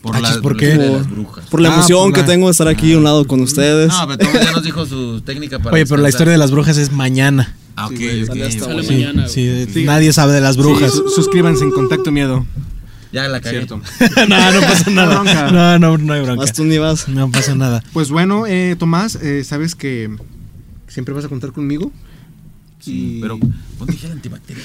Speaker 3: Por,
Speaker 5: Ah,
Speaker 3: la,
Speaker 5: chis, ¿por
Speaker 3: por
Speaker 5: qué?
Speaker 3: el día de las brujas.
Speaker 2: por la
Speaker 5: Ah,
Speaker 2: emoción
Speaker 5: por la-
Speaker 2: que tengo de estar aquí a un lado con ustedes.
Speaker 3: No, pues, pero Tom ya nos dijo su técnica para.
Speaker 5: Oye, pero la
Speaker 3: descansar.
Speaker 5: historia de las brujas es mañana.
Speaker 3: Ah, ok, ok,
Speaker 2: sale hasta
Speaker 3: ok.
Speaker 1: Sale
Speaker 5: Sí,
Speaker 1: mañana, güey.
Speaker 5: sí, nadie sabe de las brujas.
Speaker 4: Su- Suscríbanse en Contacto Miedo.
Speaker 3: Ya la cagué.
Speaker 4: Cierto.
Speaker 5: no, no pasa
Speaker 4: No bronca.
Speaker 5: nada. No, no, no hay bronca.
Speaker 2: Más tú ni vas.
Speaker 5: No pasa nada.
Speaker 4: Pues bueno, eh, Tomás, eh, sabes que siempre vas a contar conmigo.
Speaker 3: Sí,
Speaker 4: Y-
Speaker 3: pero ponte gel antibacterial.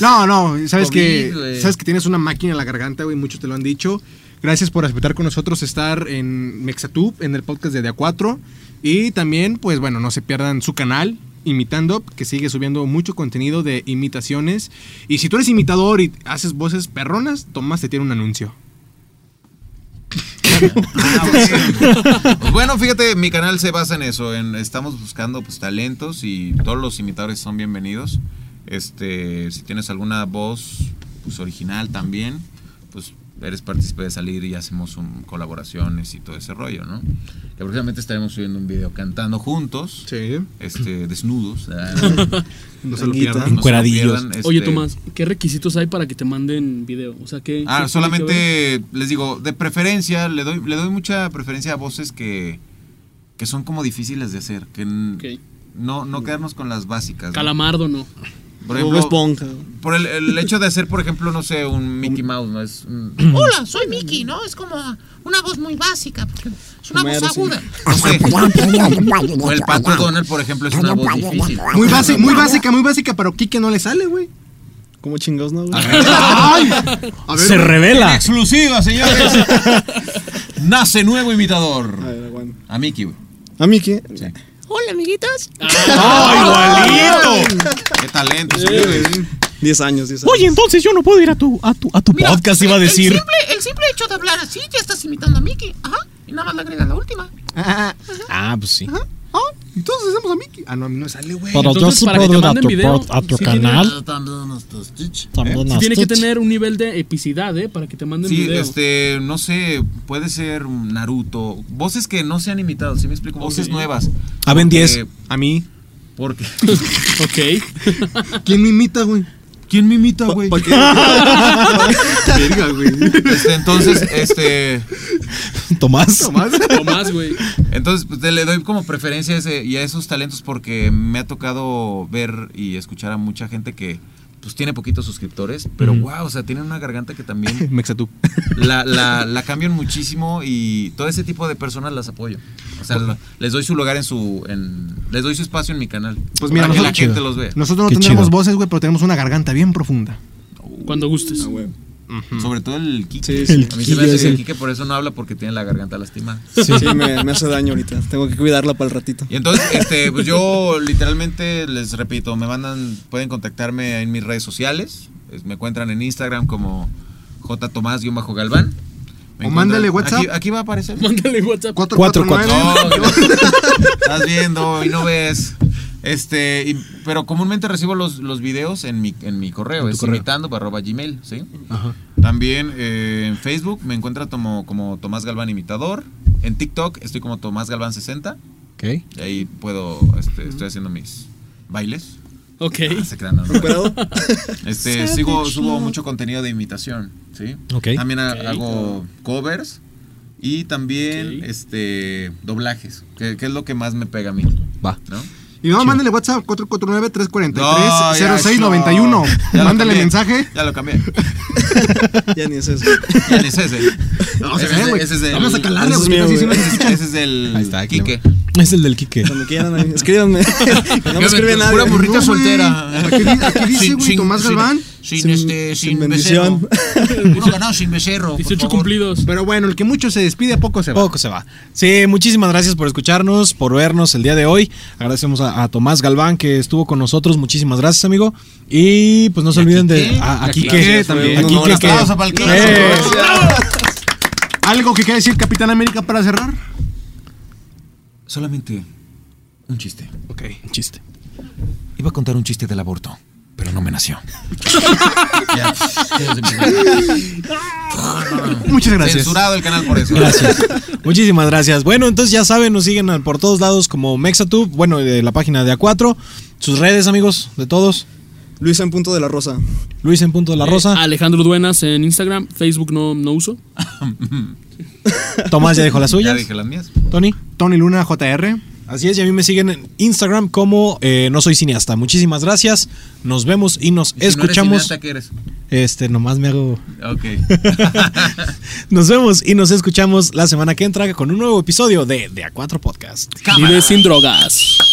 Speaker 4: No, no,
Speaker 3: COVID,
Speaker 4: sabes que
Speaker 3: güey.
Speaker 4: sabes que tienes una máquina en la garganta, güey, muchos te lo han dicho. Gracias por aceptar con nosotros estar en Mexatube, en el podcast de DA4. Y también, pues bueno, no se pierdan su canal, Imitando, que sigue subiendo mucho contenido de imitaciones. Y si tú eres imitador y haces voces perronas, Tomás te tiene un anuncio.
Speaker 3: Ah, ok. Pues bueno, fíjate, mi canal se basa en eso. En, estamos buscando pues talentos y todos los imitadores son bienvenidos. Este, si tienes alguna voz pues, original también, pues eres partícipe de salir y hacemos un- colaboraciones y todo ese rollo, ¿no? Que próximamente estaremos subiendo un video cantando juntos,
Speaker 4: Sí.
Speaker 3: este, desnudos. ¿verdad?
Speaker 4: No se
Speaker 2: Tanguita.
Speaker 4: lo pierdan.
Speaker 3: No se lo
Speaker 5: Encueradillos.
Speaker 3: pierdan,
Speaker 1: Oye,
Speaker 3: este,
Speaker 1: Tomás, ¿qué requisitos hay para que te manden video? O sea, ¿qué? qué tiene
Speaker 3: Ah,
Speaker 1: que ver?
Speaker 3: solamente les digo, de preferencia, le doy, le doy mucha preferencia a voces que, que son como difíciles de hacer, que n-
Speaker 1: Ok.
Speaker 3: no, no quedarnos con las básicas. ¿no?
Speaker 1: Calamardo no.
Speaker 3: Por
Speaker 2: Bob
Speaker 3: ejemplo,
Speaker 2: Esponja.
Speaker 3: por el, el hecho de hacer, por ejemplo, no sé, un Mickey Mouse, ¿no? Es un-
Speaker 7: Hola, soy Mickey, ¿no? Es como una voz muy básica, porque es una
Speaker 2: Homero
Speaker 7: voz aguda.
Speaker 3: no sé. O el Pato Donald, por ejemplo, es una voz difícil.
Speaker 4: Muy, base- muy básica, muy básica, pero Kike no le sale, güey.
Speaker 2: ¿Cómo chingados no, güey?
Speaker 4: ¡Ay! A ver,
Speaker 5: Se revela.
Speaker 3: Exclusiva, señores. Nace nuevo imitador.
Speaker 2: A ver, aguanta.
Speaker 3: A Mickey, güey.
Speaker 2: ¿A mí qué?
Speaker 7: Hola, amiguitos.
Speaker 3: Qué talento, señores.
Speaker 2: 10 años, 10 años.
Speaker 5: Oye, entonces yo no puedo ir a tu, a tu, a tu
Speaker 7: Mira,
Speaker 5: podcast,
Speaker 7: el-
Speaker 5: iba a decir.
Speaker 7: El simple, el simple hecho de hablar así, ya estás imitando a Mickey. Ajá. Y nada más le agrega la última.
Speaker 4: Ah,
Speaker 5: Ah, pues sí.
Speaker 4: ah, ah, entonces hacemos a Mickey. Ah, no, a mí no me sale, güey.
Speaker 5: Pero yo
Speaker 1: Entonces,
Speaker 5: sí
Speaker 1: para que
Speaker 5: puedo
Speaker 1: te
Speaker 5: ir a
Speaker 1: manden
Speaker 5: tu,
Speaker 1: video,
Speaker 5: pod- a tu
Speaker 1: sí tiene-
Speaker 5: canal. Eh, También a
Speaker 1: Tiene que
Speaker 5: Stitch.
Speaker 1: tener un nivel de epicidad, ¿eh? Para que te manden
Speaker 3: Sí,
Speaker 1: video.
Speaker 3: este, no sé, puede ser Naruto. Voces que no se han imitado, si me explico? Voces nuevas.
Speaker 5: A Ben 10.
Speaker 3: Eh,
Speaker 4: A mí.
Speaker 3: Porque.
Speaker 1: Ok.
Speaker 4: ¿Quién me imita, güey?
Speaker 3: ¿Quién me imita, güey?
Speaker 4: Verga, güey.
Speaker 3: Este, entonces, este.
Speaker 5: Tomás.
Speaker 1: Tomás, güey.
Speaker 3: Entonces, pues, te- le doy como preferencia a, ese- y a esos talentos porque me ha tocado ver y escuchar a mucha gente que. Pues tiene poquitos suscriptores, pero wow, o sea, tienen una garganta que también
Speaker 4: Mexatú.
Speaker 3: la, la- la cambian muchísimo y todo ese tipo de personas las apoyo. O sea, la- les doy su lugar en su. en- les doy su espacio en mi canal.
Speaker 4: Pues mira,
Speaker 3: para que la
Speaker 4: nosotros-
Speaker 3: gente los vea.
Speaker 4: Nosotros no
Speaker 5: Qué
Speaker 4: tendremos
Speaker 5: chido.
Speaker 4: voces, güey, pero tenemos una garganta bien profunda.
Speaker 1: Cuando gustes.
Speaker 5: Ah,
Speaker 3: Sobre todo el Kike.
Speaker 2: Sí, sí.
Speaker 5: El
Speaker 3: a mí se me hace
Speaker 5: Kike,
Speaker 3: que el
Speaker 5: sí.
Speaker 3: Kike por eso no habla porque tiene la garganta lastimada.
Speaker 2: Sí, me, me hace daño ahorita. Tengo que cuidarla para el ratito.
Speaker 3: Y entonces, este, pues yo literalmente les repito, me mandan, pueden contactarme en mis redes sociales. Es- Me encuentran en Instagram como jtomás-galván. Me
Speaker 4: O
Speaker 3: encuentran-
Speaker 4: mándale WhatsApp.
Speaker 3: Aquí, aquí va a aparecer.
Speaker 1: Mándale WhatsApp.
Speaker 5: Cuatro,
Speaker 4: 449.
Speaker 3: No, estás viendo y no ves. Este, y- pero comúnmente recibo los, los videos en mi, en mi correo, es imitando pues, arroba gmail, ¿sí? También eh, en Facebook me encuentra como, como Tomás Galván Imitador. En TikTok estoy como Tomás Galván 60.
Speaker 5: Ok.
Speaker 3: Y ahí puedo, este, estoy haciendo mis bailes.
Speaker 1: Ok.
Speaker 3: Ah, se crean, no, no.
Speaker 2: Pero
Speaker 3: Este, sigo, subo mucho contenido de imitación, ¿sí?
Speaker 5: Ok.
Speaker 3: También ha-
Speaker 1: Ok.
Speaker 3: hago covers y también
Speaker 1: Ok.
Speaker 3: este doblajes, que, que es lo que más me pega a mí,
Speaker 5: Va.
Speaker 3: ¿no?
Speaker 4: Y no, mándale WhatsApp
Speaker 3: No, ya,
Speaker 4: 449-343-0691.
Speaker 3: ya lo
Speaker 4: Mándale
Speaker 3: cambié.
Speaker 4: mensaje.
Speaker 3: Ya lo cambié.
Speaker 2: Ya ni es eso.
Speaker 3: Ya ni es ese. No,
Speaker 4: se ve, güey. Vamos a calarle,
Speaker 3: ese es
Speaker 4: güey,
Speaker 3: mío,
Speaker 4: porque casi
Speaker 3: güey.
Speaker 4: no
Speaker 3: Ese es del.
Speaker 5: Ahí está,
Speaker 3: Quique.
Speaker 5: Es el del Quique.
Speaker 2: Cuando quieran, ahí, escríbanme. No me escribe nadie.
Speaker 3: Pura burrita
Speaker 4: No, güey.
Speaker 3: soltera.
Speaker 4: Aquí di- aquí dice,
Speaker 3: Sin-
Speaker 4: güey,
Speaker 3: sin-
Speaker 4: Tomás
Speaker 3: sin-
Speaker 4: Galván.
Speaker 3: Sin,
Speaker 2: Sin-
Speaker 3: este, sin,
Speaker 2: sin bendición.
Speaker 3: becerro. Puro ganado sin becerro. por
Speaker 1: 18
Speaker 3: favor.
Speaker 1: cumplidos.
Speaker 4: Pero bueno, el que mucho se despide, a poco se va.
Speaker 5: Poco se va. Sí, muchísimas gracias por escucharnos, por vernos el día de hoy. Agradecemos a, a Tomás Galván que estuvo con nosotros. Muchísimas gracias, amigo. Y pues no se olviden de.
Speaker 3: Quique. Y
Speaker 5: a- A
Speaker 3: a
Speaker 5: Quique
Speaker 3: Quique
Speaker 5: también. A
Speaker 3: Un
Speaker 5: Quique, que-
Speaker 3: aplauso para el Quique.
Speaker 5: Eh,
Speaker 4: ¿Algo que quiera decir Capitán América para cerrar?
Speaker 3: Solamente un chiste.
Speaker 4: Ok.
Speaker 5: un chiste.
Speaker 3: Iba a contar un chiste del aborto, pero no me nació. Ah.
Speaker 4: Muchas gracias.
Speaker 3: Censurado el canal por eso.
Speaker 5: Gracias. Muchísimas gracias. Bueno, entonces ya saben, nos siguen al- por todos lados como Mexatube, bueno, de la página de A4, sus redes, amigos, de todos.
Speaker 2: Luis en punto de la rosa.
Speaker 5: Luis en Punto de la
Speaker 1: Eh,
Speaker 5: Rosa.
Speaker 3: ah,
Speaker 1: Alejandro Duenas en Instagram. Facebook no, no uso.
Speaker 5: Tomás ya dejó las
Speaker 3: Ya
Speaker 5: suyas.
Speaker 3: dije las mías.
Speaker 5: Tony.
Speaker 4: Tony Luna, JR.
Speaker 5: Así es, y a mí me siguen en Instagram como eh, No Soy Cineasta. Muchísimas gracias. Nos vemos y
Speaker 3: Y
Speaker 5: nos
Speaker 3: si no eres
Speaker 5: escuchamos.
Speaker 3: cineasta, ¿qué eres?
Speaker 5: este, nomás me hago.
Speaker 3: Ok.
Speaker 5: Nos vemos y nos escuchamos la semana que entra con un nuevo episodio de De A4 Podcast.
Speaker 1: Vive sin drogas.